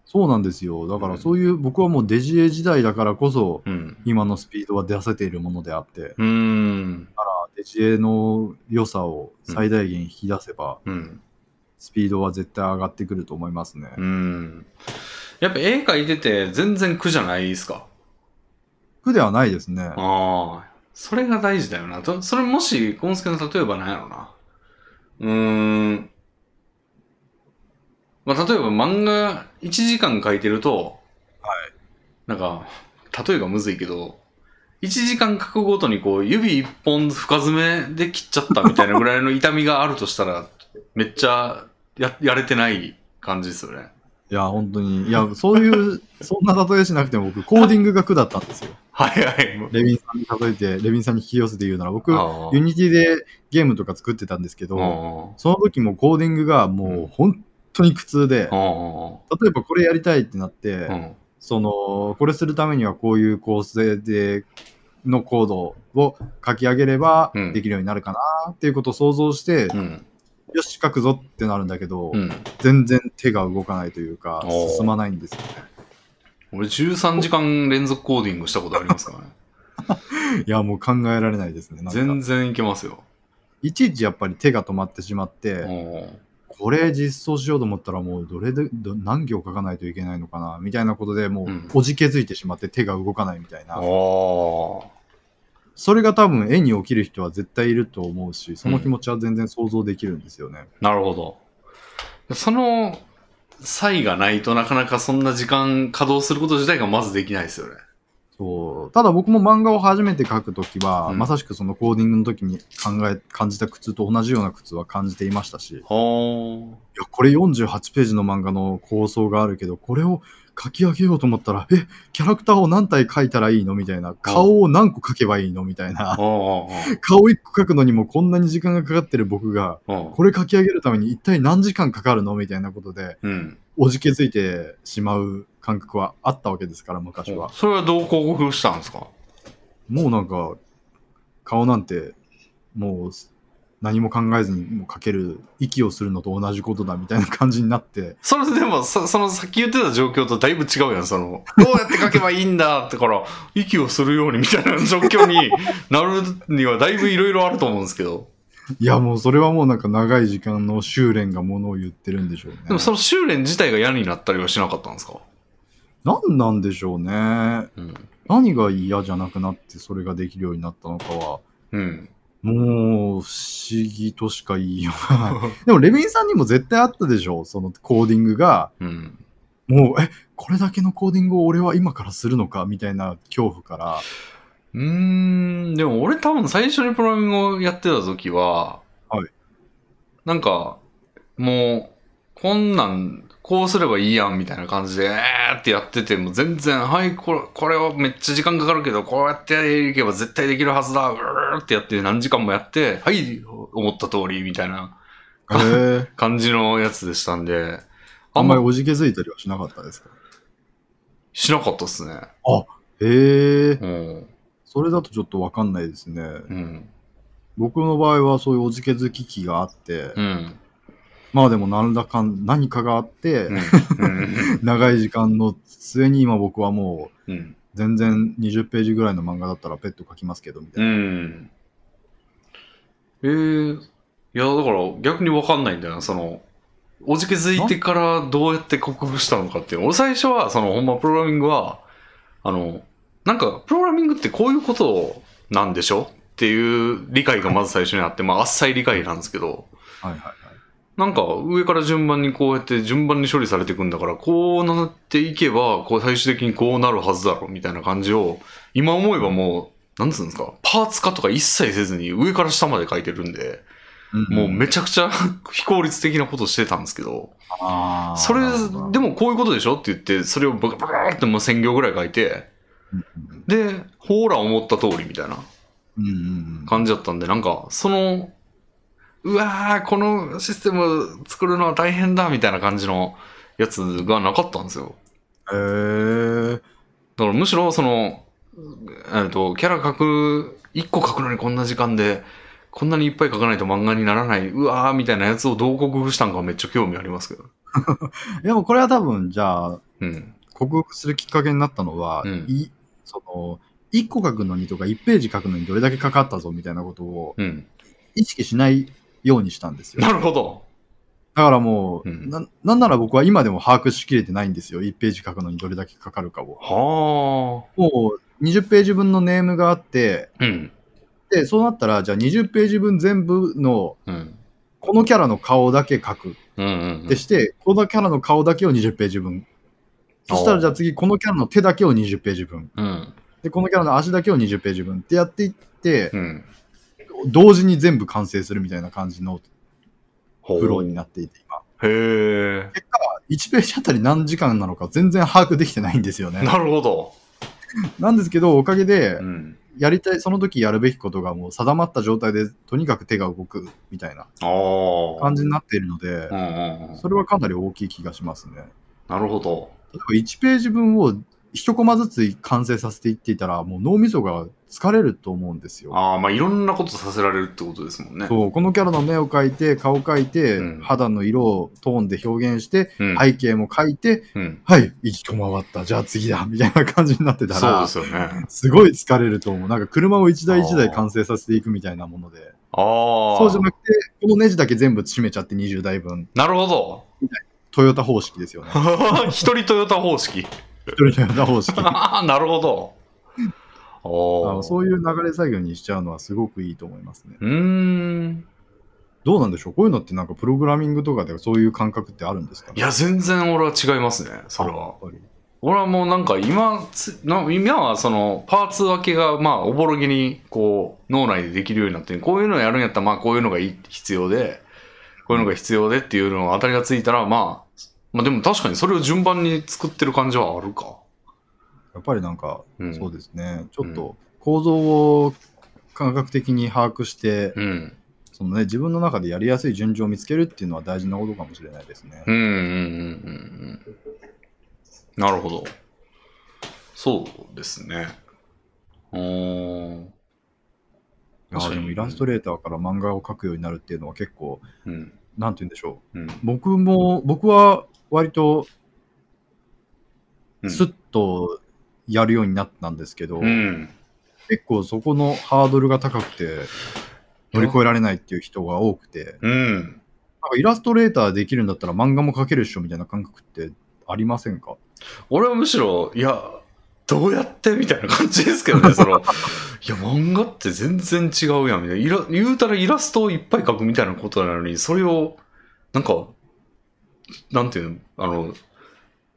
そうなんですよ。だからそういう、僕はもうデジエ時代だからこそ、うん。今のスピードは出せているものであって、うーん。デジエの良さを最大限引き出せば、うん。スピードは絶対上がってくると思いますね。うん。やっぱ絵描いてて全然苦じゃないですか。苦ではないですね。ああ、それが大事だよな。とそれもし、ゴンスケの例えばなんやろな。うーん。まあ、例えば漫画1時間書いてると、なんか、例えがむずいけど、1時間書くごとにこう、指1本深爪で切っちゃったみたいなぐらいの痛みがあるとしたら、めっちゃややれてない感じですよね。いや、本当に。いや、そういう、そんな例えしなくても僕、コーディングが苦だったんですよ。はいはい。もうレヴィンさんに例えて、レヴィンさんに引き寄せて言うなら、僕、あユニティでゲームとか作ってたんですけあ。ど、その時もコーディングがもう本当に苦痛で、ああ。例えばこれやりたいってなって、うん。その、これするためにはこういう構成で、のコードを書き上げればうんできるようになるかなっていうことを想像して、うん。よし、書くぞってなるんだけど、うん。全然手が動かないというかおー、進まないんですよね。俺13時間連続コーディングしたことありますからね。いや、もう考えられないですね。 なん全か然いけますよ。いちいちやっぱり手が止まってしまっうて、んこれ実装しようと思ったらもうどれで、ど何行書かないといけないのかな、みたいなことでもうんうおじけづいてしまって手が動かないみたいな。おーそれが多分絵に起きる人は絶対いると思うし、その気持ちは全然想像できるんですよね。なるほど。その差異がないとなかなかそんな時間稼働すること自体がまずできないですよね。そう。ただ僕も漫画を初めて描くときは、うんまさしくそのコーディングの時に考え、感じた苦痛と同じような苦痛は感じていましたし、ほーいや、これ48ページの漫画の構想があるけど、これを書き上げようと思ったら、え、キャラクターを何体描いたらいいのみたいな、顔を何個描けばいいのみたいな、おーおー顔1個描くのにもこんなに時間がかかってる僕が、おーこれ書き上げるために一体何時間かかるのみたいなことで、うん。おじけづいてしまう感覚はあったわけですから、昔は。それはどう克服したんですかもうなんか、顔なんて、もう何も考えずにもう描ける、息をするのと同じことだみたいな感じになって、それでもそ、そのさっき言ってた状況とだいぶ違うやん、そ の、どうやって書けばいいんだってから、息をするようにみたいな状況になるにはだいぶいろいろあると思うんですけど。いやもうそれはもうなんか長い時間の修練がものを言ってるんでしょうね。でもその修練自体が嫌になったりはしなかったんですか何なんでしょううね。ん。何が嫌じゃなくなってそれができるようになったのかは、うん。もう不思議としか言いようが ない。でもレヴィンさんにも絶対あったでしょそのコーディングが、うん。もう、え、これだけのコーディングを俺は今からするのかみたいな恐怖から。うーん、でも俺多分最初にプログラミングをやってた時は、はい。なんか、もう、こんなん、こうすればいいやんみたいな感じで、えーってやってて、もう全然、はい、これ、これはめっちゃ時間かかるけど、こうやっていけば絶対できるはずだ、うーってやって何時間もやって、はい、思った通りみたいなへー感じのやつでしたんで、ああんんままりりおじけづいたりはしなかったですかしなかったっすね。へえ、うん。それだとちょっとわかんないですね。うん。僕の場合はそういうおじけづき期があって、うん。まあでも何らかん何かがあって、うんうん長い時間の末に今僕はもううん。全然20ページぐらいの漫画だったらペット描きますけどみたういな。ん。えー、いや、だから逆にわかんないんだよな、その、おじけづいてからどうやって克服したのかっていう。俺最初は、その、ほんまプログラミングは、あの、なんか、プログラミングってこういうことなんでしょっていう理解がまず最初にあって、まあ、あっさい理解なんですけど、はいはいはい。なんか上から順番にこうやって順番に処理されていくんだから、こうなっていけば、こう最終的にこうなるはずだろ、みたいな感じを、今思えばもう、なんつうんですか、パーツ化とか一切せずに上から下まで書いてるんで、もうめちゃくちゃ 非効率的なことしてたんですけど、あーそれなるほど、でもこういうことでしょって言って、それをバカバカってもう1000行ぐらい書いて、うんで、ほーら思った通りみたいなうんうん感じだったんで、なんか、その、うわー、このシステム作るのは大変だみたいな感じのやつがなかったんですよ。へーだからむしろ、その、えっと、キャラ書く、1個書くのにこんな時間で、こんなにいっぱい書かないと漫画にならない、うわーみたいなやつをどう克服したんかめっちゃ興味ありますけど。でもこれは多分じゃあうん。克服するきっかけになったのは、うんいその1個書くのにとか1ページ書くのにどれだけかかったぞみたいなことをうん。意識しないようにしたんですよ。なるほど。だからもう、うんななんなら僕は今でも把握しきれてないんですよ。1ページ書くのにどれだけかかるかを。はもう20ページ分のネームがあって、あ。うん。で、そうなったら、じゃあ20ページ分全部のうん。このキャラの顔だけ書くっうんうん、てして、このキャラの顔だけを20ページ分。そしたらじゃあ次、このキャラの手だけを20ページ分。うん。で、このキャラの足だけを20ページ分ってやっていって、うん。同時に全部完成するみたいな感じのフローにななっていて、今。へえ。 1ページあたり何時間なのか全然把握できてないんですよね。なるほど。 なんですけど、おかげでう、ん。やりたい、その時やるべきことがもう定まった状態で、とにかく手が動くみたいなああ。感じになっているのでう、んうんうん。それはかなり大きい気がしますね。なるほど。例えば1ページ分を1コマずつ完成させていっていたら、もう脳みそが疲れると思うんですよ。ああ、まあいろんなことさせられるってことですもんね。そうこのキャラの目を描いて、顔を描いて、うん肌の色をトーンで表現して、うん。背景も描いて、うん。はい、1コマ終わった、じゃあ次だ、みたいな感じになってたそうでら、すよね。あすごい疲れると思う。なんか車を1台1台完成させていくみたいなもので。あ。そうじゃなくて、このネジだけ全部閉めちゃって20台分、なるほど。 トヨタ方式ですよね。一人トヨタ方式。 一人トヨタ方式。あああ、なるほど。あのあ。そういう流れ作業にしちゃうのはすごくいいと思いますね。うーん。どうなんでしょうこういうのってなんかプログラミングとかでそういう感覚ってあるんですかいや、全然俺は違いますね、それは。やっぱり俺はもうなんか今つな今はそのパーツ分けがまあおぼろげにこう脳内でできるようになってこういうのやるんやったらまあこういうのがいい必要でこういうのが必要でっていうのが当たりがついたらまあまあでも確かにそれを順番に作ってる感じはあるか。やっぱりなんか、うん、そうでですね。ちょっと構造を感覚的に把握して、うん。そのね、自分の中でやりやすい順序を見つけるっていうのは大事なことかもしれないですねう。んうんうんうんうん。なるほど。そうですね。うーん。いやでもイラストレーターから漫画を描くようになるっていうのは結構、うん。なんて言うんでしょう。うん。僕も、僕は割とうんスッとやるようになったんですけど、うん。結構そこのハードルが高くて乗り越えられないっていう人が多くて、うん。なんかイラストレーターできるんだったら漫画も描けるっしょみたいな感覚ってありませんか俺はむしろ、いや、どうやってみたいな感じですけどね、その、いや、漫画って全然違うやん、みたいな。イラ言うたらイラストをいっぱい描くみたいなことなのに、それを、なんか、なんていうの、あの、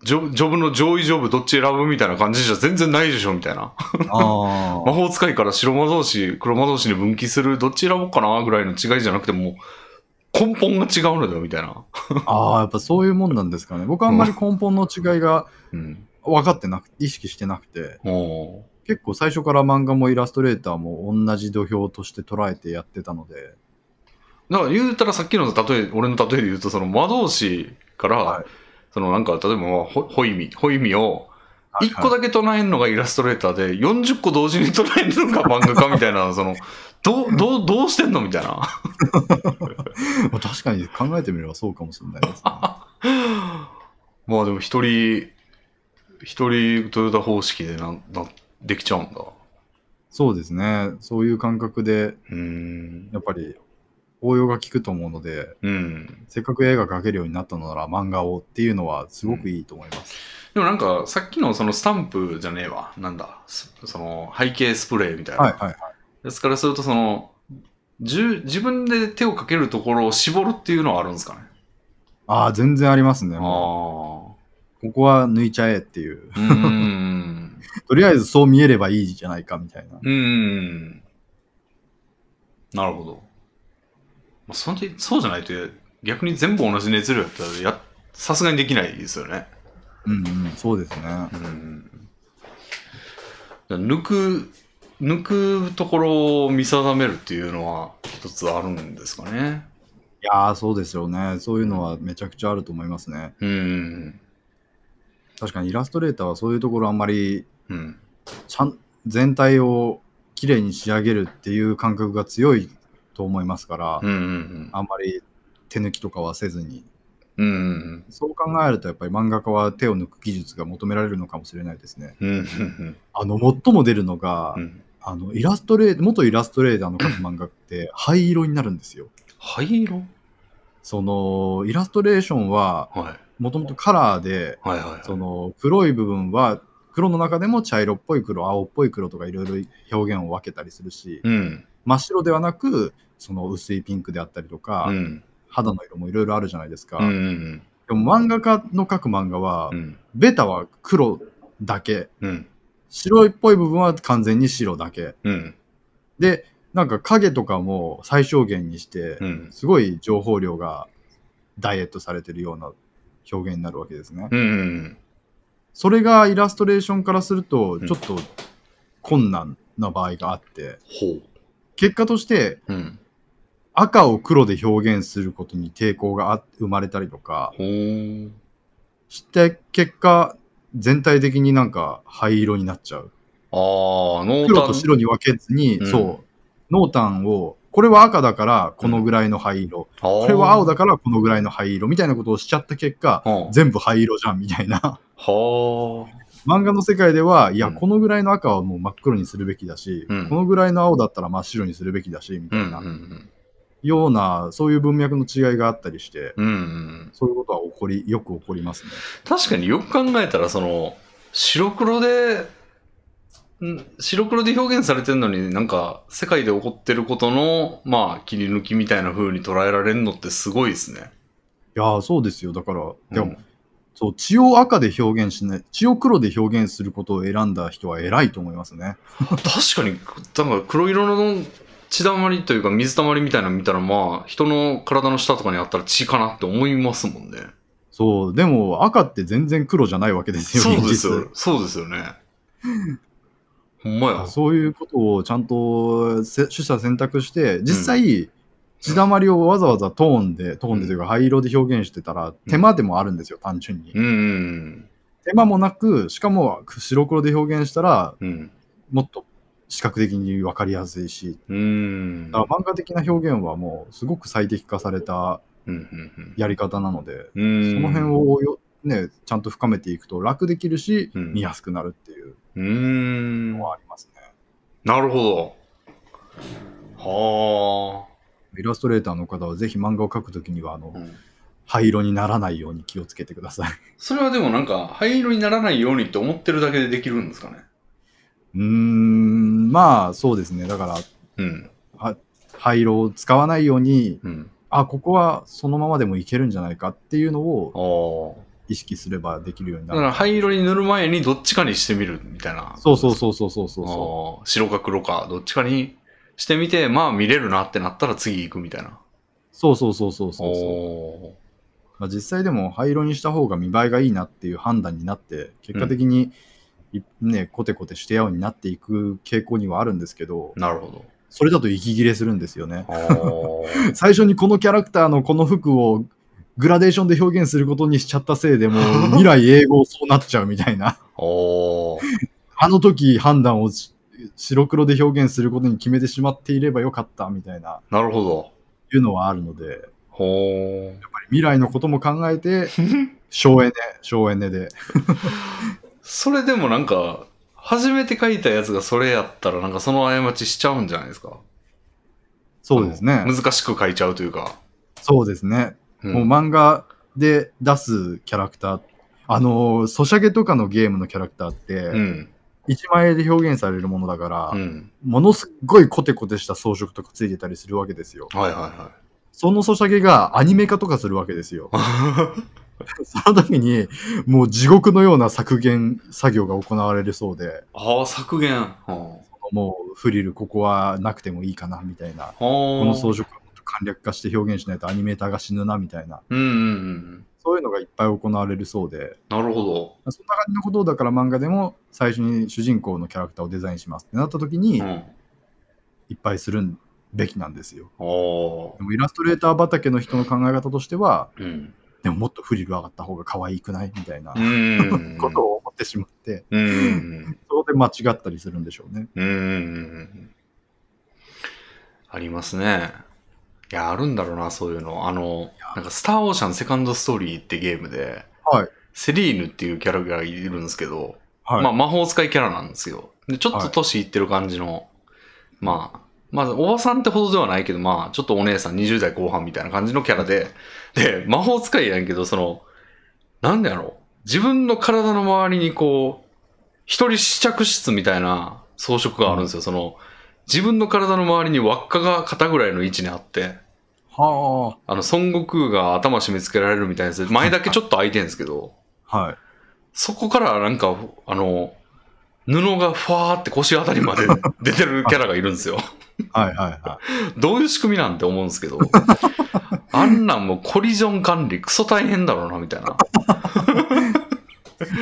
ジョブジョブの上位ジョブどっち選ぶみたいな感じじゃ全然ないでしょみたいな。あ魔法使いから白魔同士、黒魔同士に分岐するどっち選ぼうかなぐらいの違いじゃなくてもう根本が違うのだよみたいな。あー、やっぱそういうもんなんですかね。僕はあんまり根本の違いがうん。分かってなくて、意識してなくて、おー結構最初から漫画もイラストレーターも同じ土俵として捉えてやってたので、だから言うたらさっきの例え、俺の例えで言うと、その魔導士から、はいそのなんか、例えばまあ、ほホイミ、ホイミを、はい1個だけ唱えるのがイラストレーターで、40個同時に唱える のが漫画家みたいな、その、どう、どう、どうしてんのみたいな。 まあ確かに考えてみればそうかもしれない ですね。まあでも一人、一人トヨタ方式でな、な、できちゃうんだ。そうですね。そういう感覚で、うーん。やっぱり応用が効くと思うので、うん。せっかく絵が描けるようになったのなら漫画をっていうのはすごくいいと思います。でもなんか、さっきのそのスタンプじゃねえわ。なんだ。そその、背景スプレーみたいな。はいはいはい。ですからするとそのじゅ自分で手をかけるところを絞るっていうのはあるんですかね。ああ、全然ありますね。ああもうここは抜いちゃえっていう。 ー。うーん。とりあえずそう見えればいいじゃないかみたいな。うーん。なるほど。まあ、そんでそうじゃないと、逆に全部同じ熱量やったらや、さすがにできないですよね。うんうん、そうですね。うん抜く、抜くところを見定めるっていうのは一つあるんですかね。いやー、そうですよね。そういうのはめちゃくちゃあると思いますね。うん。確かにイラストレーターはそういうところあんまりうん。ちゃん全体をきれいに仕上げるっていう感覚が強いと思いますから、うんうんあんまり手抜きとかはせずにうん。うんそう考えるとやっぱり漫画家は手を抜く技術が求められるのかもしれないですね。うんうん。うんあの最も出るのが、うん。あのイラストレー元イラストレーターの書く漫画って灰色になるんですよ。灰色そのイラストレーションははい。もともとカラーではいはいはい。その黒い部分は黒の中でも茶色っぽい黒青っぽい黒とかいろいろ表現を分けたりするし、うん。真っ白ではなくその薄いピンクであったりとか、うん。肌の色もいろいろあるじゃないですか、うんうんでも漫画家の描く漫画は、うん。ベタは黒だけうん。白いっぽい部分は完全に白だけうん。でなんか影とかも最小限にして、うん。すごい情報量がダイエットされてるような表現になるわけですね、うんうん。それがイラストレーションからするとんちょっと困難な場合があってほう。結果としてうん。赤を黒で表現することに抵抗があ生まれたりとかほう。して結果全体的になんか灰色になっちゃうああ、濃淡。黒と白に分けずに、うんそう濃淡をこれは赤だからこのぐらいの灰色、ここれは青だかからこのぐらいの灰色みたいなことをしちゃった結果ら。は全部灰色じゃんみたいな あ。漫画の世界ではいや、うんこのぐらいの赤はもう真っ黒にするべきだし、うんこのぐらいの青だったら真っ白にするべきだしみうたんいうんな、うん。ようなそういう文脈の違いがあったりしてうんうん。そういうことは起こりよく起こりますね。確かによく考えたらその白黒でん白黒で表現されてるのになんか世界で起こってることのまあ切り抜きみたいな風に捉えられるのってすごいですね。いやーそうですよだから、でうもんそう血を赤で表現しない血を黒で表現することを選んだ人は偉いと思いますね。確かになんか黒色の血だまりというか水たまりみたいなの見たらまあ人の体の下とかにあったら血かなって思いますもんね。そうでも赤って全然黒じゃないわけですよそうです現よ。そうです よね。ほんまや実。そういうことをちゃんとせ取捨選択して実際、血だまりをわざわざトーンでトーンでというか灰色で表現してたら手間でもあるんですよ、単純にうんうん手間もなくしかも白黒で表現したらうん。もっと視覚的に分かりやすいしうん。うん。だから漫画的な表現はもうすごく最適化されたうんうんやり方なので、うんうんその辺をよ、ね、ちゃんと深めていくと楽できるし、うん見やすくなるっていううーん。のはありますね。なるほど。はイラストレーターの方はぜひ漫画を描くときにはあの、あ、灰色にならないように気をつけてください。 それはでもなんか、灰色にならないようにって思ってるだけでできるんですかね。うーん、まあそうですね。だからうん。灰色を使わないように、うん。あ、ここはそのままでもいけるんじゃないかっていうのあをあ。意識すればできるようにだなかる。ら灰色に塗る前にどっちかにしてみるみたいな。そうそうそうそうそうそうそあー白か黒か、どっちかにしてみて、まあ見れるなってなったら次行くみたいな。う。そうそうそうそうそうそう。おまあ、実際でも灰色にした方が見栄えがいいなっていう判断になって結果的に、いねコテコテしてやうになっていく傾向にはあるんですけどーなるほそれだと息切れするんですよねど。あー最初にこのキャラクターのこの服をグラデーションで表現することにしちゃったせいでもう 未来英語そうなっちゃうみたいなおーあの時判断をし白黒で表現することに決めてしまっていればよかったみたいななるほど。いうのはあるのでやっほーぱり未来のことも考え て省エネ省エネでそれでもなんか、初めて書いたやつがそれやったら、なんかその過ちしちゃうんじゃないですか。そうですねあの難しく書いちゃうというか。そうですねうんもう漫画で出すキャラクター、あのーソシャゲとかのゲームのキャラクターって、うん。一枚絵で表現されるものだから、うん。ものすっごいコテコテした装飾とかついてたりするわけですよ。はい はそのソシャゲがアニメ化とかするわけですよい。はその時に、もう地獄のような削減作業が行われるそうで、い。ああ、削減。はあ。はもうフリルここはなくてもいいかなみたいな。あ。ここの装飾をもっと簡略化して表現しないとアニメーターが死ぬなみたいな。うんうんうん。そういうのがいっぱい行われるそうで、なるほそんな感じのことをだから漫画でも最初に主人公のキャラクターをデザインしますってなった時にど。う、ん。いっぱいするべきなんですよ。あでもイラストレーター畑の人の考え方としては、あ。 うん。でももっとフリル上がった方が可愛くないみたいなうん。ことを思ってしまって、うんうんそれで間違ったりするんでしょうね。うん。うんうんうん。ありますね。いや、あるんだろうな、そういうの。あの、なんか、スター・オーシャン・セカンド・ストーリーってゲームで、はい。セリーヌっていうキャラがいるんですけど、はい。まあ、魔法使いキャラなんですよ。で、ちょっと年いってる感じの、まあ、まあ、おばさんってほどではないけど、まあ、ちょっとお姉さん20代後半みたいな感じのキャラで、で、魔法使いやんけど、その、なんでやろう。自分の体の周りにこう、一人試着室みたいな装飾があるんですよ。その、自分の体の周りに輪っかが肩ぐらいの位置にあって、はあの、孫悟空が頭締め付けられるみたいなやつで、前だけちょっと開いてるんですけど、あ。はい。そこからなんか、あの、布がファーって腰あたりまで出てるキャラがいるんですよ。はいはいはい。どういう仕組みなんて思うんですけど。あんなんもうコリジョン管理クソ大変だろうな、みたいな。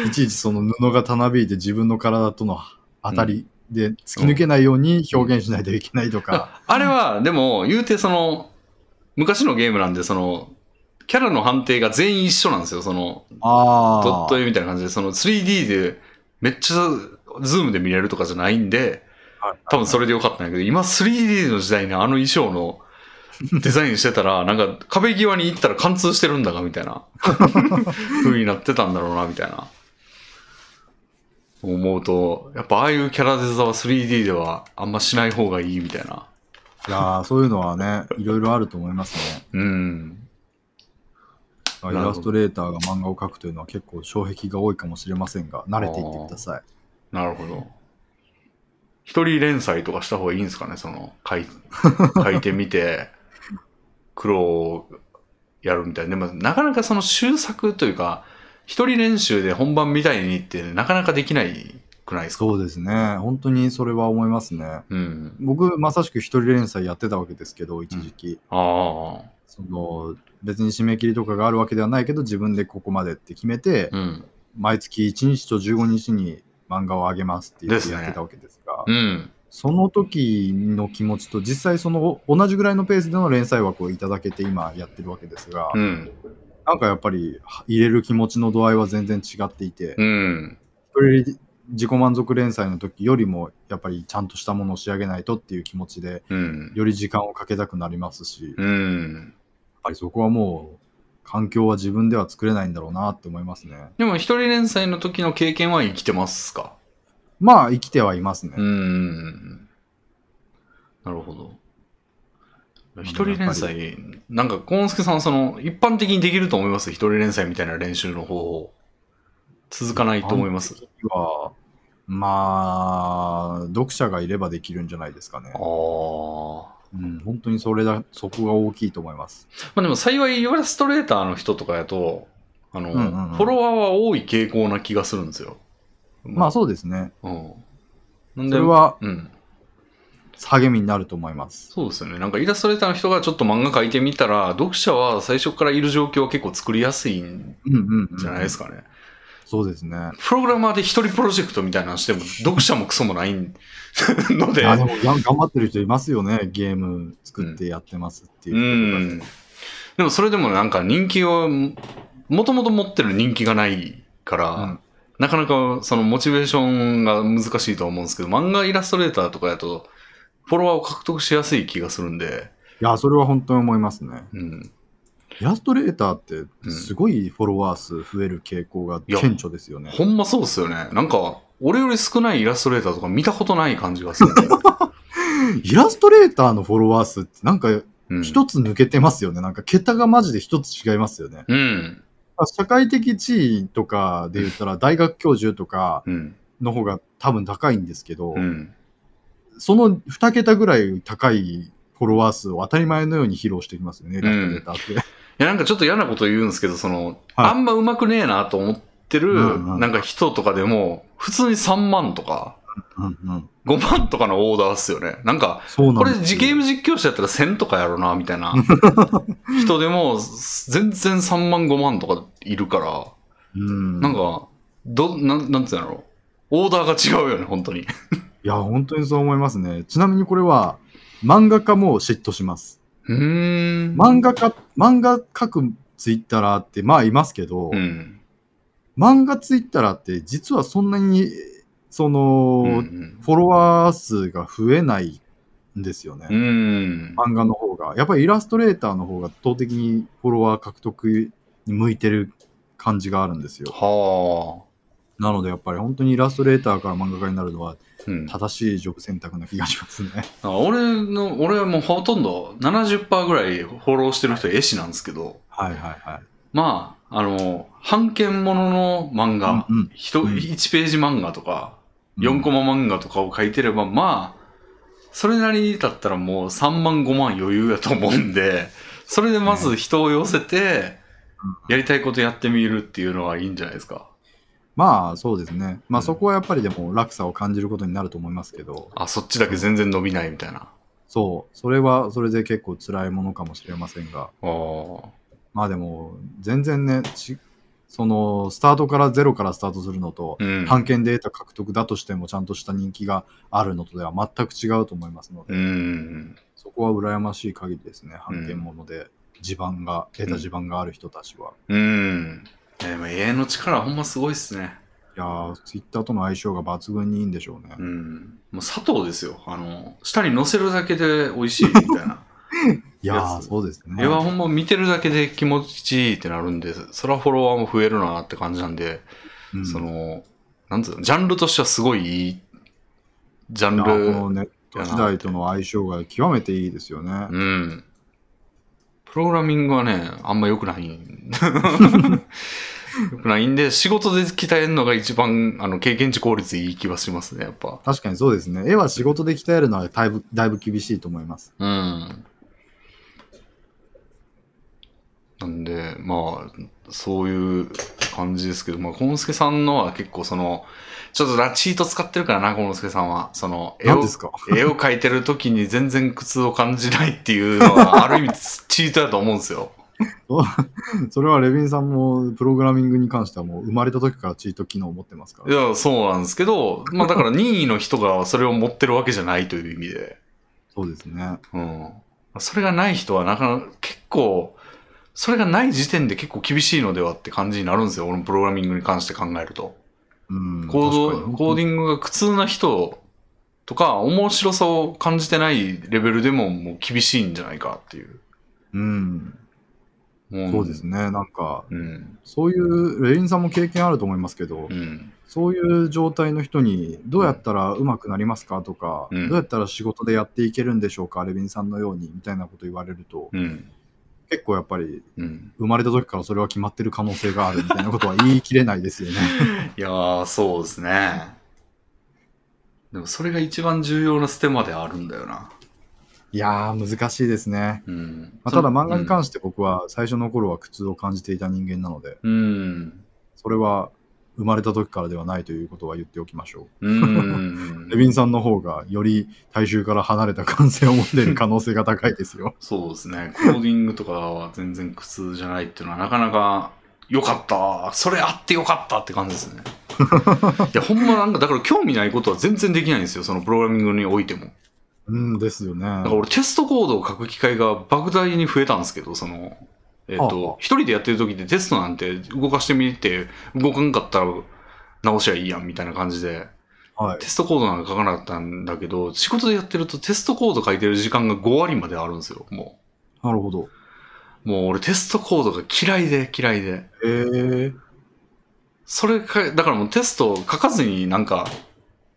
いちいちその布がたなびいて自分の体との当たりで突き抜けないように表現しないといけないとか。あれは、でも、言うてその、昔のゲームなんで、その、キャラの判定が全員一緒なんですよ。その、ああ。ドット絵みたいな感じで、その 3D でめっちゃズームで見れるとかじゃないんで、はい多分それでよかったんだけど、今 3D の時代にあの衣装 のデザインしてたら、なんか壁際に行ったら貫通してるんだが、みたいな 風になってたんだろうな、みたいな。思うと、やっぱああいうキャラデザは 3D ではあんましない方がいいみたいな。いやーそういうのはね、いろいろあると思いますね。うん。るイほどラストレーターが漫画を描くというのは結構障壁が多いかもしれませんが、慣れていってください。なるほど。一人連載とかした方がいいんですかね、その、書い書いてみて、苦労をやるみたいな。でも、なかなかその修作というか、一人練習で本番みたいにって、なかなかできないくないですかそうですね。本当にそれは思いますね。うん。僕、まさしく一人連載やってたわけですけど、一時期。ああ。その別に締め切りとかがあるわけではないけど、自分でここまでって決めて、うん。毎月1日と15日に漫画をあげますって言っですてねやってたわけですが、うん。その時の気持ちと、実際その同じぐらいのペースでの連載枠をいただけて今やってるわけですが、うん。なんかやっぱり入れる気持ちの度合いは全然違っていて、うん。それより自己満足連載の時よりもやっぱりちゃんとしたものを仕上げないとっていう気持ちで、うん。より時間をかけたくなりますし、やっうん。ぱりそこはもう、環境は自分では作れないんだろうなって思いますね。でも、一人連載の時の経験は生きてますかまあ、生きてはいますね。うーん。なるほど。一人連載、なんか、コンスケさんはその、一般的にできると思います一人連載みたいな練習の方法。続かないと思います。あはまあ、読者がいればできるんじゃないですかねあ。ー。うん、本当にそれだ、そこが大きいと思います。まあでも幸い、イラストレーターの人とかやと、あの、うんうんうんフォロワーは多い傾向な気がするんですよ。まあ、そうですね。うん。なんそで、れはうん。励みになると思います。そうですよね。なんかイラストレーターの人がちょっと漫画描いてみたら、読者は最初からいる状況は結構作りやすいんうんうん、うん。じゃないですか。かね。そうですね。プログラマーで一人プロジェクトみたいなのしても、読者もクソもない んので、あでもがん頑張ってる人いますよね、ゲーム作ってやってますってういん。う人でもそれでもなんか人気を、もともと持ってる人気がないから、うんなかなかそのモチベーションが難しいと思うんですけど、漫画イラストレーターとかだと、フォロワーを獲得しやすい気がするんで、いや、それは本当に思いますね。うん。イラストレーターって、すごいフォロワー数増える傾向が顕著ですよね。ほんまそうっすよね。なんか、俺より少ないイラストレーターとか見たことない感じがす るんで、イラストレーターのフォロワー数って、なんかうん、一つ抜けてますよね。なんか桁がマジで一つ違いますよね。うん。社会的地位とかで言ったら、大学教授とか、うん。の方が多分高いんですけど、うん。その2桁ぐらい高いフォロワー数を当たり前のように披露してきますよね、ラフタデータって。 いや、なんかちょっと嫌なこと言うんですけど、その、はいあんまうまくねえなと思ってる、うんうんなんか人とかでも、普通に3万とか、うんうん、 5万とかのオーダーっすよね。なんか、そうなこんれですよゲーム実況者やったら1000とかやろな、みたい な人でも、全然3万5万とかいるから、うん、なんか、ど、なん、なんつうんだろう。オーダーが違うよね、本当に。いや、本当にそう思いますね。ちなみにこれは、漫画家も嫉妬します。うーん。漫画家、漫画描くツイッターって、まあいますけど、うん。漫画ツイッターって実はそんなに、その、うんうん。フォロワー数が増えないんですよね。うん。漫画の方が。やっぱりイラストレーターの方が圧倒的にフォロワー獲得に向いてる感じがあるんですよ。はあ。なのでやっぱり本当にイラストレーターから漫画家になるのはうん、正しいジョブ選択な気がしますね。 俺の、俺はもうほとんど70%ぐらいフォローしてる人絵師なんですけど、はいはいはい。まあ、あの、版権ものの漫画、うんうん一うん1ページ漫画とか、4コマ漫画とかを書いてれば、まあ、それなりだったらもう3万5万余裕やと思うんで、それでまず人を寄せて、やりたいことやってみるっていうのはいいんじゃないですか。まあそうですね。まうあんそこはやっぱりでも落差を感じることになると思いますけど、あ、そっちだけ全然伸びないみたいな。そう、それはそれで結構辛いものかもしれませんが、あーまあでも全然ね、ちそのスタートからゼロからスタートするのと、うん。判権データ獲得だとしてもちゃんとした人気があるのとでは全く違うと思いますので、うん。そこは羨ましい限りですね、判権もので。地盤が、データ地盤がある人たちは。うん。いやでも家の力はほんますごいっすね。いやー、ツイッターとの相性が抜群にいいんでしょうねう。ん。もう砂糖ですよ。あの、舌に乗せるだけで美味しいみ たいな。いやー、そうですね絵。はほんま見てるだけで気持ちいいってなるんで、そらフォロワーも増えるなって感じなんで、うんその、なんつうの、ジャンルとしてはすごいいい、ジャいンやーこのル、ネット時代との相性が極めていいですよね。うん。プログラミングはね、あんま良くない。 良くないんで、仕事で鍛えるのが一番、あの、経験値効率いい気はしますね、やっぱ。確かにそうですね。絵は仕事で鍛えるのはだいぶだいぶ厳しいと思います。うん。なんで、まあ、そういう感じですけど、まあ、コンスケさんのは結構その、ちょっとラチート使ってるからな、コンスケさんは。その、絵何をで、すか絵を描いてる時に全然苦痛を感じないっていうのは、ある意味 チートだと思うんですよ。それはレビンさんもプログラミングに関してはもう生まれた時からチート機能を持ってますかいら。や、そうなんですけど、まあだから任意の人がそれを持ってるわけじゃないという意味で。そうですね。うん。それがない人はなかなか結構、それがない時点で結構厳しいのではって感じになるんですよ。俺のプログラミングに関して考えると。うん。コ確ーかド、にコーディングが苦痛な人とか、面白さを感じてないレベルでももう厳しいんじゃないかっていう。うん。もそうです。ね。なんか、うん。そういう、レビンさんも経験あると思いますけどう、ん。そういう状態の人に、どうやったら上手くなりますかとか、うんどうやったら仕事でやっていけるんでしょうか、レビンさんのように、みたいなこと言われると、うん。結構やっぱりうん。生まれた時からそれは決まってる可能性があるみたいなことは言い切れないですよね。いやー、そうですね。でもそれが一番重要なステマであるんだよな。いやー、難しいですね。うん。まあ、ただ漫画にし関して僕は最初の頃は苦痛を感じていた人間なので、て。うん。それは生まれた時からではないということは言っておきましょうう。ん。レ。ビンさんの方がより大衆から離れた感性を持っている可能性が高いですよそうですね。コーディングとかは全然苦痛じゃないっていうのはなかなか良かった。それあって良かったって感じです ね。いや、ほんまなんか、だから興味ないことは全然できないんですよ。そのプログラミングにおいても。 うんですよね。だから俺テストコードを書く機会が莫大に増えたんですけど、その、えっ、はあはあと、一人でやってる時ってテストなんて動かしてみて、動かんかったら直しゃいいやんみたいな感じで、はいテ。ストコードなんか書かなかったんだけど、仕事でやってるとテストコード書いてる時間が5割まであるんですよ、もう。なるほど。もう俺テストコードが嫌いで嫌いで。えー、それか、だからもうテストを書かずになんか、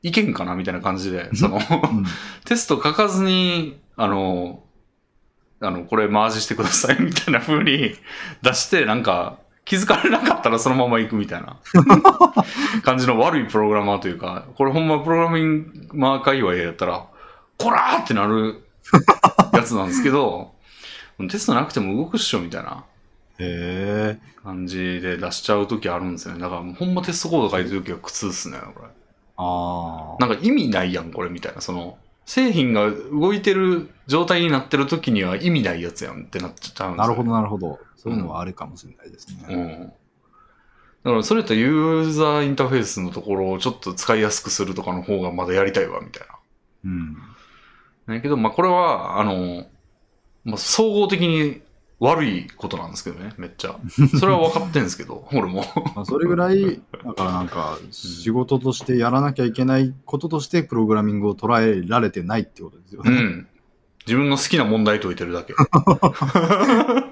いけんかなみたいな感じで、その、 うん、テスト書かずに、あ の、あの、これマージしてくださいみたいな風に出して、なんか、気づかれなかったらその まま行くみたい な感じの悪いプログラマーというか、これほんまプログラミングマー界隈やったら、こらーってなるやつなんですけど、 テストなくても動くっしょみたいなへえ。感じで出しちゃうときあるんですよね。だからもうほんまテストコード書いてるときは苦痛っすね、これ。ああ。なんか意味ないやん、これみたいな。その、製品が動いてる状態になってる時には意味ないやつやんってなっちゃうんですなよるほど、なるほど。そういうのはあるかもしれないですね。うん。だから、それとユーザーインターフェースのところをちょっと使いやすくするとかの方がまだやりたいわ、みたいうん。な。だけど、まあ、これは、あの、まあ、総合的に悪いことなんですけどね、めっちゃ。それは分かってんですけど、俺 も。まあ、それぐらい、だからなんか、仕事としてやらなきゃいけないこととして、プログラミングを捉えられてないってことですようね。ん。自分の好きな問題解いてる だけ。まあ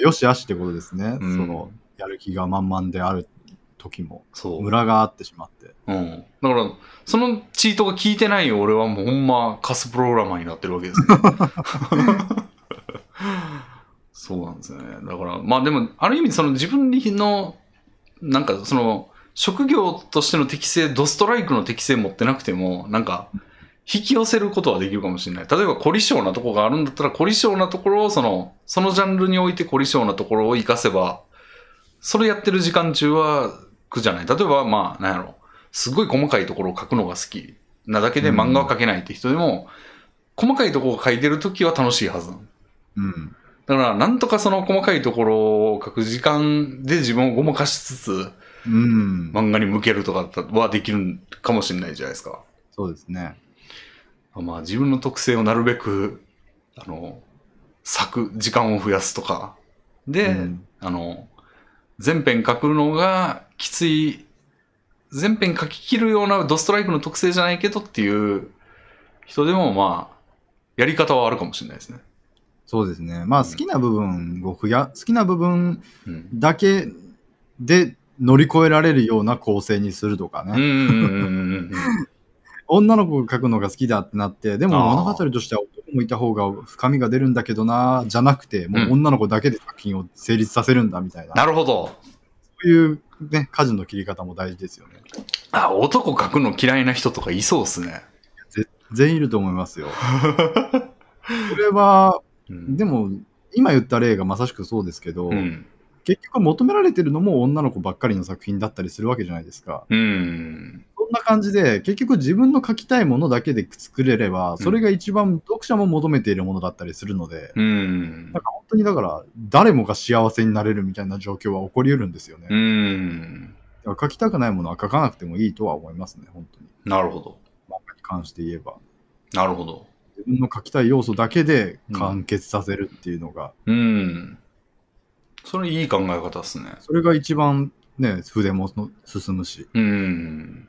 よしあしってことですね。うんその、やる気が満々である時も、そう。ムラがあってしまって。うん。だから、そのチートが効いてない俺はもうほんまカスプログラマーになってるわけですね。そうなんですよね。だから、まあでも、ある意味その自分の、なんかその、職業としての適性、ドストライクの適性持ってなくても、なんか、引き寄せることはできるかもしれない。例えば、凝り性なとこがあるんだったら、凝り性なところを、その、そのジャンルにおいて凝り性なところを活かせば、それやってる時間中は苦じゃない。例えば、まあ、なんやろ。すごい細かいところを書くのが好きなだけでうん漫画は書けないって人でも、細かいところを書いてるときは楽しいはずなのうん。だから、なんとかその細かいところを書く時間で自分をごまかしつつ、うん。漫画に向けるとかはできるかもしれないじゃないですか。そうですね。まあ、自分の特性をなるべく、あの、割く、時間を増やすとか。で、うんあの、全編書くのがきつい、全編書き切るようなドストライクの特性じゃないけどっていう人でもまあ、やり方はあるかもしれないですね。そうですね。まあ、うん好きな部分を増や、好きな部分うん。だけで乗り越えられるような構成にするとかうんうね。んうんうん女の子が書くのが好きだってなって、でもあー物語としては男もいた方が深みが出るんだけどな、じゃなくて、もう女の子だけで作品を成立させるんだみたいな、なるほど。そういうね、家事の切り方も大事ですよね。あ、男書くの嫌いな人とかいそうですね。全員いると思いますよ。 それは、うんでも、今言った例がまさしくそうですけど、うん。結局求められてるのも女の子ばっかりの作品だったりするわけじゃないですか。うん。そんな感じで、結局自分の書きたいものだけで作れれば、それが一番読者も求めているものだったりするので、うんなん。か本当にだから、誰もが幸せになれるみたいな状況は起こり得るんですよね。うん。だから書きたくないものは書かなくてもいいとは思いますね、本当に。なるほど。漫画に関して言えば。なるほど。自分の書きたい要素だけで完結させるっていうのが、うん。それいい考え方ですね。それが一番ね、筆も進むし。うん。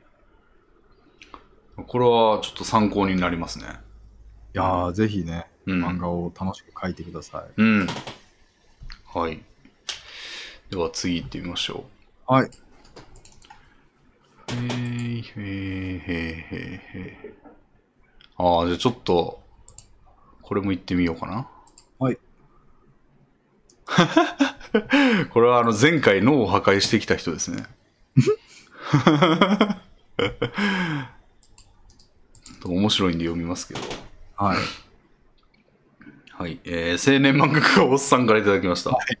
これはちょっと参考になりますね。いやー、ぜひね、うん。漫画を楽しく書いてください。うん。はい。では次行ってみましょう。はい。へーへーへーへーへーああ、じゃあちょっと、これも行ってみようかな。はい。 これはあの前回脳を破壊してきた人 ですね。 ちょっと面白いんで読みますけど。はい。はい、えー、青年漫画家おっさんからいただきました。えー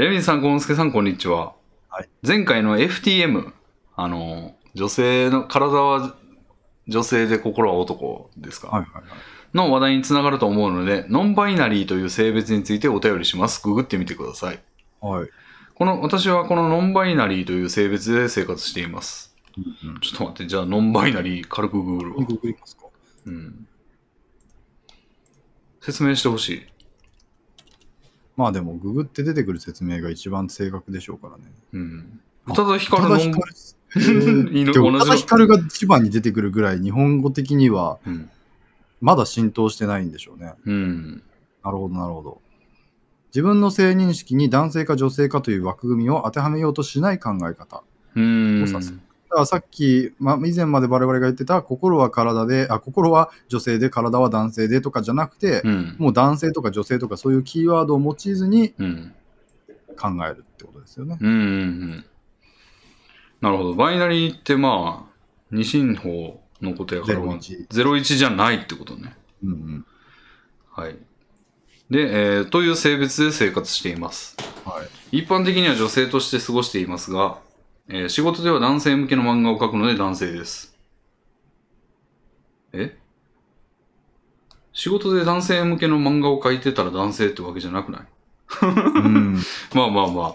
レミンさん、ゴンスケさん、こんにちは。はい前回の FTM、あの、女性の、体は女性で心は男ですか、はいはいはい。の話題につながると思うので、ノンバイナリーという性別についてお便りします。ググってみてください。はい。この、私はこのノンバイナリーという性別で生活しています。うんちょっと待って、じゃあノンバイナリー軽くググるうん。わ。ググりますかうん。説明してほしい。まあでも、ググって出てくる説明が一番正確でしょうからね。うん。あ宇多田ヒカル宇多の田ヒカル犬でも同宇多じの田ヒカルが一番に出てくるぐらい、日本語的にはうん。まだ浸透してないんでしょうね。うん。なるほど、なるほど。自分の性認識に男性か女性かという枠組みを当てはめようとしない考え方。うん。そうそうだからさっき、まあ、以前まで我々が言ってた心は体であ、心は女性で体は男性でとかじゃなくて、うん。もう男性とか女性とかそういうキーワードを用いずにうん。考えるってことですよね。うんうんうん。なるほど。バイナリーってまあ、二進法のことやから、 01 01じゃないってことね。うんうん。はい。で、えーという性別で生活しています。はい。一般的には女性として過ごしていますが、えー仕事では男性向けの漫画を描くので男性です。え仕事で男性向けの漫画を描いてたら男性ってわけじゃなくないうん。まあまあまあ。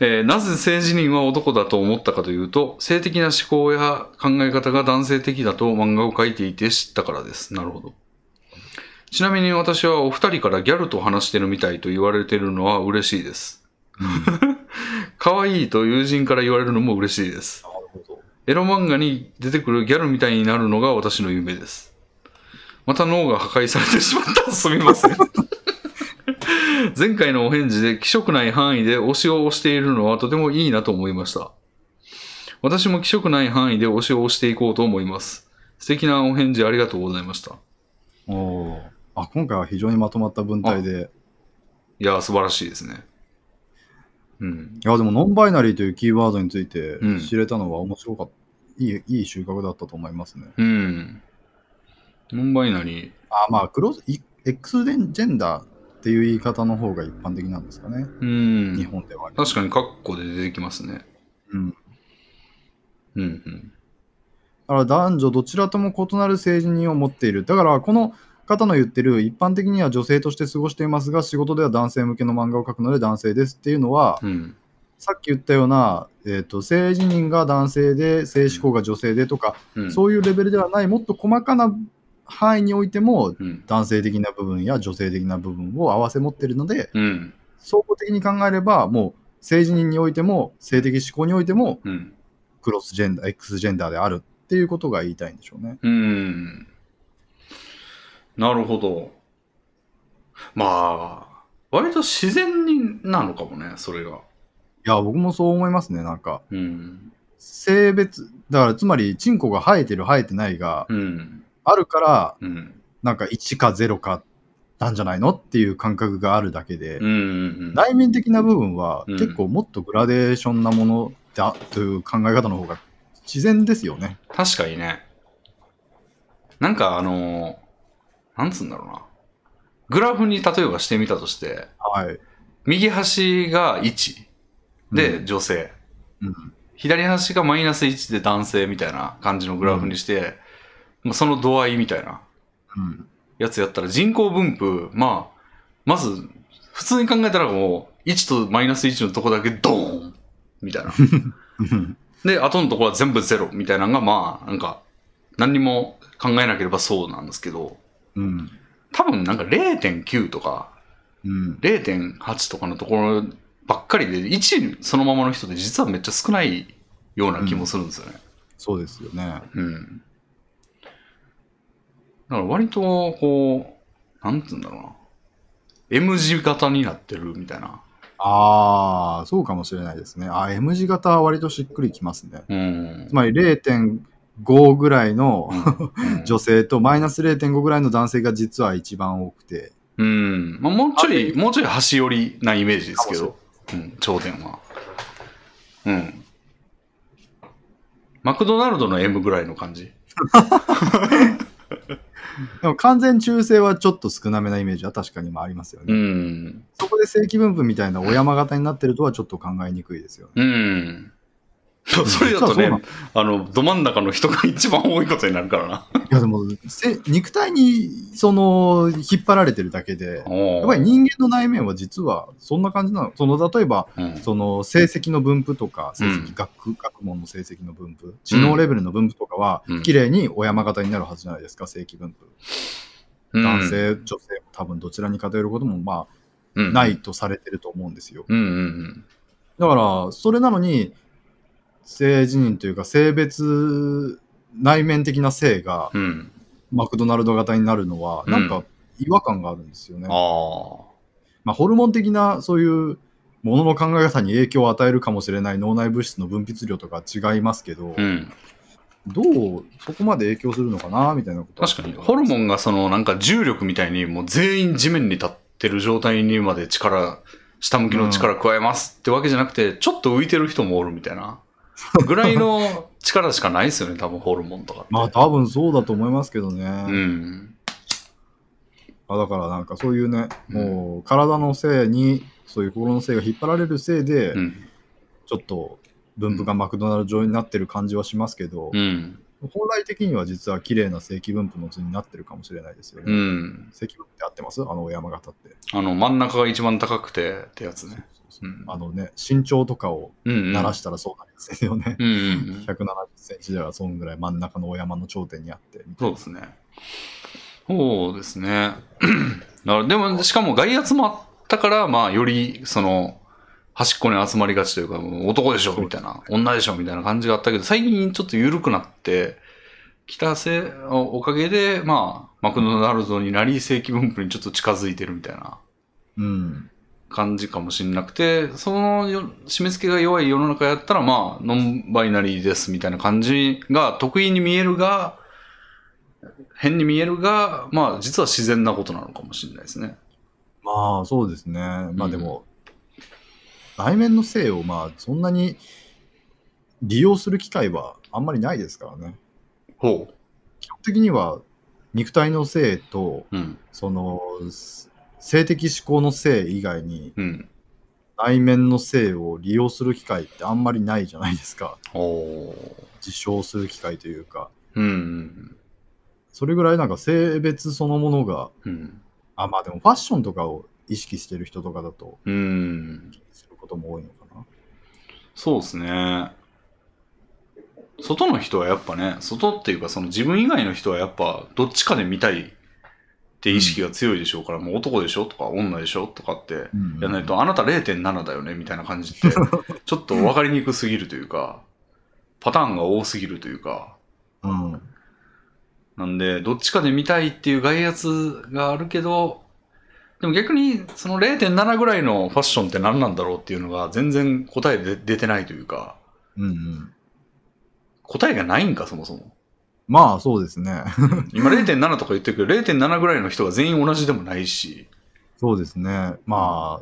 えーなぜ性自認は男だと思ったかというと、性的な思考や考え方が男性的だと漫画を描いていて知ったからです。なるほど。ちなみに私はお二人からギャルと話してるみたいと言われてるのは嬉しいです。 可愛いと友人から言われるのも嬉しいです。なるほど。エロ漫画に出てくるギャルみたいになるのが私の夢です。また脳が破壊されてしまった。すみません。前回のお返事で気色ない範囲で推しを推しているのはとてもいいなと思いました。私も気色ない範囲で推しを推していこうと思います。素敵なお返事ありがとうございました。おーあ今回は非常にまとまった文体で、いやー、素晴らしいですね。うん。いや、でもノンバイナリーというキーワードについてうん知れたのは面白かった、いいいい収穫だったと思いますね。うん。ノンバイナリー。あまあ、クロス、い X ジェンダーっていう言い方の方が一般的なんですかね、うん。日本では。確かにカッコで出てきますね。うん、だうんうん。から男女どちらとも異なる性自認を持っている。だから、この方の言ってる、一般的には女性として過ごしていますが、仕事では男性向けの漫画を描くので男性ですっていうのは、うん。さっき言ったような、えー、と性自認が男性で、性思考が女性でとか、うん、そういうレベルではない、もっと細かな範囲においても、うん。男性的な部分や女性的な部分を併せ持っているので、うん。総合的に考えれば、もう政治人においても、性的思考においても、うん。クロスジェンダー、X ジェンダーであるっていうことが言いたいんでしょうね。うん。なるほど。まあ、割と自然になのかもね、それが。いや、僕もそう思いますね、なんか。うん。性別、だからつまり、チンコが生えてる生えてないが、うん。あるから、うん。なんか1か0かなんじゃないのっていう感覚があるだけで、うん。うん内面的な部分はうん結構もっとグラデーションなものだという考え方の方が自然ですよね。確かにね。なんかあのーなんつうんだろうな。グラフに例えばしてみたとして、はい。右端が1で、女性。うん、左端がマイナス1で男性みたいな感じのグラフにして、まあその度合いみたいなうん、やつやったら人口分布、まあ、まず、普通に考えたらもう、1とマイナス1のとこだけドーンみ たいな。うん。で、後のとこは全部ゼロみたいなのが、まあ、なんか、何にも考えなければそうなんですけど、うん。多分なんか0.9とかうん。 0.8とかのところばっかりで、1そのままの人って実はめっちゃ少ないような気もするんですよね。そうですよね。うん。だから割と、こう、なんて言うんだろうな。M 字型になってるみたいな。ああ、そうかもしれないですね。あー M 字型は割としっくりきますね。うんつ。まり0.5ぐらいのうん 女性とマイナス0.5ぐらいの男性が実は一番多くて。うん。まあ、もうちょあい、るもうちょい端寄りなイメージですけどか、うん、頂点は。うん。マクドナルドの M ぐらいの感じ。でも完全中性はちょっと少なめなイメージは確かにまあありますよね。うん。そこで正規分布みたいなお山型になってるとはちょっと考えにくいですようね。ん。それだと実はそうねなの、あの、ど真ん中の人が一番多いことになるからな。 いやでもせ肉体にその引っ張られてるだけでややっぱり人間の内面は実はそんな感じなのその例えばうん、その成績の分布とか成績、うん学学問の成績の分布知能レベルの分布とかは、うん綺麗にお山型になるはずじゃないですか正規分布うん男性、女性も多分どちらに偏ることもまあなな。いとされてると思うんですようんうんだからそれなのに性自認というか性別内面的な性がうん。うん。マクドナルド型になるのは、なんうか違和感があるんですよね。あまあ、ホルモン的なそういうものの考え方に影響を与えるかもしれない脳内物質の分泌量とか違いますけど、あ。うん。どうそこまで影響するのかなみたいなことは確かに、ホルモンがそのなんか重力みたいにもう全員地面に立ってる状態にまで力下向きの力加えますってわけじゃなくて、ちょっと浮いてる人もおるみたいな。ぐらいの力しかないですよね、多分ホルモンとかって。まあ多分そうだと思いますけどね。うん。あだからなんかそういうね、うんもう体のせいに、そういう心のせいが引っ張られるせいで、うん。ちょっと分布がマクドナルド上になってる感じはしますけど、うん。本来的には実は綺麗な正規分布の図になってるかもしれないですよね。うん。正規分布って合ってますあの山形って。あの、真ん中が一番高くてってやつね。うんあのね、身長とかをうん、うん。鳴らしたらそうなんですよね。うんうんうん。 170センチではそんぐらい真ん中のお山の頂点にあって。そうですね。そうですね。 だからでも、しかも外圧もあったから、まあ、より、その、端っこに集まりがちというか、もう男でしょみたいな、女でしょみたいな感じがあったけど、最近ちょっと緩くなって、きたせおかげで、まあ、マクドナルドになり、正規分布にちょっと近づいてるみたいなうん。感じかもしれなくて、そのよ締め付けが弱い世の中やったら、まあ、ノンバイナリーですみたいな感じが得意に見えるが、変に見えるが、まあ、実は自然なことなのかもしれないですね。まあそうですね。まあでも、内面の性をまあそんなに利用する機会はあんまりないですからね。ほ基本的には肉体の性とう。うん。そのす性的思考の性以外にうん。内面の性を利用する機会ってあんまりないじゃないですか。お自称する機会というか。うん。それぐらいなんか性別そのものが、うん。あ、まあでもファッションとかを意識してる人とかだとうん。することも多いのかな。そうですね。外の人はやっぱね、外っていうかその自分以外の人はやっぱどっちかで見たいって意識が強いでしょうから、もう男でしょとか女でしょとかってうんやらないと、あなた0.7だよねみたいな感じって、ちょっと分かりにくすぎるというか、パターンが多すぎるというか、うん。なんで、どっちかで見たいっていう外圧があるけど、でも逆にその0.7ぐらいのファッションって何なんだろうっていうのが全然答えで出てないというか、うんうん。答えがないんか、そもそも。まあそうですね。 今0.7とか言ってるけど、0.7ぐらいの人が全員同じでもないし。そうですね。ま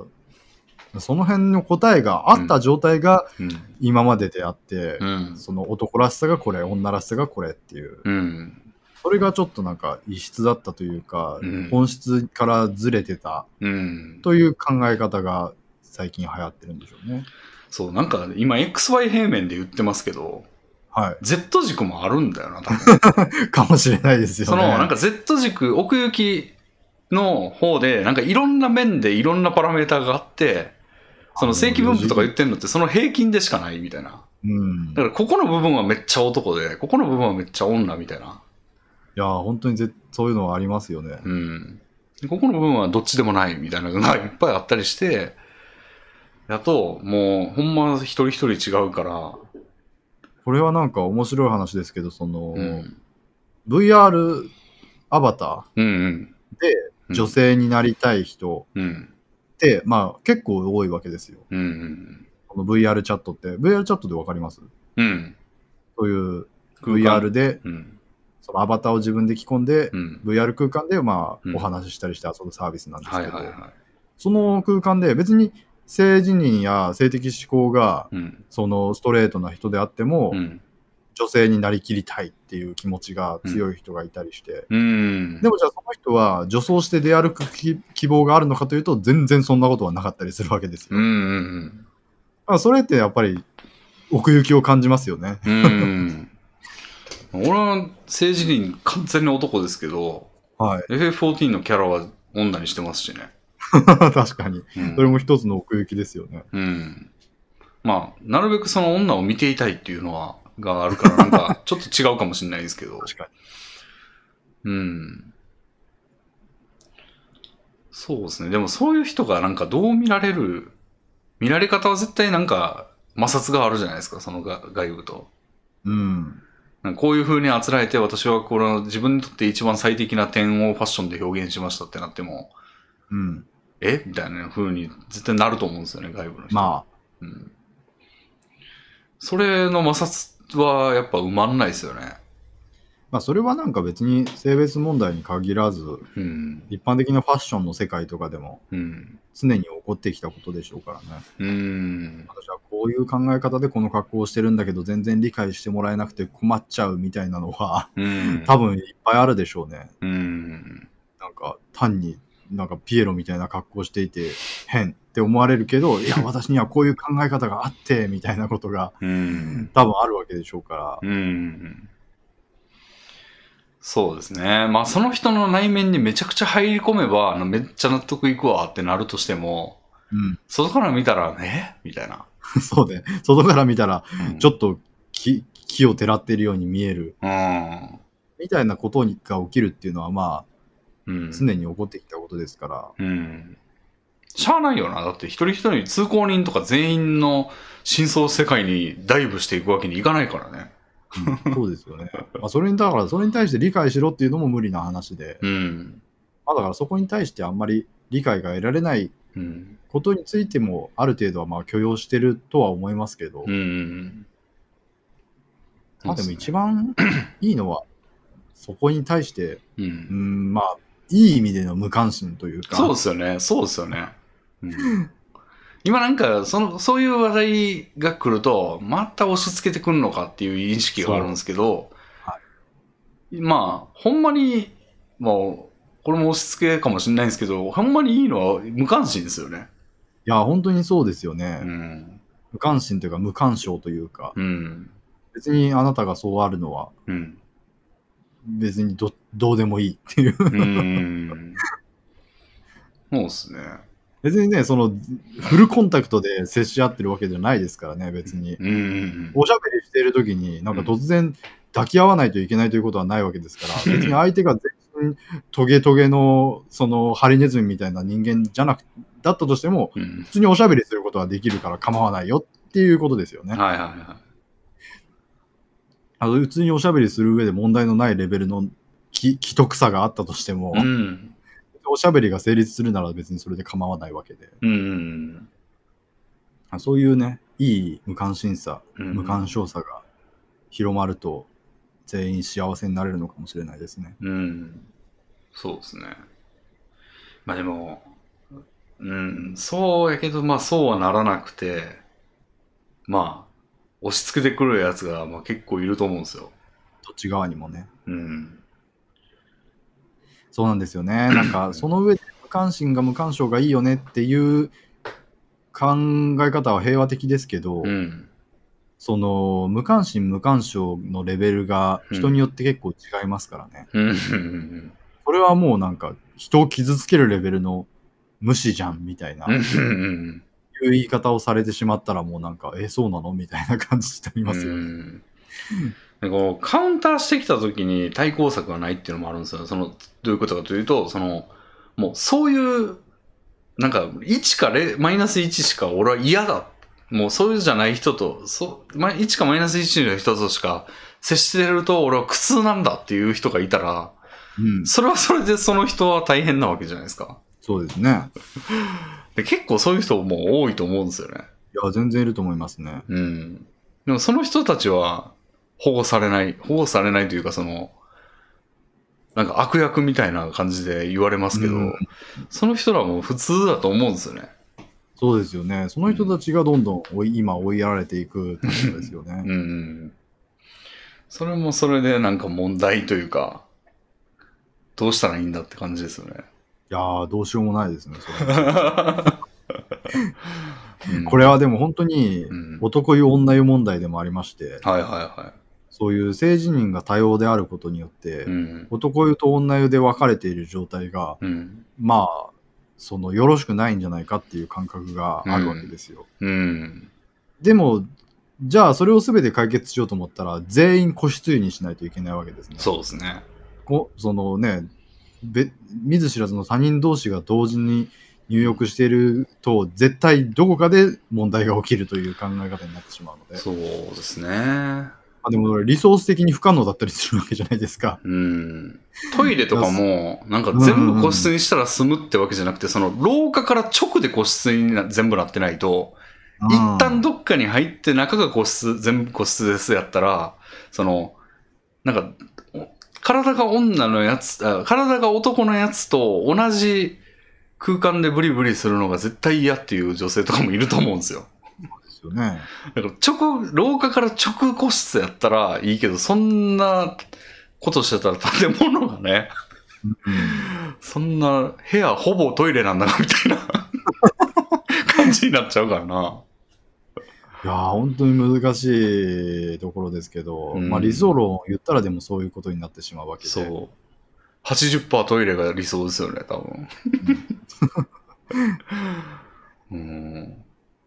あ、その辺の答えがあった状態がうん。今までであって、うん。その男らしさがこれ、女らしさがこれっていう、うん。それがちょっとなんか異質だったというか、うん本質からずれてたうん。という考え方が最近流行ってるんでしょうね。そう、なんか今 XY 平面で言ってますけど、は Z 軸もあるんだよな、多分。い。 かもしれないですよね。その、なんか Z 軸、奥行きの方で、なんかいろんな面でいろんなパラメーターがあって、その正規分布とか言ってんのってその平均でしかないみたいな。うん。いだからここの部分はめっちゃ男で、ここの部分はめっちゃ女みたいな。や、本当にぜそういうのはありますよね。うん。ここの部分はどっちでもないみたいなのがいっぱいあったりして、だと、もう、ほんま一人一人違うから、これはなんか面白い話ですけど、その、うん。 VR アバター、うんうん。でうん、女性になりたい人うん。って、まあ結構多いわけですよ。うんうん。この VR チャットって。VR チャットでわかりますうん。そういう空間。 VR で、うん。そのアバターを自分で着込んで、うん。 VR 空間でまうんあお話ししたりして遊ぶサービスなんですはけいど、はいはその空間で別に性自認や性的指向がい。うん。そのストレートな人であっても、うん。女性になりきりたいっていう気持ちが強い人がいたりして、うん。でもじゃあその人は女装して出歩くき希望があるのかというと全然そんなことはなかったりするわけですよ。うんうんあそれってやっぱり奥行きを感じますよね。うん。うん。俺は政治人完全に男ですけど、 はい。 FF14 のキャラは女にしてますしね。確かに。うんそれも一つの奥行きですよね。うん。まあ、なるべくその女を見ていたいっていうのは、があるから、なん か、ちょっと違うかもしれないですけど。確かうん。そうですね。でもそういう人がなんかどう見られる、見られ方は絶対なんか摩擦があるじゃないですか、そのが外部と。に。うん。なんかこういう風にあつらえて私はこの自分にとって一番最適な点をファッションで表現しましたってなっても、うん。えみたいな風に絶対なると思うんですよね、外部の人。まあ、うんそれの摩擦はやっぱ埋まんないですよね。まあ、それはなんか別に性別問題に限らず、うん。一般的なファッションの世界とかでもうん。常に起こってきたことでしょうからね。うん。私はこういう考え方でこの格好をしてるんだけど全然理解してもらえなくて困っちゃうみたいなのはうん。多分いっぱいあるでしょうね。うん。なんか単になんかピエロみたいな格好していて変って思われるけど、いや私にはこういう考え方があってみたいなことがうん。多分あるわけでしょうから。うん。そうですね。まあ、その人の内面にめちゃくちゃ入り込めば、あのめっちゃ納得いくわってなるとしても、う外から見たら、ねみたいな。ん。そうね。外から見たらうんちょっと木木をてらってるように見える。うん。みたいなことにが起きるっていうのはまうんあ。常に起こってきたことで すから。うん。しゃあないよな。だって一人一人、通行人とか全員の真相世界にダイブしていくわけにいかないからね。そうですよね。まあ、それに、だから、それに対して理解しろっていうのも無理な話で、うん。まあ、だからそこに対してあんまり理解が得られないうん。ことについても、ある程度はまあ許容してるとは思いますけど、うん。まあでも一番いいのは、そこに対して、う。うんん、まあ、いい意味での無関心というか、そうですよね。そうですよね。うん、今なんか、その、そういう話題が来ると、また押し付けてくるのかっていう意識があるんですけど、はまあ、ほんまに、もう、これも押し付けかもしれないんですけど、ほんまにいいのは無関心ですよね。いや、本当にそうですよね。うん。無関心というか、無干渉というか、うん。別にあなたがそうあるのは、うん。別にどどうでもいいっていう。うん。そうですね。別にね、その、フルコンタクトで接し合ってるわけじゃないですからね、別に。うん。おしゃべりしているときに、なんか突然抱き合わないといけないということはないわけですから、別に相手が全身トゲトゲの、その、ハリネズミみたいな人間じゃなく、だったとしても、うん。普通におしゃべりすることはできるから構わないよっていうことですよね。はいはいはあの普通におしゃべりする上で問題のないレベルのき既得さがあったとしても、い。うん。おしゃべりが成立するなら別にそれで構わないわけで、うん。あそういうね、いい無関心さ、うん無干渉さが広まると、全員幸せになれるのかもしれないですね。うん。そうですね。まあでも、うん、そうやけど、まあそうはならなくて、まあ、押し付けてくるやつが、まあ、結構いると思うんですよ。どっち側にもね。うん。そう なんですよね。なんか、その上で無関心が無干渉がいいよねっていう考え方は平和的ですけど、うん。その、無関心無干渉のレベルが人によって結構違いますからね。うん。それはもうなんか、人を傷つけるレベルの無視じゃんみたいな、う。いうん言い方をされてしまったらもうなんか、え、そうなのみたいな感じになりますようね。んでこうカウンターしてきた時に対抗策がないっていうのもあるんですよそのどういうことかというとそのもうそういうなんか1か0マイナス1しか俺は嫌だもうそういうじゃない人とそうま1かマイナス1の人としか接してると俺は苦痛なんだっていう人がいたらうん、それはそれでその人は大変なわけじゃないですかそうですね。で結構そういう人も多いと思うんですよねいや、全然いると思いますね。うん。でもその人たちは保護されない、保護されないというかその、なんか悪役みたいな感じで言われますけど、うんその人らも普通だと思うんですよね。そうですよね。その人たちがどんどん追い今追いやられていくってことですよね。うん。それもそれでなんか問題というか、どうしたらいいんだって感じですよね。いやー、どうしようもないですね、それうんこれはでも本当にうん男湯女湯問題でもありまして、はいはいはそういう性自認が多様であることによって、い。うん。男湯と女湯で分かれている状態が、うん。まあ、そのよろしくないんじゃないかっていう感覚があるわけですよ。うん。でも、じゃあそれを全て解決しようと思ったら、全員個室湯にしないといけないわけですね。そうですね。こそのねべ見ず知らずの他人同士が同時に入浴していると絶対どこかで問題が起きるという考え方になってしまうので、そうですね。まあ、でもリソース的に不可能だったりするわけじゃないですかうん、トイレとかも、なんか全部個室にしたら済むってわけじゃなくて、その廊下から直で個室にな全部なってないと、一旦どっかに入って中が個室、全部個室ですやったら、その、なんか、お体が女のやつ、あ体が男のやつと同じ空間でブリブリするのが絶対嫌っていう女性とかもいると思うんですよ。ですよね。だから直、廊下から直個室やったらいいけど、そんなことしてたら建物がね、うんそんな部屋ほぼトイレなんだなみたいな 感じになっちゃうからな。いやー本当に難しいところですけど、うんまあ理想論を言ったらでもそういうことになってしまうわけで。そう。80%トイレが理想ですよね、多分。うん。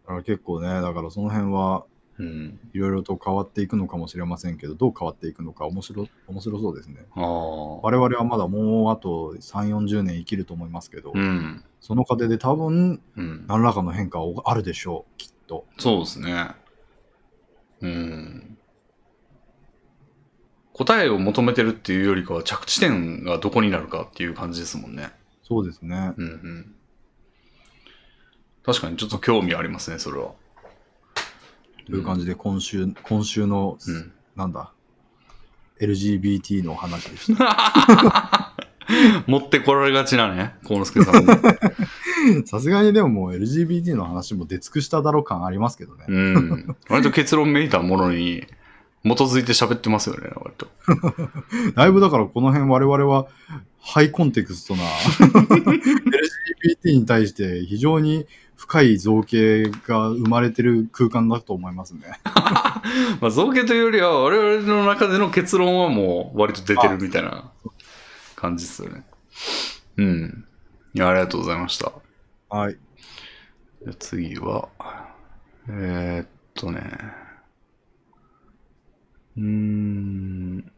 だから結構ね、だからその辺はうん。いろいろと変わっていくのかもしれませんけど、どう変わっていくのか面白面白そうですね。ああ。我々はまだもうあと3、40年生きると思いますけど、うん。その過程で多分うん。何らかの変化はあるでしょう、きっと。そうですね。うん。答えを求めてるっていうよりかは着地点がどこになるかっていう感じですもんね。そうですね。うんうん。確かにちょっと興味ありますね、それは。という感じで今週、今週の、うん。なんだ、LGBT の話でした。 持ってこられがちなね、幸之助さんも。さすがにでももう LGBT の話も出尽くしただろう感ありますけどね。うん。割と結論めいたものに基づいて喋ってますよね、割と。だいぶだからこの辺我々はハイコンテク ストな LGBT に対して非常に深い造形が生まれてる空間だと思いますね。まあ、造形というよりは、我々の中での結論はもう割と出てるみたいな感じですよね。うん。いや、ありがとうございました。はい。じゃあ次は、えー、っとね。うーん。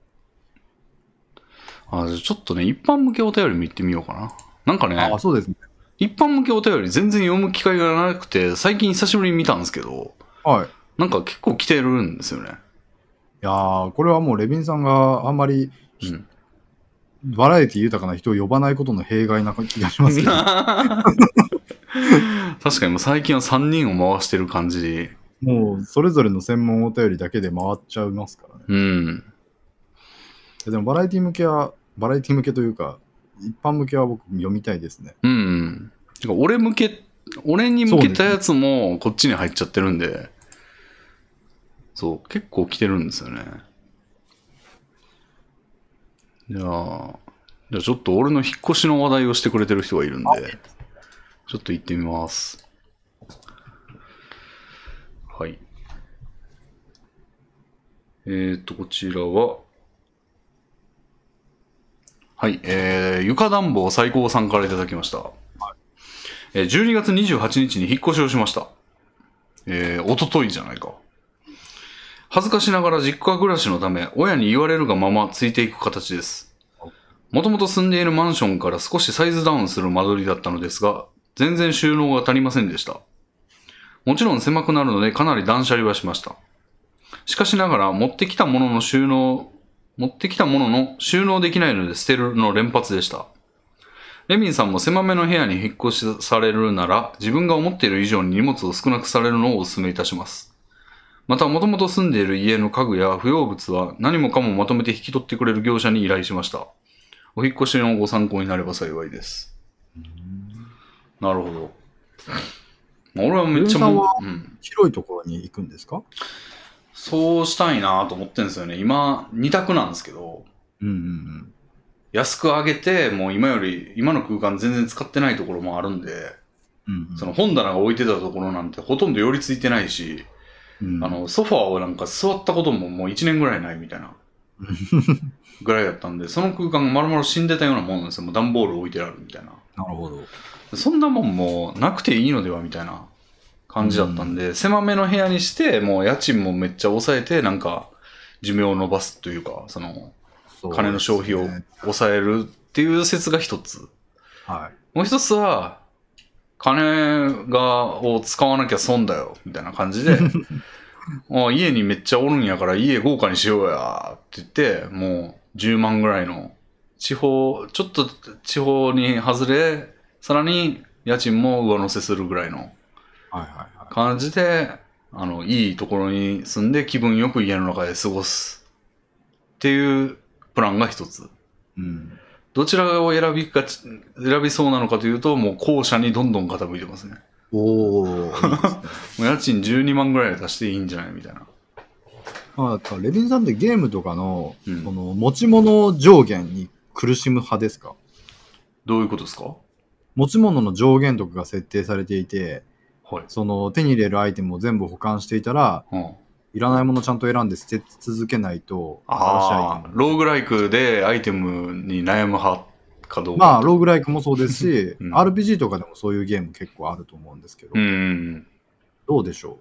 あ、じゃあちょっとね、一般向けお便りも行ってみようかな。なんかね、あ、そうですね。一般向けお便り全然読む機会がなくて、最近久しぶりに見たんですけど、はい。いなんか結構来てるんですよね。やー、これはもうレビンさんがあんまりうん。バラエティ豊かな人を呼ばないことの弊害な気がします けど。確かにもう最近は3人を回してる感じ。もうそれぞれの専門お便りだけで回っちゃいますからね。うん。いやでもバラエティ向けは、バラエティ向けというか、一般向けは僕読みたいですね。うん。てか俺向け、俺に向けたやつもこっちに入っちゃってるんで、そう,、結構来てるんですよね。じゃあ、じゃあちょっと俺の引っ越しの話題をしてくれてる人がいるんで、ちょっと行ってみます。はい。えー、っと、こちらは、はい、えー、床暖房最高さんからいただきました。えー12月28日に引っ越しをしました。えー、おとといじゃないか。恥ずかしながら実家暮らしのため、親に言われるがままついていく形です。もともと住んでいるマンションから少しサイズダウンする間取りだったのですが、全然収納が足りませんでした。もちろん狭くなるのでかなり断捨離はしました。しかしながら持ってきたものの収納持ってきたものの収納できないので捨てるの連発でした。レミンさんも狭めの部屋に引っ越しされるなら自分が思っている以上に荷物を少なくされるのをお勧めいたします。また、もともと住んでいる家の家具や不要物は何もかもまとめて引き取ってくれる業者に依頼しました。お引っ越しのご参考になれば幸いです。なるほど。俺はめっちゃレミンさんはう、うん、広いところに行くんですかそうしたいなと思ってるんですよね。今、2択なんですけど、うんうんうん。安く上げて、もう今より、今の空間全然使ってないところもあるんで、うんうんその本棚が置いてたところなんてほとんど寄りついてないし、うんあの、ソファーをなんか座ったことももう1年ぐらいないみたいな、ぐらいだったんで、その空間がまるまる死んでたようなもんなんですよ。もう段ボール置いてあるみたいな。なるほど。そんなもんもうなくていいのではみたいな感じだったんで、狭めの部屋にして、もう家賃もめっちゃ抑えて、なんか寿命を延ばすというか、その、そう金の消費をですね抑えるっていう説が一つ。はい。もう一つは、金が、を使わなきゃ損だよ、みたいな感じで、あ家にめっちゃおるんやから家豪華にしようや、って言って、もう10万ぐらいの、地方、ちょっと地方に外れ、さらに家賃も上乗せするぐらいのはいはいは感じで、あの、いいところに住んで気分よく家の中で過ごすっていうプランが一つ。うん。どちらを選びかち、選びそうなのかというと、もう後者にどんどん傾いてますね。おお。もう家賃12万ぐらいで足していいんじゃないみたいな。 まあ、だからレビンさんってゲームとかの、うんその持ち物上限に苦しむ派ですかどういうことですか持ち物の上限とかが設定されていて、はい。その手に入れるアイテムを全部保管していたら、うん。いらないものちゃんと選んで捨て続けないと、ああ新しいアイテム。ローグライクでアイテムに悩む派かどうか。まあ、ローグライクもそうですし、うん RPG とかでもそういうゲーム結構あると思うんですけど、うん。どうでしょ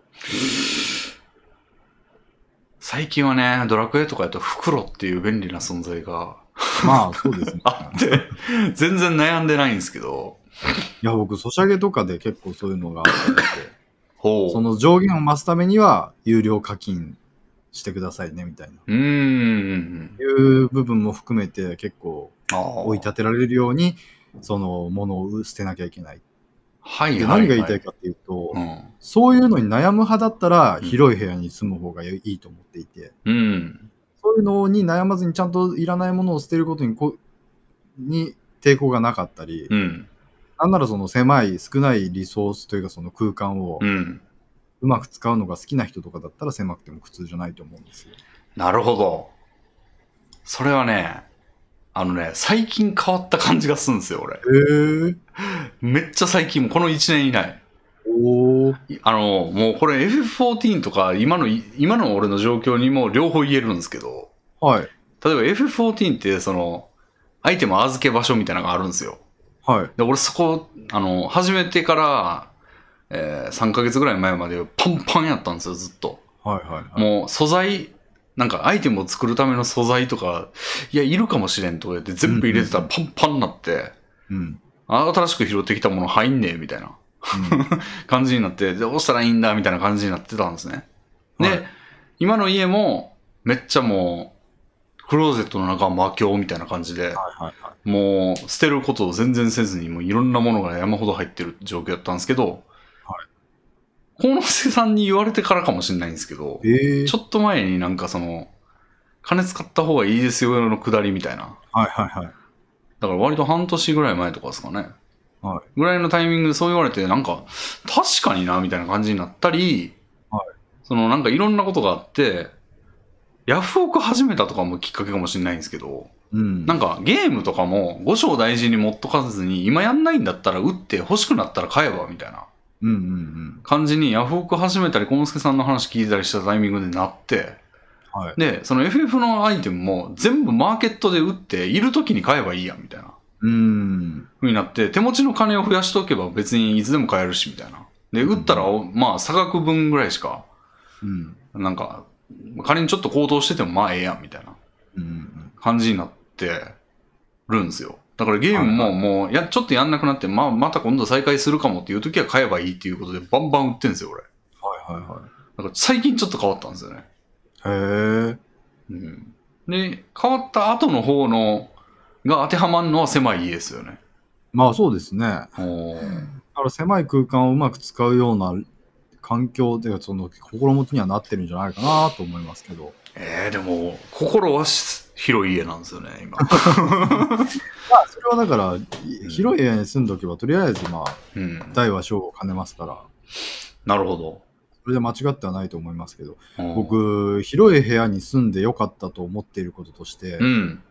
最近はね、ドラクエとかやと袋っていう便利な存在 がうまあ、そうですね。 あって、全然悩んでないんですけど。いや、僕、ソシャゲとかで結構そういうのがあったりして、ほ。そうの上限を増すためには、有料課金してくださいね、みたいな。うーん。いう部分も含めて結構ああ。追い立てられるようにそのものを捨てなきゃいけない。はいはい、ではい。何が言いたいかっていうと、うん。そういうのに悩む派だったらうん広い部屋に住む方がいいと思っていて、うん。そういうのに悩まずにちゃんといらないものを捨てることにこに抵抗がなかったり、うん。なんならその狭い少ないリソースというかその空間をうん。うまく使うのが好きな人とかだったら狭くても苦痛じゃないと思うんですよ。なるほど。それはね、あのね、最近変わった感じがするんですよ、俺。へえ。めっちゃ最近、もうこの1年以内。おーいあの、もうこれ FF14 とか、今のい、今の俺の状況にも両方言えるんですけど、はい例えば F14 って、その、アイテム預け場所みたいなのがあるんですよ。はい。で、俺そこ、あの、始めてから、えー3ヶ月ぐらい前までパンパンやったんですよ、ずっと。はいはいはい。もう素材、なんかアイテムを作るための素材とか、いや、いるかもしれんとか言って全部入れてたらパンパンになって、うん。あ新しく拾ってきたもの入んねえみたいなうん感じになって、どうしたらいいんだみたいな感じになってたんですね。で、はい今の家もめっちゃもう、クローゼットの中は魔境みたいな感じで、はいはいはい。もう捨てることを全然せずに、もういろんなものが山ほど入ってる状況だったんですけど、は幸之助さんに言われてからかもしれないんですけど、ええちょっと前になんかその、金使った方がいいですよの下りみたいな。はいはいはい。だから割と半年ぐらい前とかですかね。はぐらいのタイミングでそう言われて、なんか、確かにな、みたいな感じになったり、はそのなんかいろんなことがあって、ヤフオク始めたとかもきっかけかもしれないんですけど、うん。なんかゲームとかも五章大事に持っとかずに、今やんないんだったら打って欲しくなったら買えば、みたいなうんうんうん。感じにヤフオク始めたり、コンスケさんの話聞いたりしたタイミングでなって、はい。で、その FF のアイテムも全部マーケットで売って、いる時に買えばいいやん、みたいな。うん。ふうになって、手持ちの金を増やしておけば別にいつでも買えるし、みたいな。で、うん売ったら、まあ、差額分ぐらいしか、うん。なんか、仮にちょっと高騰してても、まあ、ええやん、みたいなうんうん。感じになってるんですよ。だからゲームももう、や、ちょっとやんなくなって、まあ、また今度再開するかもっていう時は買えばいいっていうことで、バンバン売ってんですよ、俺。はいはいはだから最近ちょっと変わったんですよね。い。へえ。うんで、変わった後の方の、が当てはまるのは狭い家ですよね。まあそうですね。だおから狭い空間をうまく使うような環境で、その心持ちにはなってるんじゃないかなと思いますけど。えー、でも、心はし広い家なんですよね、今。まあそれはだから、い広い部屋に住んどけば、とりあえずまあ、うん、大は小を兼ねますから、なるほど。それで間違ってはないと思いますけど、うん、僕、広い部屋に住んでよかったと思っていることとして、うん。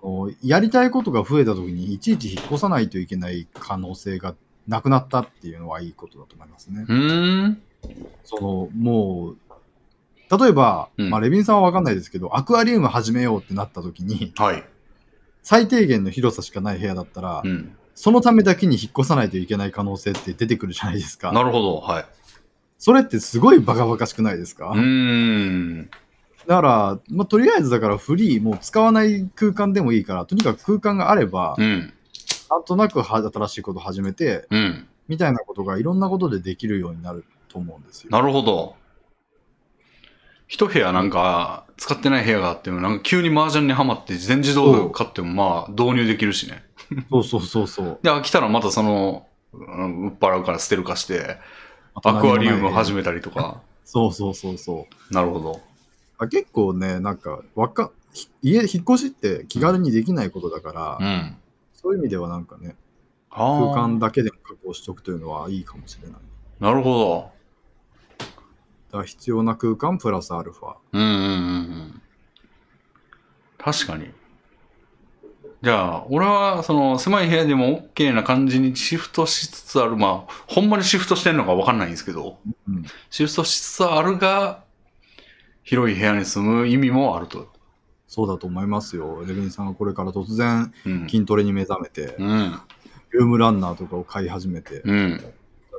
そのやりたいことが増えた時にいちいち引っ越さないといけない可能性がなくなったっていうのはいいことだと思いますね。うーん。そのもう例えば、うんまあ、レビンさんは分かんないですけどアクアリウム始めようってなった時にはい。最低限の広さしかない部屋だったら、うん。そのためだけに引っ越さないといけない可能性って出てくるじゃないですなか。るほど。はい。それってすごいバカバカしくないですか、うーん。だから、まあ、とりあえずだからフリーもう使わない空間でもいいからとにかく空間があれば、うん。なんとなくは新しいこと始めてうん。みたいなことがいろんなことでできるようになると思うんですよ。なるほど。一部屋なんか、使ってない部屋があっても、なんか急に麻雀にはまって全自動で買っても、まあ、導入できるしね。そうそうそうそう。で、飽きたらまたその、うん売っ払うから捨てるかして、アあとク何もアないリウム始めたりとか。 そうそうそうそなるほど。う。あ結構ね、なんか、わか、ひ家、引っ越しって気軽にできないことだから、うん。そういう意味ではなんかね、空空間だけでも確保しておくというのはいいかもしれない。だかなるほら必要な空間プラスアルファ。ど。うんうんうんうん。確かに。じゃあ、俺は、その、狭い部屋でも OK な感じにシフトしつつある。まあ、ほんまにシフトしてんのかわかんないんですけど、うんシフトしつつあるが、広い部屋に住む意味もあると。そうだと思いますよ。レビンさんがこれから突然うん。筋トレに目覚めてう、ん。ルームランナーとかを買い始めて、うん。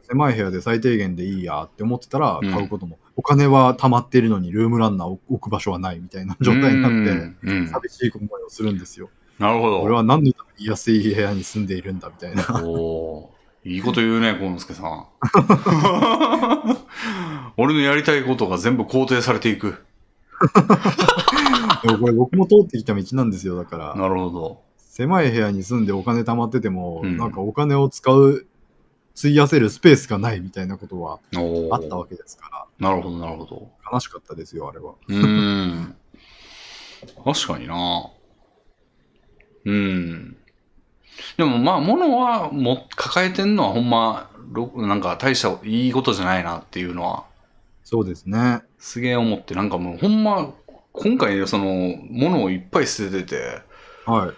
狭い部屋で最低限でいいやって思ってたらうん買うことも、お金は貯まってるのにルームランナーを置く場所はないみたいな状態になって、うん。うん寂しい思いをするんですよ。なるほど。俺は何のために安い部屋に住んでいるんだみたいな。おーいいこと言うね、幸之助さん。 俺のやりたいことが全部肯定されていく。でもこれ僕も通ってきた道なんですよ。だから、なるほど。狭い部屋に住んでお金貯まってても、うんなんかお金を使う、費やせるスペースがないみたいなことはおーあったわけですから、なるほど、なるほど。悲しかったですよ、あれは。うーん。確かにな。うん。でもまあ、物はも抱えてんのはほんま、ろなんか大したいいことじゃないなっていうのはそうですね。すげえ思って、なんかもうほんま、今回その、物をいっぱい捨ててて、は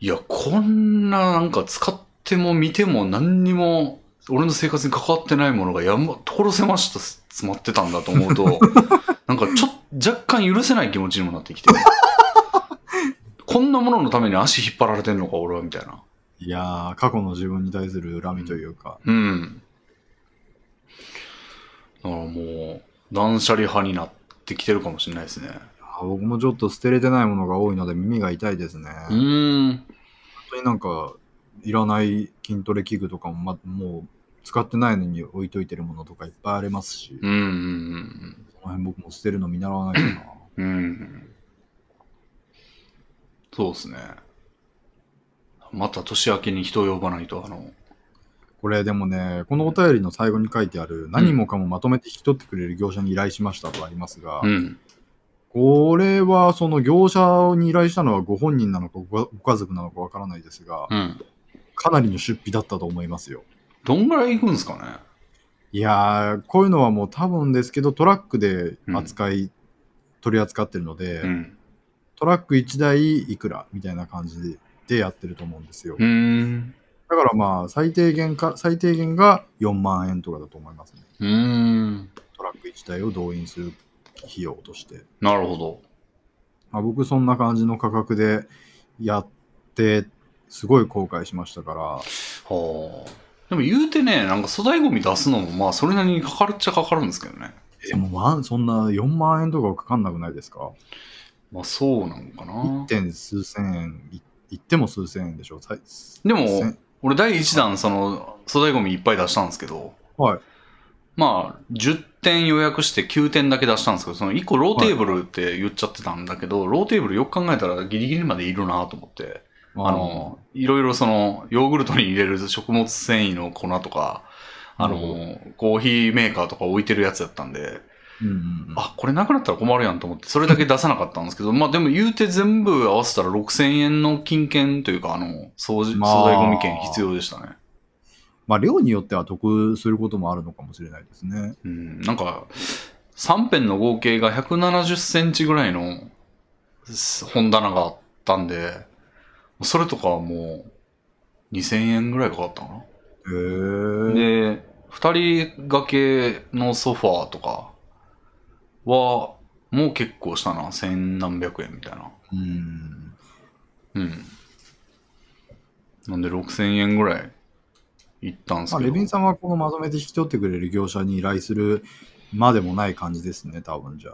い。いや、こんななんか使っても見ても何にも俺の生活に関わってないものが山、所狭しと詰まってたんだと思う と、なんかちょっと若干許せない気持ちにもなってき て。こんなもののために足引っ張られてんのか、俺は、みたいな。いやー、過去の自分に対する恨みというか、うん。だからもう、断捨離派になってきてるかもしれないですね。あー僕もちょっと捨てれてないものが多いので耳が痛いですね。うーん。本当になんか、いらない筋トレ器具とかも、ま、もう使ってないのに置いといてるものとかいっぱいありますし、うんうんうん。その辺僕も捨てるの見習わないとな。うん。そうですね。また年明けに人を呼ばないと、あの、これでもね、このお便りの最後に書いてある、何もかもまとめて引き取ってくれる業者に依頼しましたとありますが、うん。これはその業者に依頼したのはご本人なのかごご家族なのかわからないですが、うん。かなりの出費だったと思いますよ。どんぐらい行くんですかねいやー、こういうのはもう多分ですけど、トラックで扱い、取り扱ってるので、うん。トラック1台いくらみたいな感じでやってると思うんですよ。うーん。だからまあ、最低限か、最低限が4万円とかだと思いますね。うーん。トラック1台を動員する費用として。なるほど。まあ、僕、そんな感じの価格でやって、すごい後悔しましたから、はあ。でも言うてね、なんか粗大ゴミ出すのも、まあ、それなりにかかるっちゃかかるんですけどね。えでもまあ、そんな4万円とかはかかんなくないですかまあ、そうなのかな ?1。点数千円、いいっても数千円でしょ。さいでも千俺、第1弾、その、粗大ゴミいっぱい出したんですけど、はい。まあ、10点予約して9点だけ出したんですけど、その1個ローテーブルって言っちゃってたんだけど、ローテーブルよく考えたらギリギリまでいるなと思って、あの、いろいろその、ヨーグルトに入れる食物繊維の粉とか、あの、うコーヒーメーカーとか置いてるやつやったんで、うんうんうん、あ、これなくなったら困るやんと思って、それだけ出さなかったん ですけど、まあでも言うて全部合わせたら6000円の金券というか、あの、掃除、まあ素材ゴミ券必要でしたね。まあ、量によっては得することもあるのかもしれないですね。うん、なんか、3辺の合計が170センチぐらいのす本棚があったんで、それとかはもう2000円ぐらいかかったかへな。え。で、2人掛けのソファーとかは、もう結構したな。千何百円みたいな。うん。うん。なんで6000円ぐらいいったんですまあ、けど。レビンさんはこのまとめて引き取ってくれる業者に依頼するまでもない感じですね、多分じゃ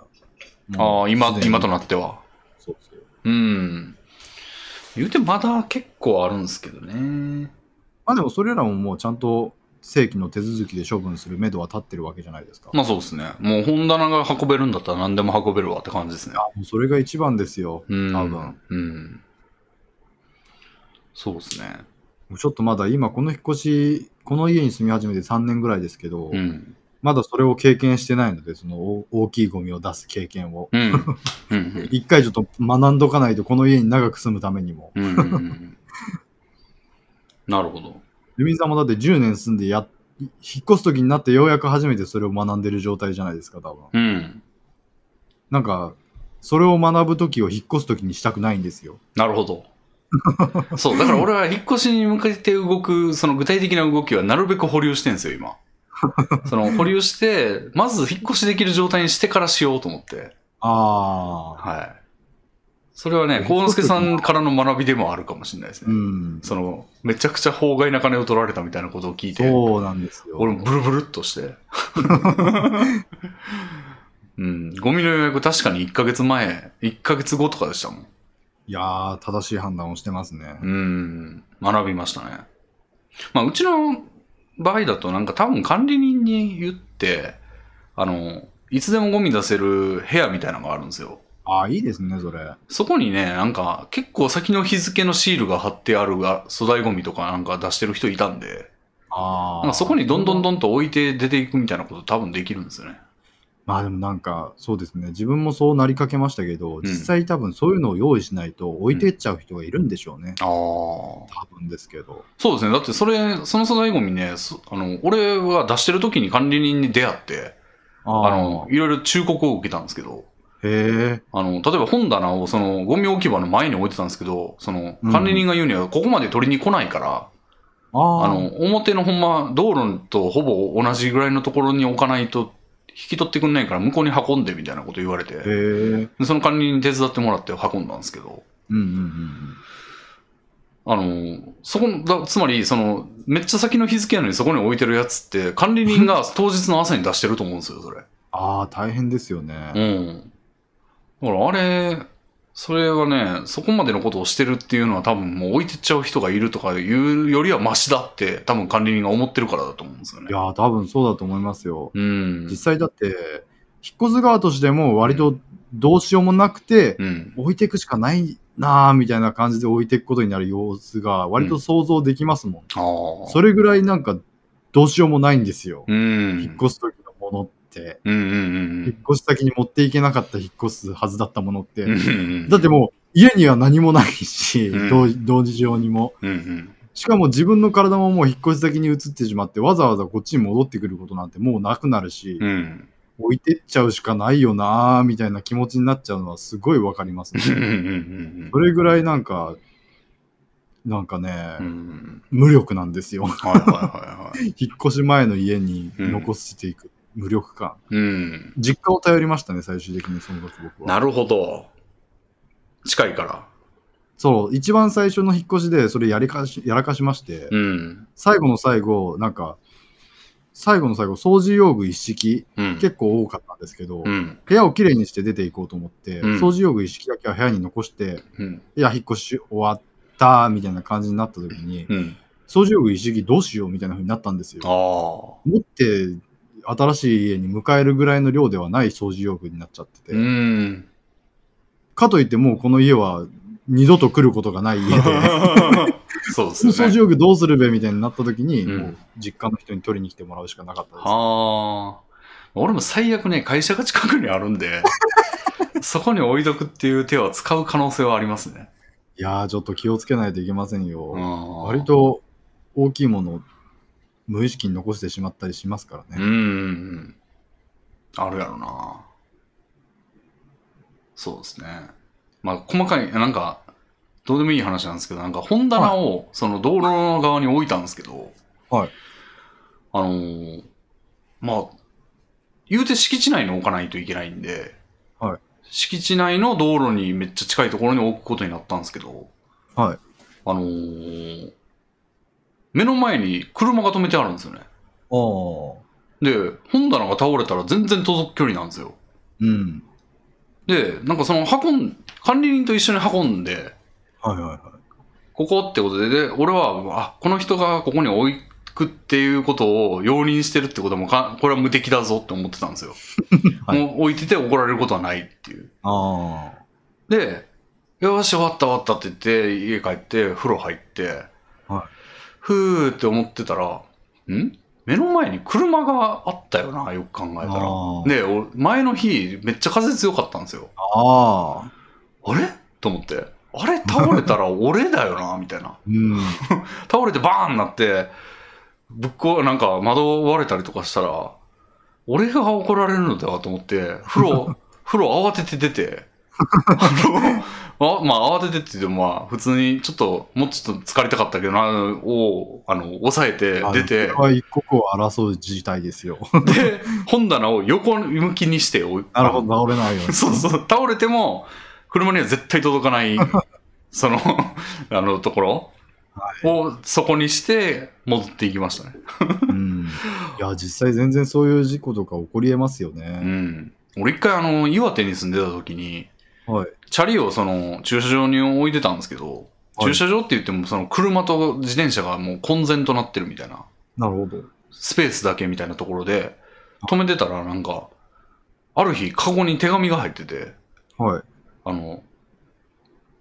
あ。ああ、今、今とななっては。そうそう。うん。言うてまだ結構あるんですけどね。まあでもそれらももうちゃんと正規の手続きで処分する目処は立ってるわけじゃないですか。まあそうですね。もう本棚が運べるんだったら何でも運べるわって感じですね。もうそれが一番ですよ。うん。多分。うん。そうですね。ちょっとまだ今この引っ越し、この家に住み始めて3年ぐらいですけど、うん。まだそれを経験してないので、そのお大きいゴミを出す経験を。うん。うん。一回ちょっと学んどかないと、この家に長く住むためにも。うんうんうん。なるほど。ルミさんもだって10年住んでや、引っ越す時になってようやく初めてそれを学んでる状態じゃないですか、多分。うん。なんか、それを学ぶ時を引っ越す時にしたくないんですよ。なるほど。そう、だから俺は引っ越しに向けて動く、その具体的な動きはなるべく保留してんですよ、今。その保留して、まず引っ越しできる状態にしてからしようと思って。ああ。はい。それはね、幸之助さんからの学びでもあるかもしれないですうね。ん。その、めちゃくちゃ法外な金を取られたみたいなことを聞いて、そうなんですよ。俺もブルブルっと して。うん、ゴミの予約確かに1ヶ月前、1ヶ月後とかでしたもん。いやー、正しい判断をしてますねう。ん、学びましたね。まあ、うちの場合だと、なんか多分管理人に言って、あの、いつでもゴミ出せる部屋みたいなのがあるんですよ。ああ、いいですね、それ。そこにね、なんか結構先の日付のシールが貼ってあるが、粗大ゴミとかなんか出してる人いたんで、あなんあ。かそこにどんどんどん。んと置いて出ていくみたいなこと多分できるんですよね。まあでもなんか、そうですね。自分もそうなりかけましたけど、実際多分そういうのを用意しないと置いてっちゃう人がいるんでしょうね。ああ。多分ですけど。そうですね。だってそれ、その粗大ゴミね、そあの、俺は出してる時に管理人に出会って、ああーの、、いろいろ忠告を受けたんですけど、へえ。あの、例えば本棚をそのゴミ置き場の前に置いてたんですけど、そのうん管理人が言うにはここまで取りに来ないから、あああの、表のほんま道路とほぼ同じぐらいのところに置かないと引き取ってくんないから向こうに運んでみたいなこと言われて、へえ。うんでその管理人に手伝ってもらって運んだんですけど、うんうんあの、そこの、だつまり、その、めっちゃ先の日付やのにそこに置いてるやつって、管理人 が当日の朝に出してると思うんですよ、それ。ああ、大変ですよね。うん。だから、あれ、それはね、そこまでのことをしてるっていうのは多分もう置いてっちゃう人がいるとかいうよりはマシだって、多分管理人が思ってるからだと思うんですよねい。やー、多分そうだと思いますよ。うん実。際だって、引っ越す側としても割とどうしようもなくて、うん。置いていくしかないなーみたいな感じで置いていくことになる様子が割と想像できますもん。ああ。それぐらいなんかどうしようもないんですよ。うん。引っ越す時のものって、うんうん引っ越し先に持っていけなかった引っ越すはずだったものって、うんうん。だってもう家には何もないし、うん同同時上にも。うんうん。しかも自分の体ももう引っ越し先に移ってしまって、わざわざこっちに戻ってくることなんてもうなくなるし、うん。置いてっちゃうしかないよなーみたいな気持ちになっちゃうのはすごいわかりますね。うんうんうんそれぐらいなんか、なんかね、うんうん。無力なんですよ。 はいはいはいはい。引っ越し前の家に残していく無力感。うん。実家を頼りましたね、最終的にその時僕は。なるほど。近いから。そう、一番最初の引っ越しでそれやりかしやらかしまして、うん。最後の最後、なんか、最後の最後、掃除用具一式、うん。結構多かったんですけど、うん。部屋をきれいにして出ていこうと思って、うん掃除用具一式だけは部屋に残して、うん。いや、引っ越し終わった、みたいな感じになった時に、うん。掃除用具一式どうしようみたいな風になったんですよ。ああ。持って新しい家に迎えるぐらいの量ではない掃除用具になっちゃってて、うん。かといってもうこの家は二度と来ることがない 家でそうでそのす掃ね。除用具どうするべみたいになった時に、うんもう実家の人に取りに来てもらうしかなかったであす。あ。俺も最悪ね、会社が近くにあるんで、そこに置いとくっていう手は使う可能性はありますね。いやーちょっと気をつけないといけませんよ。割割。と大きいものを無意識に残してしまったりしますからうんうね。んうん。あるやろな。そうですね。まあ、細かい、なんか、どうでもいい話なんですけど、なんか本棚をその道路の側に置いたんですけど、はい。あのーまあ、言うて敷地内に置かないといけないんで、はい。敷地内の道路にめっちゃ近いところに置くことになったんですけど、はい。あのー目の前に車が止めてあるんですよね。ああ。で、本棚が倒れたら全然届く距離なんですよ。うん。で、なんかその運ん、管理人と一緒に運んで、はいはいはい。ここってことで、で、俺は、あ、この人がここに置くっていうことを容認してるってこともか、これは無敵だぞって思ってたんですよ。 はいもう置いてて怒られることはないっていう。あで、よし、終わった終わったって言って、家帰って、風呂入って、はふーって思ってたら、ん目の前に車があったよな、よく考えたら。あで、俺前の日、めっちゃ風強かったんですよ。あー。あれと思って。あれ倒れた ら俺だよな、みたいな。うん。倒れてバーンなって、ぶっこ、なんか窓割れたりとかしたら、俺が怒られるのではと思って、風 呂、風呂慌てて出て、あのあまあ慌ててって言ってもまあ普通にちょっと、もうちょっと疲れたかったけどな、を、あの、抑えて出あてのこ、れは一刻を争う事態ですよ。で、本棚を横向きにして、お なるほ ど、倒れないように。 そうそう、倒れても、車には絶対届か ない、その、 あのところを、そこにして、戻っていきましたね。 うん。いや、実際全然そういう事故とか起こり得ますようね。ん。俺一回、あの、岩手に住んでた時に、はい。チャリをその、駐車場に置いてたんですけど、はい駐車場って言っても、その、車と自転車がもう混然となってるみたいな、なるほど。スペースだけみたいなところで、止めてたら、なんか、ある日、カゴに手紙が入ってて、はい。あの、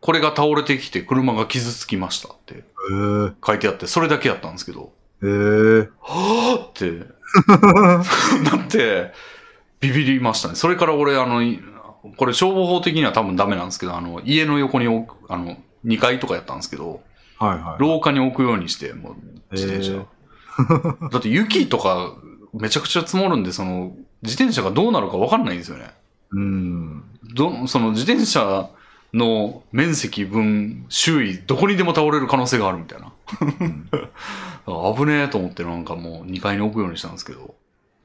これが倒れてきて車が傷つきましたってえー、書いてあって、それだけやったんですけど、 えー。はぁって なって、ビビりましたね。それから俺、あの、いこれ消防法的には多分ダメなんですけど、あの、家の横に置く、あの、2階とかやったんですけど、はいはい。廊下に置くようにして、もう、自転車。 だって雪とか、めちゃくちゃ積もるんで、その、自転車がどうなるか分かんないんですよね。うん。どその自転車の面積分周囲どこにでも倒れる可能性があるみたいなうんあ危ねえと思ってなんかもう2階に置くようにしたんですけど、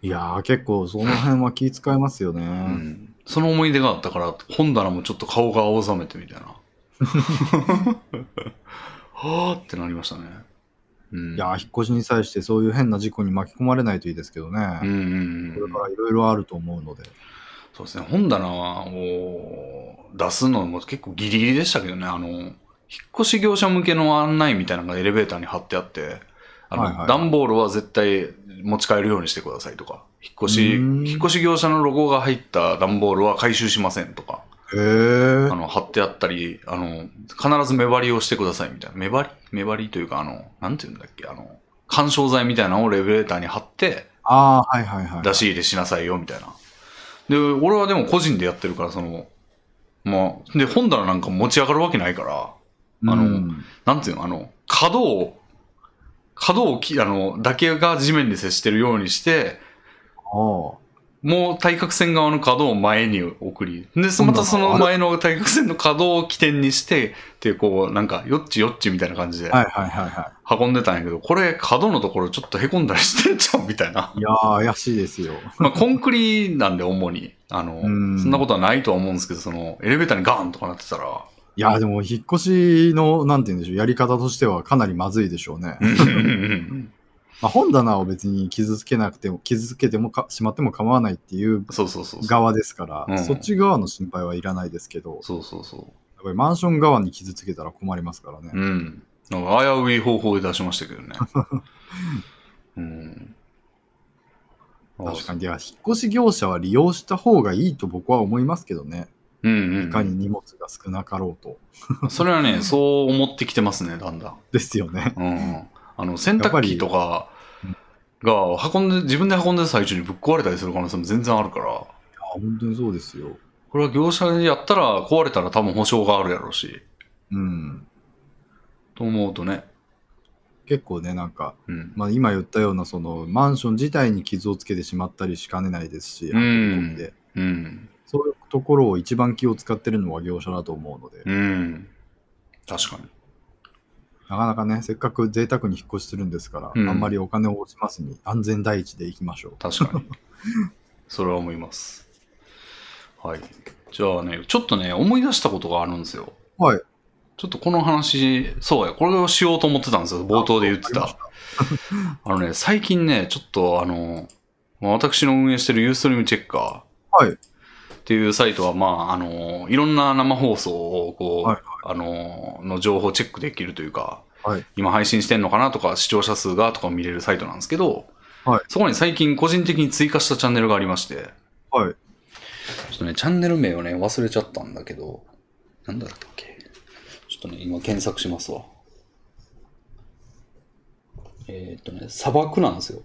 いやー、結構その辺は気遣いますよね。うんその思い出があったから本棚もちょっと顔が青ざめてみたい なはあってなりましたね、うん、いやー、引っ越しに際してそういう変な事故に巻き込まれないといいですけどね。うんうんこうれんからいろいろあると思うので。そうですね本棚を出すのも結構ギリギリでしたけどねあの引っ越し業者向けの案内みたいなのがエレベーターに貼ってあってあの、はいはい段ボールは絶対持ち帰るようにしてくださいとか引っ越しうーん引っ越し業者のロゴが入った段ボールは回収しませんとかへえあ。の貼ってあったりあの必ず目張りをしてくださいみたいな目張り目張りというかあのなんていうんだっけあの緩衝材みたいなのをエレベーターに貼ってああ、はいはいはい。出し入れしなさいよ、みたいな。で、俺はでも個人でやってるから、その、まあ、で、本棚なんか持ち上がるわけないから、あのうんなんていうの、あの、角を、角をき、あの、だけが地面に接してるようにして、あもう対角線側の角を前に送り、で、そまたその前の対角線の角を起点にして、っていう、こう、なんか、よっちよっちみたいな感じであはいはいはいは運んでたんやけど、これ、角のところちょっと凹んだりしてんちゃうみたいな。い。いやー、怪しいですよ。まあ、コンクリなんで、主に。あの、うんそんなことはないとは思うんですけど、その、エレベーターにガーンとかなってたら、いやー、でも引っ越しの、なんて言うんでしょう、やり方としてはかなりまずいでしょうね。まあ、本棚を別に傷つけなくても、傷つけてもかしまっても構わないっていうそうそうそうそう。側ですから、うんそっち側の心配はいらないですけど、そうそうそう。やっぱりマンション側に傷つけたら困りますからね。うん。なんか危うい方法で出しましたけど ね。うん。確かに。いや、引っ越し業者は利用した方がいいと僕は思いますけどね。に。ういんうかにん。荷物が少なかろうと。それはね、そう思ってきてますね、だんだん。ですよね。うん。あの、洗濯機とかが運んで、自分で運んでる最中にぶっ壊れたりする可能性も全然あるから、いや、本当にそうですよ。これは業者でやったら壊れたら多分保証があるやろうし。うん。と思うとね、結構ね、なんか、うん、まあ、今言ったような、その、マンション自体に傷をつけてしまったりしかねないですし、うん運び込みでうん、そういうところを一番気を使ってるのは業者だと思うので、うん、確かに。なかなかね、せっかく贅沢に引っ越しするんですから、うんあんまりお金を惜しまずに安全第一でいきましょう。確かに。それは思います。はい。じゃあね、ちょっとね、思い出したことがあるんですよ。はい。ちょっとこの話、そうや、これをしようと思ってたんですよ。冒頭で言ってあわたか。あのね、最近ね、ちょっとあの、まあ私の運営してるユーストリームチェッカー。はいっていうサイトは、まあ、あの、いろんな生放送を、こう、はいあの、の情報をチェックできるというか、はい今配信してんのかなとか、視聴者数がとか見れるサイトなんですけど、はいそこに最近個人的に追加したチャンネルがありまして、はい。ちょっとね、チャンネル名をね、忘れちゃったんだけど、なんだったっけ。ちょっとね、今検索しますわ。えーっとね、砂漠なんですよ。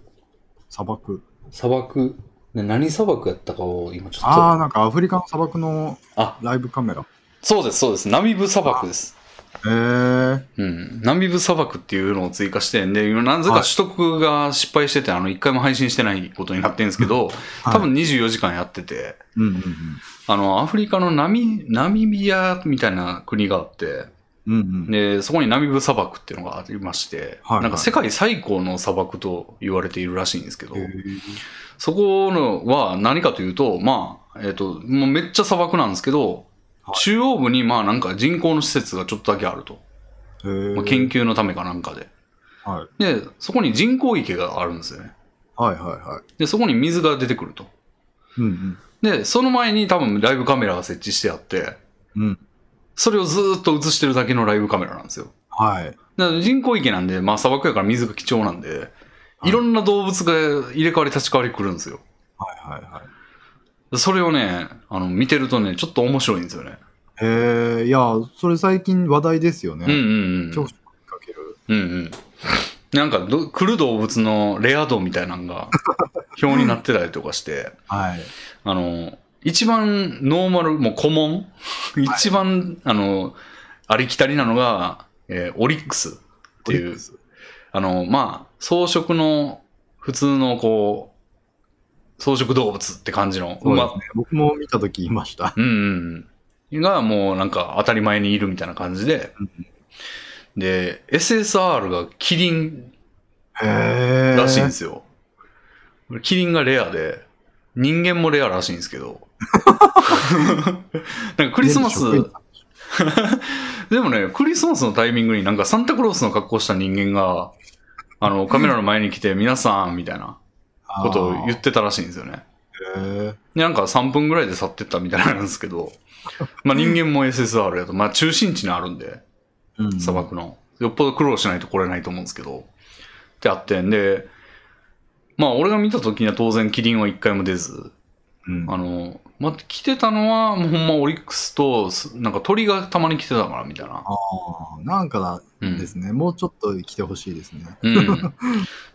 砂漠。砂漠。ね何砂漠やったかを今ちょっと。ああ、なんかアフリカの砂漠のあライブカメラ。そうです、そうです。ナミブ砂漠です。へえー。うん。ナミブ砂漠っていうのを追加して、で、今なぜかはい取得が失敗してて、あの、一回も配信してないことになってるんですけど、はい多分24時間やってて、うんうんあの、アフリカのナミ、ナミビアみたいな国があって、うん。うんうん。で、そこにナミブ砂漠っていうのがありまして、はいはいなんか世界最高の砂漠と言われているらしいんですけど、へーそこのは何かというと、まあ、えっ、と、もうめっちゃ砂漠なんですけど、はい中央部にまあなんか人工の施設がちょっとだけあると。へーまあ、研究のためかなんかで。はいで、そこに人工池があるんですよね。はいはいはい。で、そこに水が出てくると。うんで、その前に多分ライブカメラが設置してあって、うん。うん。それをずーっと映してるだけのライブカメラなんですよ。はい。だから人工池なんで、まあ砂漠やから水が貴重なんで、いいろんな動物が入れ替わり立ち替わり来るんですよ。はいはいはい。それをね、あの、見てるとね、ちょっと面白いんですよね。へえー、いや、それ最近話題ですよね。うんうんうん。ちょくちょく見かける。うんうん。なんかど、来る動物のレア度みたいなの が表になってたりとかして、はい。あの、一番ノーマル、もう古文、一番、あの、ありきたりなのが、えーオリックスってオリいッうク、スあの、まあ、草食の、普通のこう、草食動物って感じの、そうで馬すね。僕も見たときいました。うんうんうん。がもうなんか当たり前にいるみたいな感じでうん、で、SSR がキリンへえ。らしいんですよ。キリンがレアで、人間もレアらしいんですけ ど。なんかクリスマス、ね職員さんでもね、クリスマスのタイミングになんかサンタクロースの格好した人間が、あの、カメラの前に来て皆さんみたいなことを言ってたらしいんですよね。あーへーで、なんか3分ぐらいで去ってったみたいなんですけ ど、まあ人間も SSR やと、まあ中心地にあるんで、うん砂漠の。よっぽど苦労しないと来れないと思うんですけど。ってあってんで、まあ俺が見た時には当然キリンは一回も出ず、うんあの、まあ来てたのはもうほんまオリックスと、すなんか鳥がたまに来てたからみたいな。あーなんかうなんんで。すね、もうちょっと来てほしいですね。うん。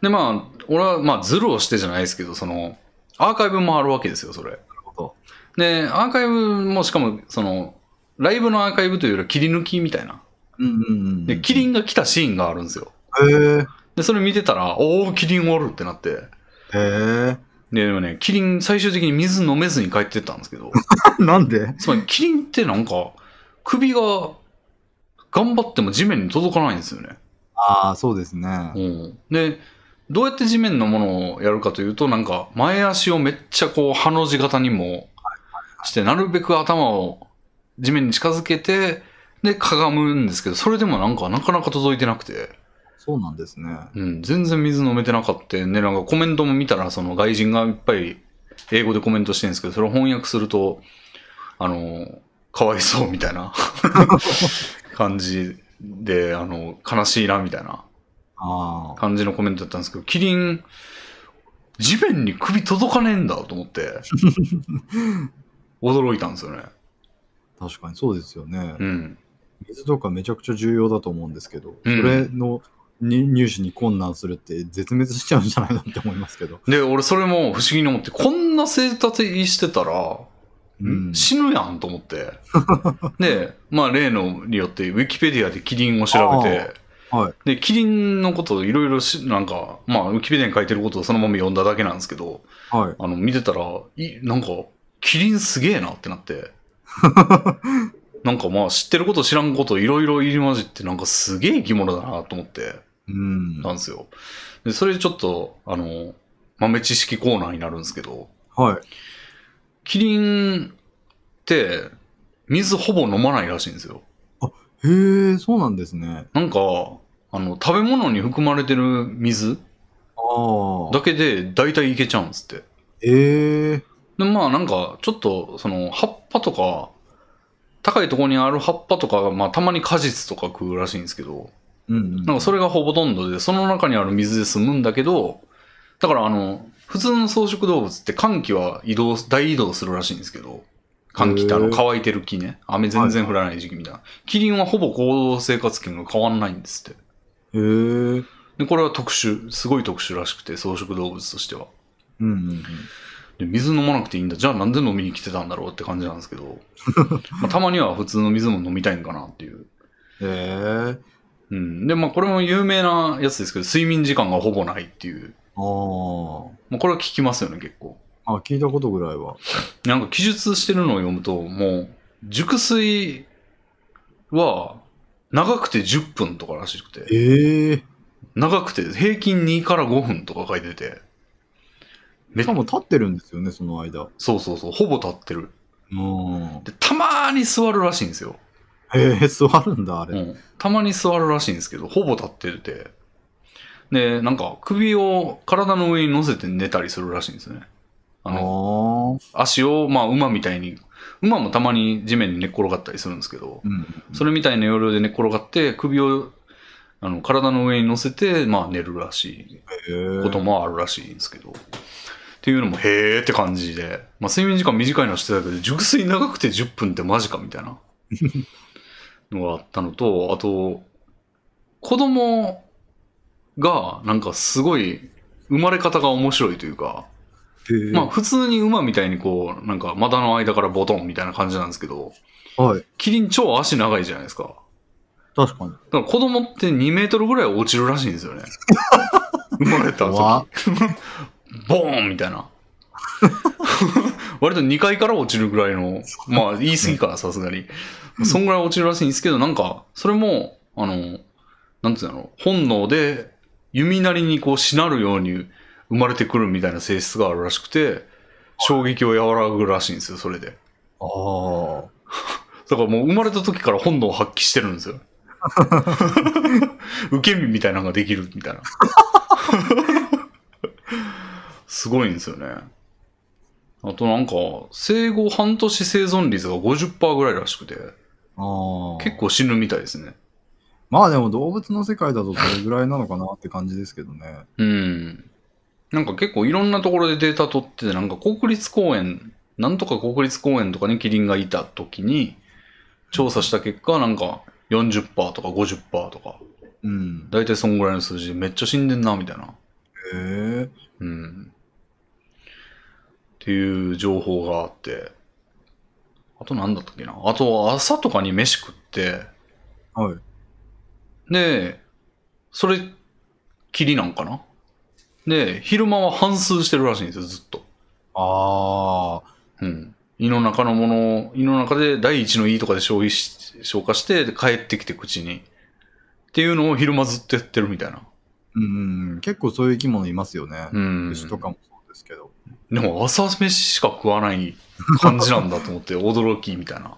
でまあ、俺はまあズルをしてじゃないですけど、その、アーカイブもあるわけですよ、それ。なるほど。で、アーカイブもしかも、その、ライブのアーカイブというよりは切り抜きみたいな。うんうんうん。で、キリンが来たシーンがあるんですよ。へえ。で、それ見てたら、おー、キリンおるってなって。へで、でもね、キリン最終的に水飲めずに帰ってったんですけ ど、え。 なんでつまりキリンってなんか、首が頑張っても地面に届かないんですよね。ああ、そうですね。うんで、どうやって地面のものをやるかというと、なんか前足をめっちゃこう、ハの字型にもして、なるべく頭を地面に近づけて、で、かがむんですけど、それでもなんかなかなか届いてなくて、そうなんですね。うん、全然水飲めてなかったんで、なんかコメントも見たら、その外人がいっぱい英語でコメントしてるんですけど、それを翻訳すると、あの、かわいそうみたいな 感じで、あの、悲しいなみたいな。ああ。感じのコメントだったんですけど、キリン、地面に首届かねえんだと思って、 驚いたんですよね。確かにそうですよね。うん。水とかめちゃくちゃ重要だと思うんですけど、うんそれのに入手に困難するって絶滅しちゃうんじゃないのって思いますけど。で、俺それも不思議に思って、こんな生態してたら、うん。死ぬやんと思って。で、まあ例のによって、ウィキペディアでキリンを調べて、あーはいで、キリンのことをいろいろし、なんか、まあ、ウィキペディアに書いてることをそのまま読んだだけなんですけど、はい。あの、見てたら、い、なんか、キリンすげえなってなって。なんかまあ、知ってること知らんこといろいろ入り混じって、なんかすげえ生き物だなと思って、うん。なはんですよ。で、それちょっと、あの、豆知識コーナーになるんですけど、い。キリンって、水ほぼ飲まないらしいんですよ。へえ、そうなんですね。なんか、あの、食べ物に含まれてる水あだあ。けで大体いけちゃうんですって。ええ。でまあなんかちょっとその葉っぱとか高いところにある葉っぱとかが、まあ、たまに果実とか食うらしいんですけどうんうん。なんかそれがほとんどでその中にある水で済むんだけどだからあの普通の草食動物って寒気は移動大移動するらしいんですけど寒気ってあへのー乾いてる木ね雨全然降らない時期みたいな、キリンはほぼ行動生活圏が変わんないんですってへえ。で、これは特殊、すごい特殊らしくて、草食動物としては。うんうんうん。で水飲まなくていいんだじゃあなんで飲みに来てたんだろうって感じなんですけど、まあ、たまには普通の水も飲みたいんかなっていう、へえ。うん、でまあこれも有名なやつですけど睡眠時間がほぼないっていう、まああ。あ、これは聞きますよね結構あ、聞いたことぐらいは。なんか記述してるのを読むともう熟睡は長くて10分とからしくてええ。長くて平均2から5分とか書いててめしかも立ってるんですよね、その間。そうそうそうほぼ立ってるうん。でたまーに座るらしいんですよへえ、座るんだ、あれ。うん、たまに座るらしいんですけどほぼ立っててでなんか首を体の上に乗せて寝たりするらしいんですよねあああの足を、まあ、馬みたいに馬もたまに地面に寝っ転がったりするんですけどうん。それみたいな要領で寝っ転がって首をあの体の上に乗せて、まあ、寝るらしいことへもあるらしいんですけど、っていうのもへーって感じで、まあ、睡眠時間短いのは知ってたけど熟睡長くて10分ってマジかみたいなのがあったのとあと子供がなんかすごい生まれ方が面白いというか、え。まあ普通に馬みたいにこうなんか股の間からボトンみたいな感じなんですけどあ、はい。キリン超足長いじゃないですか。確かに。だから子供って2メートルぐらい落ちるらしいんですよね。生まれた時怖っ。ボーンみたいな。 割と2階から落ちるぐらいの、まあ言い過ぎかな、さすがに。そんぐらい落ちるらしいんですけど、なんか、それも、あの、なんていうの、本能で、弓なりにこうしなるように生まれてくるみたいな性質があるらしくて、衝撃を和らぐらしいんですよ、それで。ああ。だからもう生まれた時から本能を発揮してるんですよ。受け身みたいなのができるみたいな。すごいんですよね。あとなんか、生後半年生存率が50%ぐらいらしくて、ああ。結。構死ぬみたいですね。まあでも動物の世界だとそれぐらいなのかなって感じですけどね。うん。なんか結構いろんなところでデータ取ってて、なんか国立公園、なんとか国立公園とかにキリンがいた時に、調査した結果、なんか40%とか50%とか、うん。大体そんぐらいの数字でめっちゃ死んでんなみたいな。へえ。うん。っていう情報があって。あと何だったっけな。あと朝とかに飯食って、はい。で、それ、きりなんかなで、昼間は反数してるらしいんですよ、ずっと。ああ。うん。胃の中のものを、胃の中で第一の胃とかで消費し、消化して、で帰ってきて口に。っていうのを昼間ずっとやってるみたいな。うんうん。結構そういう生き物いますよね。うん。牛とかもそうですけど。でも朝飯しか食わない感じなんだと思って 驚きみたいな。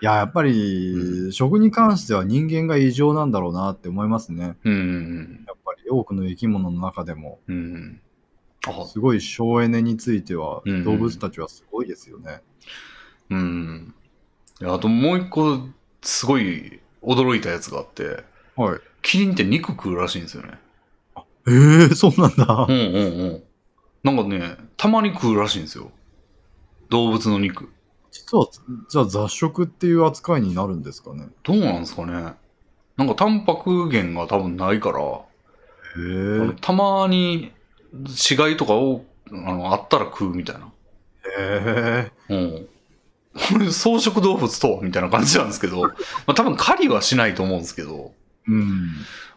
いや、やっぱり、う食に関しては人間が異常なんだろうなって思いますね。うんやっぱり多くの生き物の中でも、うんうん。うんあ、すごい省エネについてはうんうん動物たちはすごいですよね。うん。いやあともう一個すごい驚いたやつがあって、はい。キリンって肉食うらしいんですよね。ええそうなんだ う。んうんうん。なんかね、たまに食うらしいんですよ。動物の肉。実は、じゃあ雑食っていう扱いになるんですかね。どうなんですかね。なんかタンパク源が多分ないから、へえあのたまに死骸とかをあのあったら食うみたいな。へえうん。これ草食動物とはみたいな感じなんですけど、まあ、多分狩りはしないと思うんですけど、うん。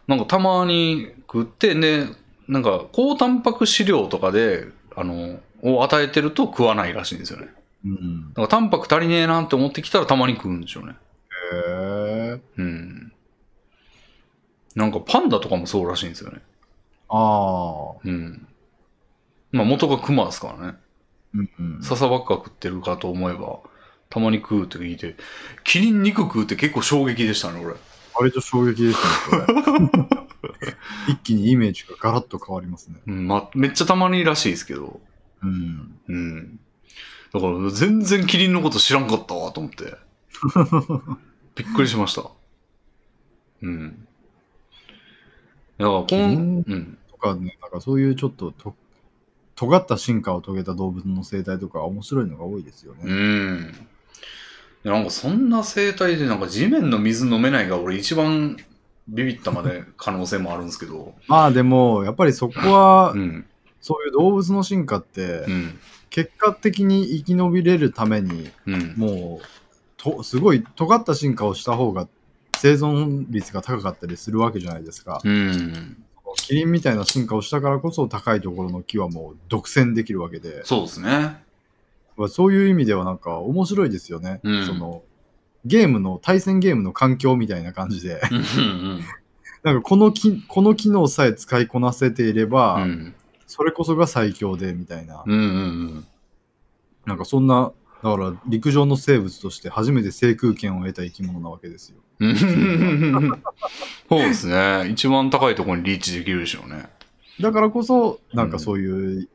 なんかたまに食って、ね、なんか高タンパク飼料とかで、あの、を与えてると食わないらしいんですよね。うん。だからタンパク足りねえなって思ってきたらたまに食うんでしょうね。へえうん。なんかパンダとかもそうらしいんですよね。ああ。うん。まあ元がクマですからね。うんうん。笹ばっか食ってるかと思えば、たまに食うって聞いて、キリン肉食うって結構衝撃でしたね、俺。割と衝撃でしたね、これ。一気にイメージがガラッと変わりますね。うん、まあ、めっちゃたまにらしいですけど。うん。うん。だから、全然キリンのこと知らんかったわ、と思って。び っくりしました。うん。だから、こキリンん、うん。とかね、なんかそういうちょっとと尖った進化を遂げた動物の生態とか面白いのが多いですようね。ん。でなんか、そんな生態で、なんか、地面の水飲めないが、俺一番ビビったまで可能性もあるんですけど。まあでも、やっぱりそこはう、ん。そういう動物の進化ってう、ん。結果的に生き延びれるために、うん。もうと、すごい尖った進化をした方が生存率が高かったりするわけじゃないですか。うん。キリンみたいな進化をしたからこそ高いところの木はもう独占できるわけで、そうですね。まあそういう意味ではなんか面白いですよね。うんそのゲームの、対戦ゲームの環境みたいな感じで、 うんうんなんかこの機この機能さえ使いこなせていれうば、ん。それこそが最強でみたいな、うんうんなんかそんな、だから陸上の生物として初めて制空権を得た生き物なわけですよ。うんうん。そうですね。一番高いところにリーチできるでしょうね。だからこそ、なんかそういう、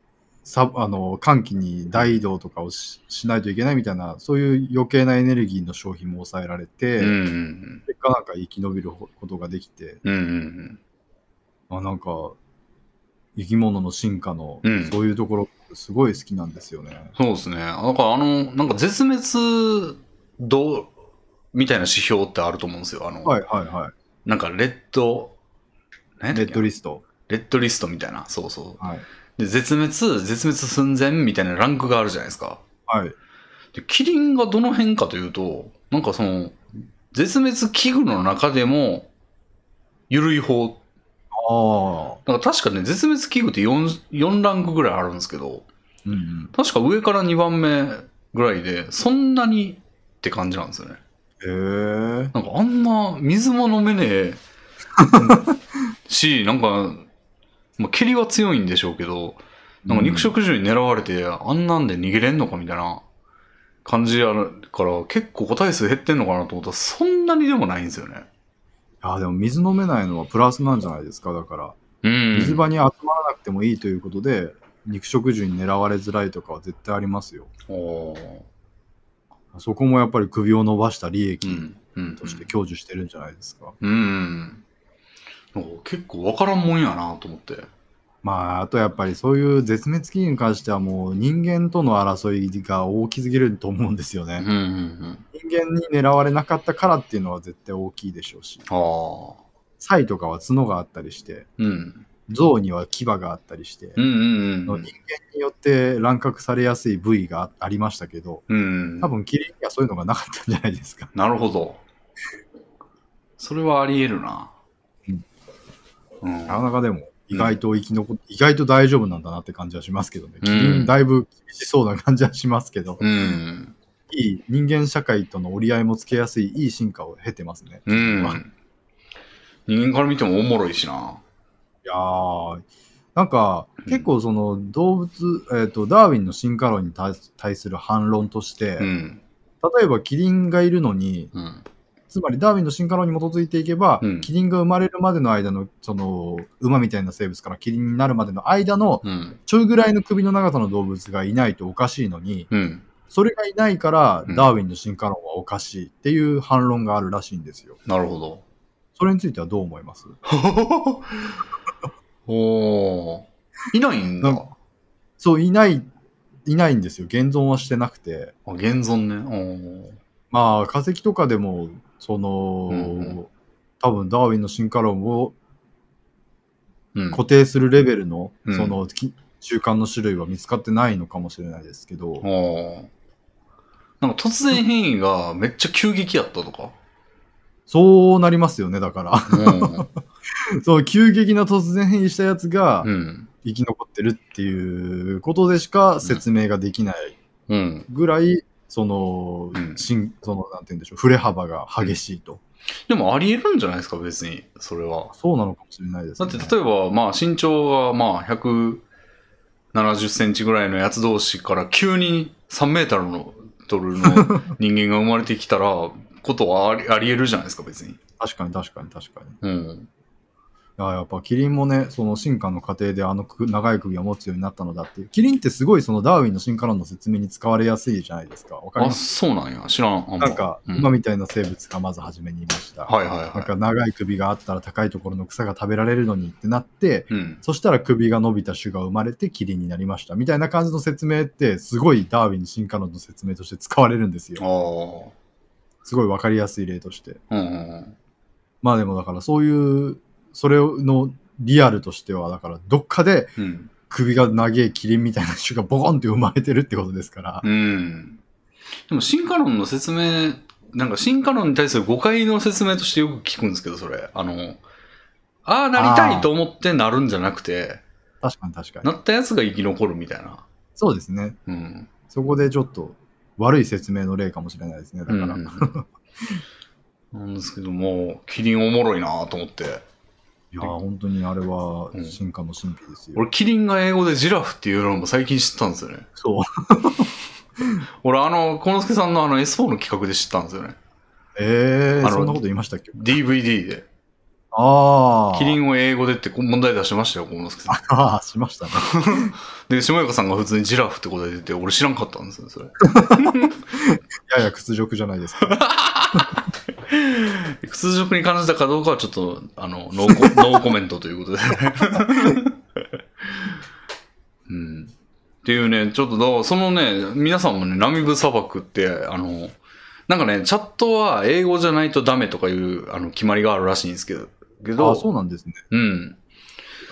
さあの寒気に大移動とかをししないといけないみたいな、そういう余計なエネルギーの消費も抑えられて、うんうん結果なんか生き延びることができて、うん。うんあなんか生き物の進化の、うんそういうところ、すごい好きなんですよね。そうですね。なんかあの、なんか絶滅度みたいな指標ってあると思うんですよ。あの、はいはいはなんかレッド、レい。レッドリリスト。レッドリストみたいな。そうそう。はい。で、絶滅、絶滅寸前みたいなランクがあるじゃないですか。はい。で、キリンがどの辺かというと、なんかその、絶滅危惧の中でも、緩い方。ああ。なんか確かね、絶滅危惧って 4, 4ランクぐらいあるんですけど、うんうん。確か上から2番目ぐらいで、そんなにって感じなんですよね。へえ。なんかあんな水も飲めねえし、なん か、まあ、蹴りは強いんでしょうけど、なんか肉食獣に狙われて、あんなんで逃げれんのかみたいな感じやから、結構個体数減ってんのかなと思ったら、そんなにでもないんですよね。ああ、でも水飲めないのはプラスなんじゃないですか、だから。うん。水場に集まらなくてもいいということで、肉食獣に狙われづらいとかは絶対ありますよ。おーそこもやっぱり首を伸ばした利う益ん。うん。として享受してるんじゃないですか。うん。なんか結構わからんもんやなと思って。まあ、あとやっぱりそういう絶滅危惧に関してはもう人間との争いが大きすぎると思うんですようんねう。んうん。人間に狙われなかったからっていうのは絶対大きいでしょうし、ああ。サイとかは角があったりして、うん。象には牙があったりして、うんうんのうん人。間によって乱獲されやすい部位があありましたけど、うん。多分キリンにはそういうのがなかったんじゃないですか。なるほど。それはあり得るな。うんうん。なかなかでも、意外と生き残っ、意外と大丈夫なんだなって感じはしますけどね。うんキリンだいぶ厳しそうな感じはしますけど、うん。いい人間社会との折り合いもつけやすい、いい進化を経てますね。うまあん。人間から見てもおもろいしな。いやー、なんか、結構その動物、えっ、と、ダーウィンの進化論に対す対する反論として、うん。例えばキリンがいるのに、うん。つまりダーウィンの進化論に基づいていけば、うんキリンが生まれるまでの間の、その、馬みたいな生物からキリンになるまでの間の、うん。ちょいぐらいの首の長さの動物がいないとおかしいのに、うん。それがいないからうんダーウィンの進化論はおかしいっていう反論があるらしいんですよ。なるほど。 それについてはどう思いますおー。いないんだ。なんあそう、いない、いないんですよ。現存はしてなくて。現存ね。まあ、化石とかでも、その、うんうん多分ダーウィンの進化論をおー。うん。固定するレベルの、うんその、き習慣の種類は見つかってないのかもしれないですけど、おー。なんか突然変異がめっちゃ急激やったとか。そうなりますよね、だから。 そう、急激な突然変異したやつがう、ん。生き残ってるっていうことでしか説明ができないうん。ぐらい、その、うんしん、その、なんて言うんでしょう、振れ幅が激しいと。でもあり得るんじゃないですか、別に。それは。そうなのかもしれないですだっね。て例えば、まあ、身長がまあ170センチぐらいのやつ同士から急に3メートルのドルの人間が生まれてきたら ことはありあり得るじゃないですか別に。確かに確かに確かに。いうん。や、やっぱキリンもね、その進化の過程であのく長い首を持つようになったのだっていう。キリンってすごいそのダーウィンの進化論の説明に使われやすいじゃないですか。わかりあ、ますそうなんや。知らん。あんまなんか、うん今みたいな生物がまず初めにいました。はいはいなんはか長い首があったら高いところの草が食べられるのにってなって、い。うん。そしたら首が伸びた種が生まれてキリンになりましたみたいな感じの説明ってすごいダーウィン進化論の説明として使われるんですああ。よ。すごいわかりやすい例として。うんうんうん。まあでもだからそういう、それのリアルとしては、だからどっかでうん。首が長えキリンみたいな種がボコンって生まれてるってことですから。うん。でも進化論の説明、なんか進化論に対する誤解の説明としてよく聞くんですけど、それ。あの、ああなりたいと思ってなるんじゃなくて、確かに確かに。なったやつが生き残るみたいな。そうですね。うん。そこでちょっと悪い説明の例かもしれないですね。だから。うんうんうんなんですけども、キリンおもろいなと思って。いやー本当にあれはうん進化の神秘ですよ。俺、キリンが英語でジラフっていうのも最近知ったんですよね。そう。俺、あの、コノスケさんのあの S4 の企画で知ったんですよね。ええあのそんなこと言いましたっけ DVD で。ああ。キリンを英語でって問題出しましたよ、コノスケさん。 ああ、しましたね。で、下岡さんが普通にジラフって答えてて、俺知らんかったんですよ、そ れ。やや屈辱じゃないですか。屈辱に感じたかどうかはちょっと、あの、ノーコ ノーコメントということで。うん。っていうね、ちょっとどう、そのね、皆さんもね、ナミブ砂漠って、あの、なんかね、チャットは英語じゃないとダメとかいう、あの、決まりがあるらしいんですけど、け あど、あ、そうなんですね。うん。な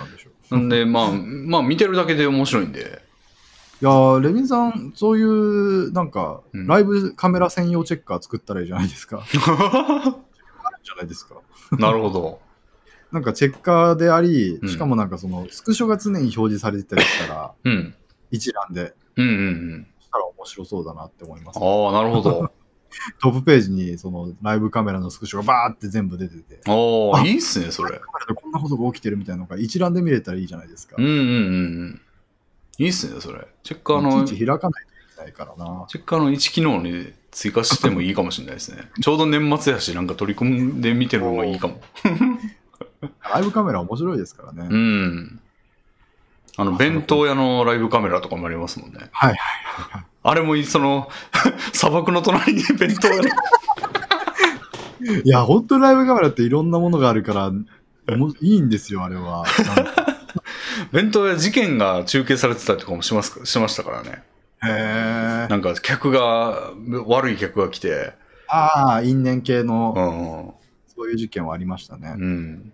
んでしょうなんで、まあ、 まあ、見てるだけで面白いんで、 いやーレミンさん、そういう、なんか、うんライブカメラ専用チェッカー作ったらいいじゃな いですか。あるんじゃないですか。なるほど。なんかチェッカーでありう、んしかもなんかその、スクショが常に表示されてたりしたら、うん。一覧でうんうんうん。したら面白そうだなって思います。ああ、なるほど。トップページに、その、ライブカメラのスクショがバーって全部出てて、おーあいいっすね、それ。カメラでこんなことが起きてるみたいなのが一覧で見れたらいいじゃないですか。うんうんうんうん。いいっすね、それ。チェッカーの、いちいチェち開かないといけないからな。ッカーの1機能に追加してもいいかもしれないです ね。ちょうど年末やし、なんか取り組んでみてるのがいいかも。ライブカメラ面白いですからね。うん。あの、弁当屋のライブカメラとかもありますもんね。はいはいあれもいい、その、 砂漠の隣 に弁当屋の。いや、本当にライブカメラっていろんなものがあるから、おもいいんですよ、あれは。なんか弁当屋事件が中継されてたりとかもします、しましたからね。へえ。なんか客が、悪い客が来て、ああ、因縁系の、うん。そういう事件はありましたね。うん。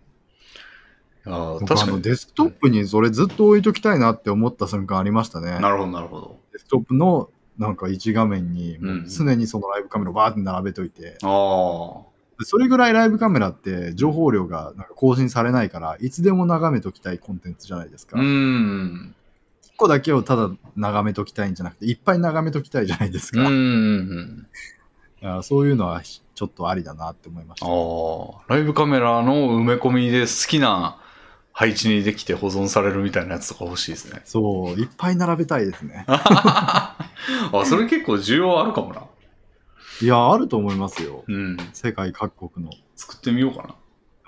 ああ、僕確あかのに。デスクトップにそれずっと置いときたいなって思った瞬間ありましたね。なるほど、なるほど。デスクトップのなんか一画面にうんうん常にそのライブカメラをバーって並べといて、あそれぐらいライブカメラって情報量がなんか更新されないから、いつでも眺めときたいコンテンツじゃないですあ。か。う1ん。個だけをただ眺めときたいんじゃなくて、いっぱい眺めときたいじゃないですうか。ん。いやそういうのはひちょっとありだなって思いました。。ああ。ライブカメラの埋め込みで好きな配置にできて保存されるみたいなやつとか欲しいですね そう、いっぱい並べたいですね。あ、それ結構需要あるかもな。いや、あると思いますよ。うん。世界各国の。作ってみようかな。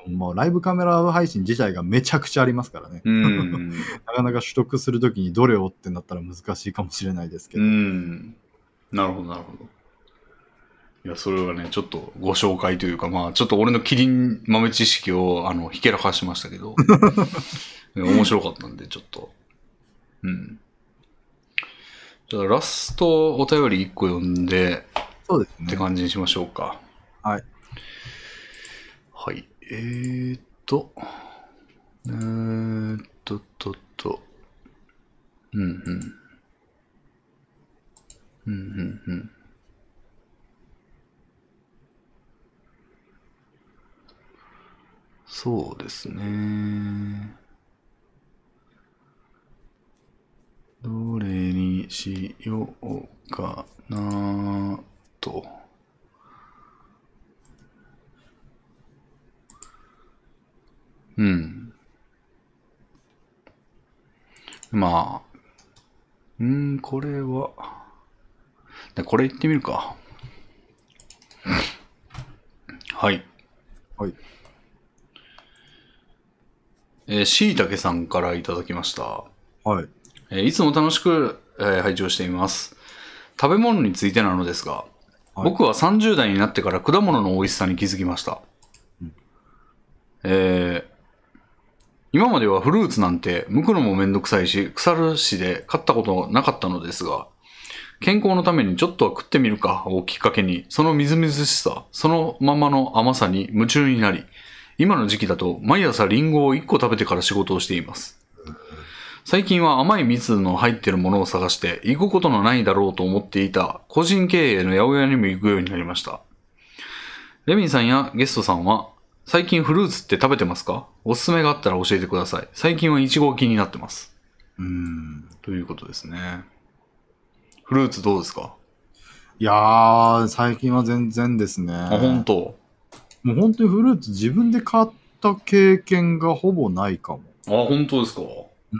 まあ、ライブカメラ配信自体がめちゃくちゃありますからね。うん。なかなか取得するときにどれをってなったら難しいかもしれないですけうど。ん。なるほど、なるほど。いや、それはね、ちょっとご紹介というか、まあ、ちょっと俺のキリン豆知識を、あの、ひけらかしましたけ ど、面白かったんで、ちょっと。うん。じゃあ、ラストお便り1個読んで、そうですってね。感じにしましょうか。はい。はい。えー、っと、えー、っと、っと、っと。うんうん。うんうんうん。そうですね。どれにしようかなと。うん。まあ。うん、これは。でこれ言ってみるか。はい。はい。えー、しいたけさんからいただきました。はい。えーいつも楽しく、えー拝聴しています。食べ物についてなのですが、はい僕は30代になってから果物の美味しさに気づきました。うんえー今まではフルーツなんて剥くのもめんどくさいし、腐るしで買ったことなかったのですが、健康のためにちょっとは食ってみるかをきっかけに、そのみずみずしさ、そのままの甘さに夢中になり、今の時期だと毎朝リンゴを1個食べてから仕事をしています。最近は甘い蜜の入ってるものを探して行くことのないだろうと思っていた個人経営の八百屋にも行くようになりました。レミンさんやゲストさんは最近フルーツって食べてますかおすすめがあったら教えてください。最近はイチゴが気になってます。うん。ということですね。フルーツどうですか、いやー、最近は全然ですね。あ、本当。もう本当にフルーツ自分で買った経験がほぼないかも。あ、本当ですか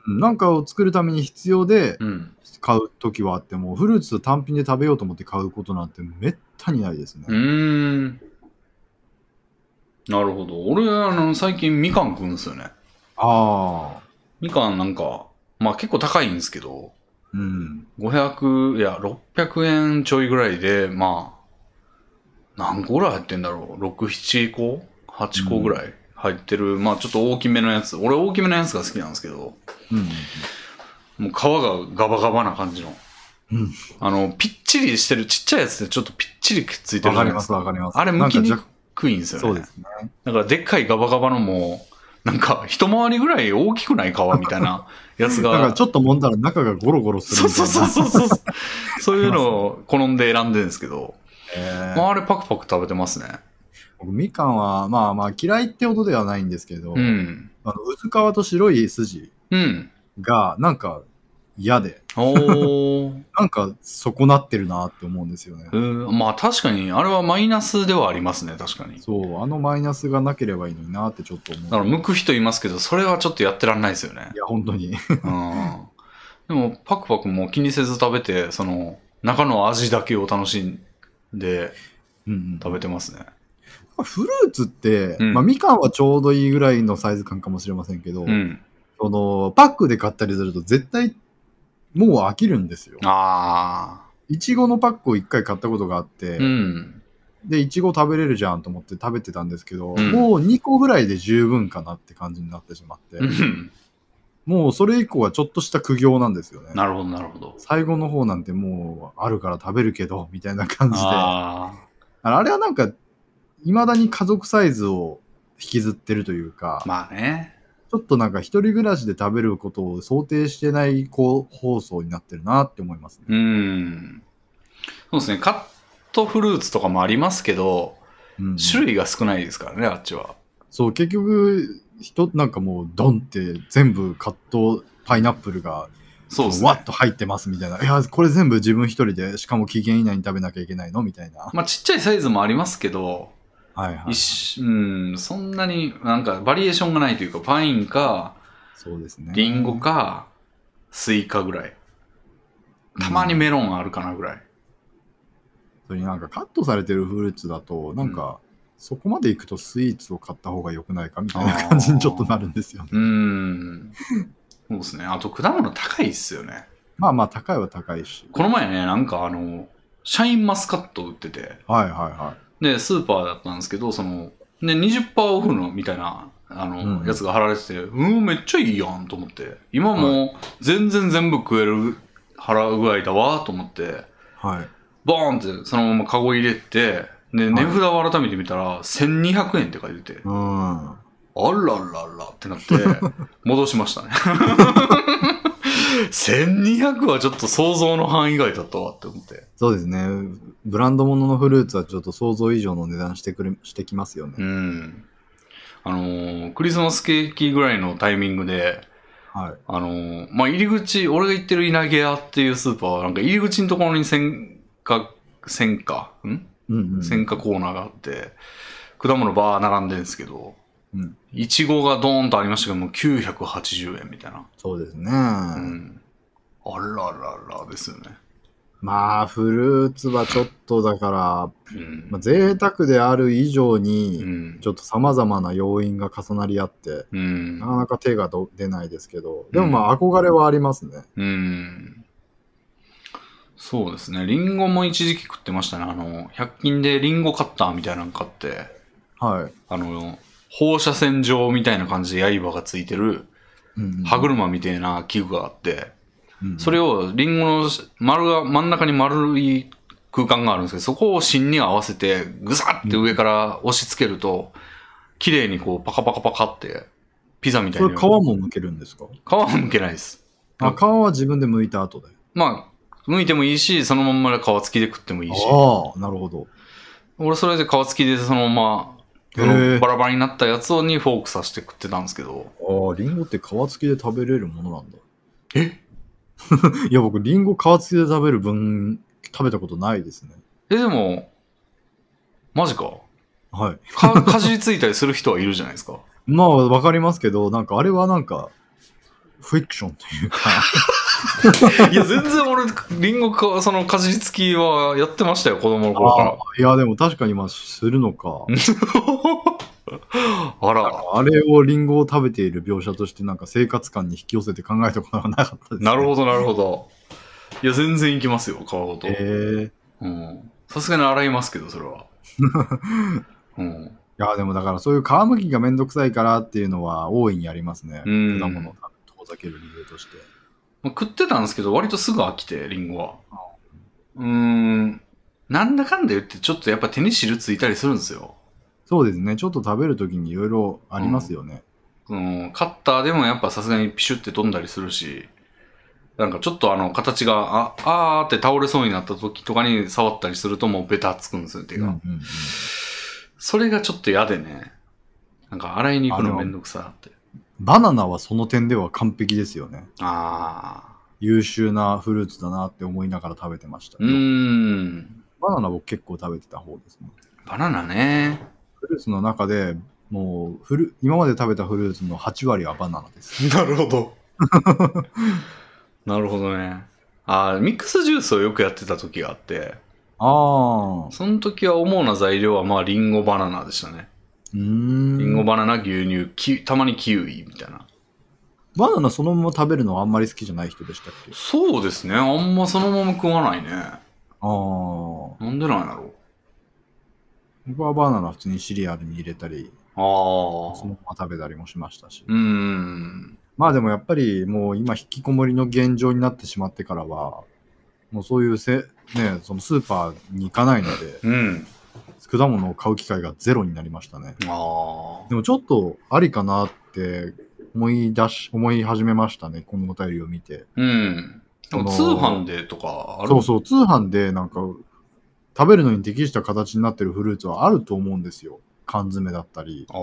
うん、なんかを作るために必要でうん。買う時はあっても、フルーツ単品で食べようと思って買うことなんてめったにないですね。うーん。なるほど。俺、あの、最近みかん食うんですよね。ああ。みかんなんか、まあ結構高いんですけど、うん。 500、いや、600円ちょいぐらいで、まあ、何個ぐらい入ってんだろう。6、7個 ?8 個ぐらい入ってる、まあちょっと大きめのやつ。俺大きめのやつが好きなんですけど、うもん。う皮がガバガバな感じの。うんあの、ぴっちりしてるちっちゃいやつでちょっとぴっちりくっついてわるじかゃなりいでますす、わかります。あれ剥なんきかに若くいんですよね。そうですね。だからでっかいガバガバのもう、なんか一回りぐらい大きくない皮みたいなやつ なんがか。ちょっと揉んだら中がゴロゴロするそうみたいそうな。そうそうそう。 そういうのを好んで選んでるんですけど、えまーあ、あれパクパク食べてますね。僕みかんは、まあまあ嫌いってほどではないんですけど、うん。あの薄皮と白い筋うん。がなんか嫌で、お ー。なんか損なってるなって思うんですよねう。んまあ確かに、あれはマイナスではありますね、確かに。そう、あのマイナスがなければいいのになってちょっと思だから、う。剥く人いますけど、それはちょっとやってらんないですよねい。や、本当に。うん。でも、パクパクもう気にせず食べて、その、中の味だけを楽しんでうんうん食べてますね。フルーツって、うんまあ、みかんはちょうどいいぐらいのサイズ感かもしれませんけど、うん。そのパックで買ったりすると絶対もう飽きるんですよ。ああ。いちごのパックを一回買ったことがあって、うん。で、いちご食べれるじゃんと思って食べてたんですけど、うんもう2個ぐらいで十分かなって感じになってしまって、うんもうそれ以降はちょっとした苦行なんですよね。なるほど、なるほど。最後の方なんてもうあるから食べるけど、みたいな感じで。あああれはなんか、未だに家族サイズを引きずってるというかあ。、まあね。ちょっとなんか一人暮らしで食べることを想定してないこう放送になってるなって思いますね。うん。そうですね。カットフルーツとかもありますけど、うん種類が少ないですからね、あっちは。そう、結局、人、なんかもう、ドンって全部カットパイナップルがそうですわっね。と入ってますみたいな。いや、これ全部自分一人で、しかも期限以内に食べなきゃいけないのみたいな。まあ、ちっちゃいサイズもありますけど、はいはい。一うん、そんなになんかバリエーションがないというか、パインか、そうですね。リンゴか、スイカぐらい。うん。たまにメロンあるかなぐらい。それになんかカットされてるフルーツだと、なんか、そこまで行くとスイーツを買った方が良くないかみたいな感じにちょっとなるんですよね。うん。そうですね。あと、果物高いっすよね。まあまあ、高いは高いし。この前ね、なんかあの、シャインマスカット売ってて、はいはいはで、スーパーだったんですけど、その、ね、20%オフのみたいな、あの、うんやつが貼られてて、うん、めっちゃいいやんと思って、今もう全然全部食える腹具合だわと思って、い。はい。ボーンってそのままカゴ入れて、で、値札を改めて見たら、1200円って書いてて、うん。あらららってな って、戻しましたね。1200はちょっと想像の範囲外だったわって思って。そうですね。ブランド物ののフルーツはちょっと想像以上の値段してくる、してきますよね。うん。あのークリスマスケーキぐらいのタイミングで、はい。あのーまあ、入り口、俺が行ってる稲毛屋っていうスーパーは、なんか入り口のところに鮮花、鮮花、んうんうん。鮮花コーナーがあって、果物バー並んでるんですけど、うんいちごがドーンとありましたけど、もう980円みたいな。そうですね。うん。あらららですよね。まあ、フルーツはちょっとだから、うん。まあ、贅沢である以上うに、んち。ょっと様々な要因が重なり合って、うんなかなか手がど出ないですけど、でもまあ、憧れはありますね。うん。そうですね。リンゴも一時期食ってましたね。あの、100均でリンゴカッターみたいなの買って、はい。あの、放射線状みたいな感じで刃がついてるうんうん歯車みたいな器具があって、うんうんそれをリンゴの丸が、真ん中に丸い空間があるんですけど、そこを芯に合わせてぐさって上から押し付けると、綺麗にこう、パカパカパカって、ピザみたいそに。れ皮も剥けるんですか皮は剥けないです。あ皮は自分で剥いた後で。まあ、剥いてもいいし、そのまんまで皮付きで食ってもいいし。ああ、なるほど。俺それで皮付きでそのまま、へあえのバラバラになったやつをにフォーク刺して食ってたんですけど。ああ、リンゴって皮付きで食べれるものなんだ。え いや、僕、リンゴ皮付きで食べる分、食べたことないですね。え、でも、マジか。はい。 かかじりついたりする人はいるじゃないですか。まあ、わかりますけど、なんか、あれはなんか、フィクションというか、 いや、全然俺、リンゴか、そのかじりつきはやってましたよ、子供の頃あかいや、でも確かにまあ、するのか。ら。あら、あれをリンゴを食べている描写として、なんか生活感に引き寄せて考えたことがなかったです、なるど。ほど、なるほど。いや、全然いきますよ、皮ごと。ええうん。さすがに洗いますけど、それ は。うん。いや、でもだからそういう皮むきがめんどくさいからっていうのは大いにありますね。うん果物を遠ざける理由として。まあ、食ってたんですけど、割とすぐ飽きて、リンゴは。うーん。なんだかんだ言って、ちょっとやっぱ手に汁ついたりするんですよ。そうですね。ちょっと食べるときにいろいろありますよね。うん、カッターでもやっぱさすがにピシュって飛んだりするし、なんかちょっとあの形が、あ、あーって倒れそうになった時とかに触ったりするともうベタつくんですよ、手うが。んうんうんそれがちょっと嫌でね。なんか洗いに行くのめんどくさって。バナナはその点では完璧ですよね。あ優秀なフルーツだなって思いながら食べてました。ー。うーん。バナナ僕結構食べてた方ですね。バナナね。フルーツの中でもうフル、今まで食べたフルーツの8割はバナナです。なるほど。 なるほどね。あーミックスジュースをよくやってた時があって、ああ。その時は主な材料はまあリンゴバナナでしたね。うーん。リンゴバナナ、牛乳、キたまにキウイみたいな。バナナそのまま食べるのはあんまり好きじゃない人でしたっけそうですね。あんまそのまま食わないね。ああ。なんでなんやろ僕はバナナ普通にシリアルに入れたり、う。あそあ。のまま食べたりもしましたし。うーん。まあでもやっぱりもう今引きこもりの現状になってしまってからは、もうそういうせ、ね、そのスーパーに行かないので、うん。果物を買う機会がゼロになりましたね。あでもちょっとありかなって思い出し、思い始めましたね、このお便りを見て。あ。うん。でも通販でとかあるそうそう、通販でなんか、食べるのに適した形になってるフルーツはあると思うんですよ。缶詰だったり。ああ。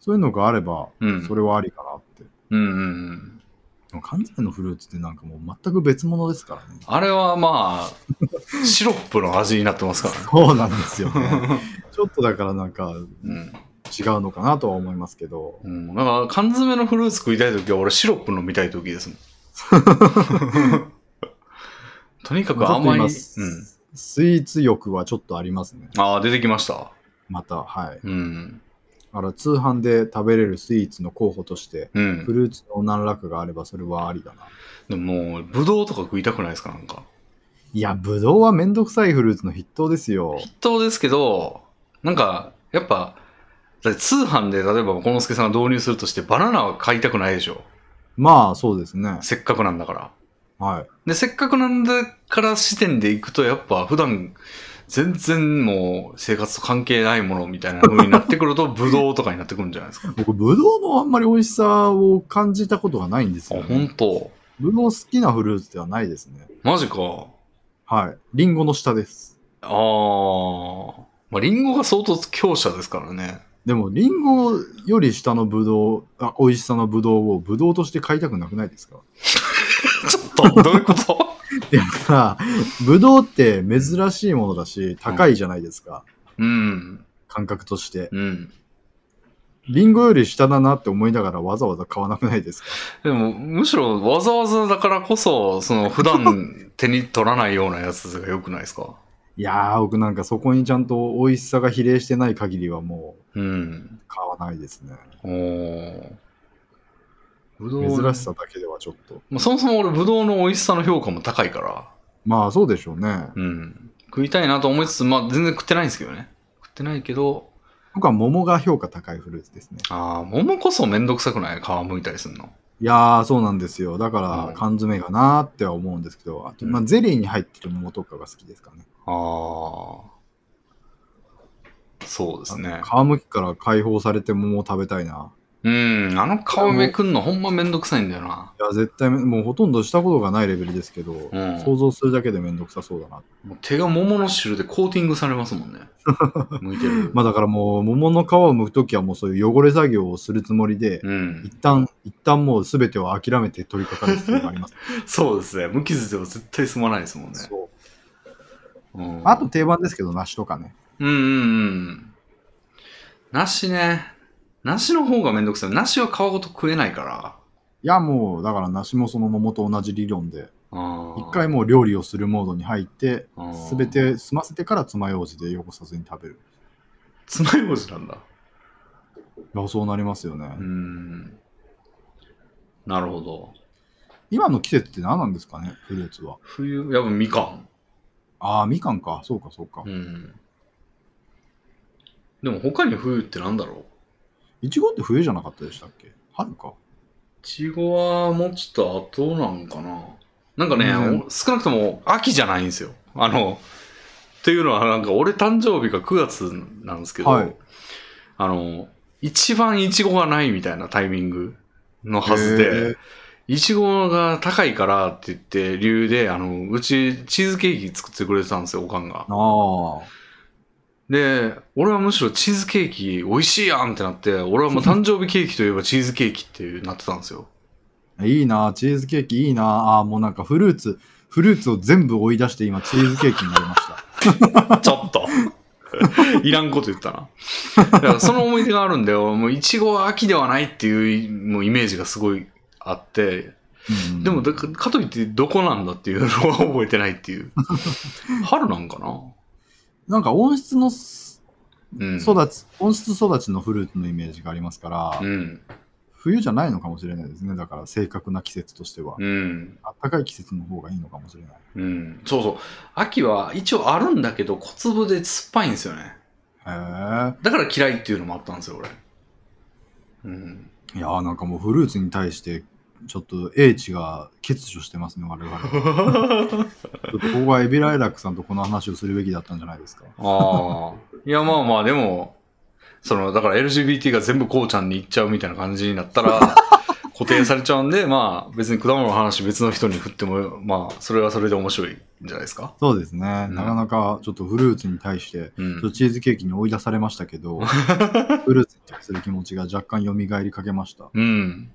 そういうのがあれば、うん。それはありかなって。うんうんうん。でも缶詰のフルーツってなんかもう全く別物ですからね。あれはまあ、 シロップの味になってますからね。そうなんですよね。 ちょっとだからなんかうん。違うのかなとは思いますけど。うん。だから缶詰のフルーツ食いたいときは俺シロップ飲みたいときですもん。 とにかく甘い。うちょっと今ん。ススイーツ欲はちょっとありますね。ああ、出てきました。また、はい。うん。だから通販で食べれるスイーツの候補として、うフん。ルーツの何らかがあればそれはありだな。でももう、ぶどうとか食いたくないですかなんか。いや、ぶどうはめんどくさいフルーツの筆頭ですよ。筆頭ですけど、なんか、やっぱ、だって通販で例えば、このすけさんが導入するとして、バナナは買いたくないでしょ。まあ、そうですね。せっかくなんだから。はい。で、せっかくなんだから視点で行くと、やっぱ普段、全然もう生活と関係ないものみたいな風になってく ると、ブドウとかになってくるんじゃないですか。僕、ぶどうのあんまり美味しさを感じたことがないんですあ、よ、本ね。当ぶどう好きなフルーツではないですね。マジか。はい。リンゴの下です。あー。まあ、リンゴが相当強者ですからね。 でも、リンゴより下のぶどう、あ美味しさのぶどうをぶどうとして買いたくなくないですかちょっと、どういうこと いや、だからぶどうって珍しいものだし、高いじゃないですか。うん。感覚として。うん。リンゴより下だなって思いながらわざわざ買わなくないですかでも、むしろわざわざだからこそ、その普 段手に取らないようなやつが良くないですかいやー、僕なんかそこにちゃんと美味しさが比例してない限りはもううん。買わないですね。おー。ぶどうね珍しさだけではちょっと。まあ、そもそも俺、ぶどうの美味しさの評価も高いから、まあそうでしょうね。うん。食いたいなと思いつつ、まあ、全然食ってないんですけどね。食ってないけど、僕は桃が評価高いフルーツですね。ああ、桃こそめんどくさくない皮むいたりするの。いやー、そうなんですよ。だかうんら缶詰かなーっては思うんですけど、あと、まあゼリーに入ってる桃とかが好きですかね。ああ。そうですね。皮むきから解放されて桃を食べたいな。うん、あの皮めくんのほんまめんどくさいんだよな。いや、絶対め、もうほとんどしたことがないレベルですけど、ん想像するだけでめんどくさそうだな。もう手が桃の汁でコーティングされます もんね。剥いて る。まあだからもう、桃の皮を剥くときはもうそういう汚れ作業をするつもりで、うん。一旦、一旦もう全てを諦めて取り掛かる必要があ ります。そうですね。無傷では絶対済まないですもんね。そううん、あと、定番ですけど、梨とかね。うんうんうん。梨ね。梨の方がめんどくさい。梨は皮ごと食えないから。いや、もう、だから梨もその桃と同じ理論で、一一回もう料理をするモードに入って、すべ。あーて済ませてから爪楊枝で汚さずに食べる。爪楊枝なんだ。いやそうなりますよね。うん。なるほど。今の季節って何なんですかね、フルーツは。冬、やっぱみかん。ああ、みかんか。そうか、そうかう。ん。でも他に冬ってなんだろういちごって冬じゃなかったでしたっけ春か。いちごはもうちょっと後なんかな。なんかね、うんお少なくとも秋じゃないんですよ。あの、っていうのはなんか俺誕生日が9月なんですけど、はいあの、一番いちごがないみたいなタイミングのはずで、いちごが高いからって言って理由で、あの、うちチーズケーキ作ってくれてたんですよ、おかんがへー。。ああ。で、俺はむしろチーズケーキ美味しいやんってなって、俺はもう誕生日ケーキといえばチーズケーキってなってたんですよ。いいな、チーズケーキいいな。ああ、もうなんかフルーツ、フルーツを全部追い出して今チーズケーキになりま した。ちょっと。 いらんこと言ったな。だからその思い出があるんだよ。もういちごは秋ではないっていうもうイメージがすごいあって、うんうんでもだかかといってどこなんだっていうのは覚えてないっていう。春なんかななんか温室のすうん。育ち、温室育ちのフルーツのイメージがありますから、うん。冬じゃないのかもしれないですね。だから正確な季節としては。うん。あったかい季節の方がいいのかもしれない。うん。そうそう。秋は一応あるんだけど、小粒で酸っぱいんですよね。へだから嫌いっていうのもあったんですよ、俺。うん。え。いやーなんかもうフルーツに対して、ちょっと英知が欠如してますね、我々。ちょっとここはエビライラックさんとこの話をするべきだったんじゃないですか。ああ。いや、まあまあ、でも、その、だから LGBT が全部こうちゃんに行っちゃうみたいな感じになった ら、固定されちゃうんで、まあ、別に果物の話別の人に振っても、まあ、それはそれで面白いんじゃないですか。そうですね、うんなかなかちょっとフルーツに対して、うちょっとん。チーズケーキに追い出されました けど、フルーツに対する気持ちが若干蘇りかけました。うん。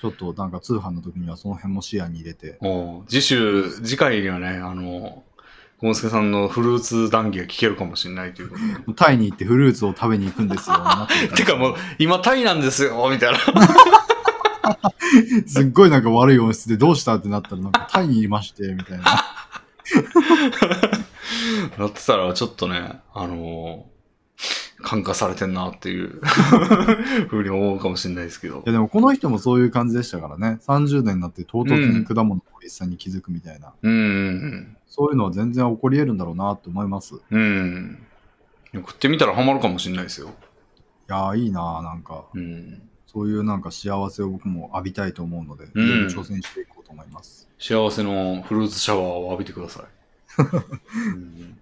ちょっとなんか通販の時にはその辺も視野に入れて、もう、次週、次回にはね、あの、ゴンスケさんのフルーツ談義が聞けるかもしれないということで。タイに行ってフルーツを食べに行くんですよ。なって てかもう、今タイなんですよ、みたいな。すっごいなんか悪い音質でどうしたってなったら、なんかタイにいまして、みたいな。 なってたら、ちょっとね、あのー感化されてんなっていうふうに思うかもしれないですけどいや。でもこの人もそういう感じでしたからね。30年になって唐突に果物の美味しさに気づくみたいな。うんうんそういうのは全然起こり得るんだろうなって思います。いうん。うん。食ってみたらハマるかもしれないですよ。やーいいなーなんか。うん。そういうなんか幸せを僕も浴びたいと思うので、うんいろいろ挑戦していこうと思います。幸せのフルーツシャワーを浴びてください。うん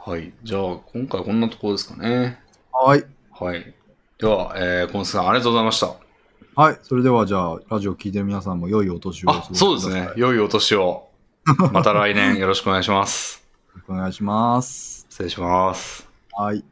はい。じゃあ、今回こんなところですかね。はい。はい。では、えー、コンスさんありがとうございました。はい。それではじゃあ、ラジオ聞いてる皆さんも良いお年をお過あごし、ください。そうですねよ。良いお年を。また来年よろしくお願いします。ろしくお願いします。失礼します。はい。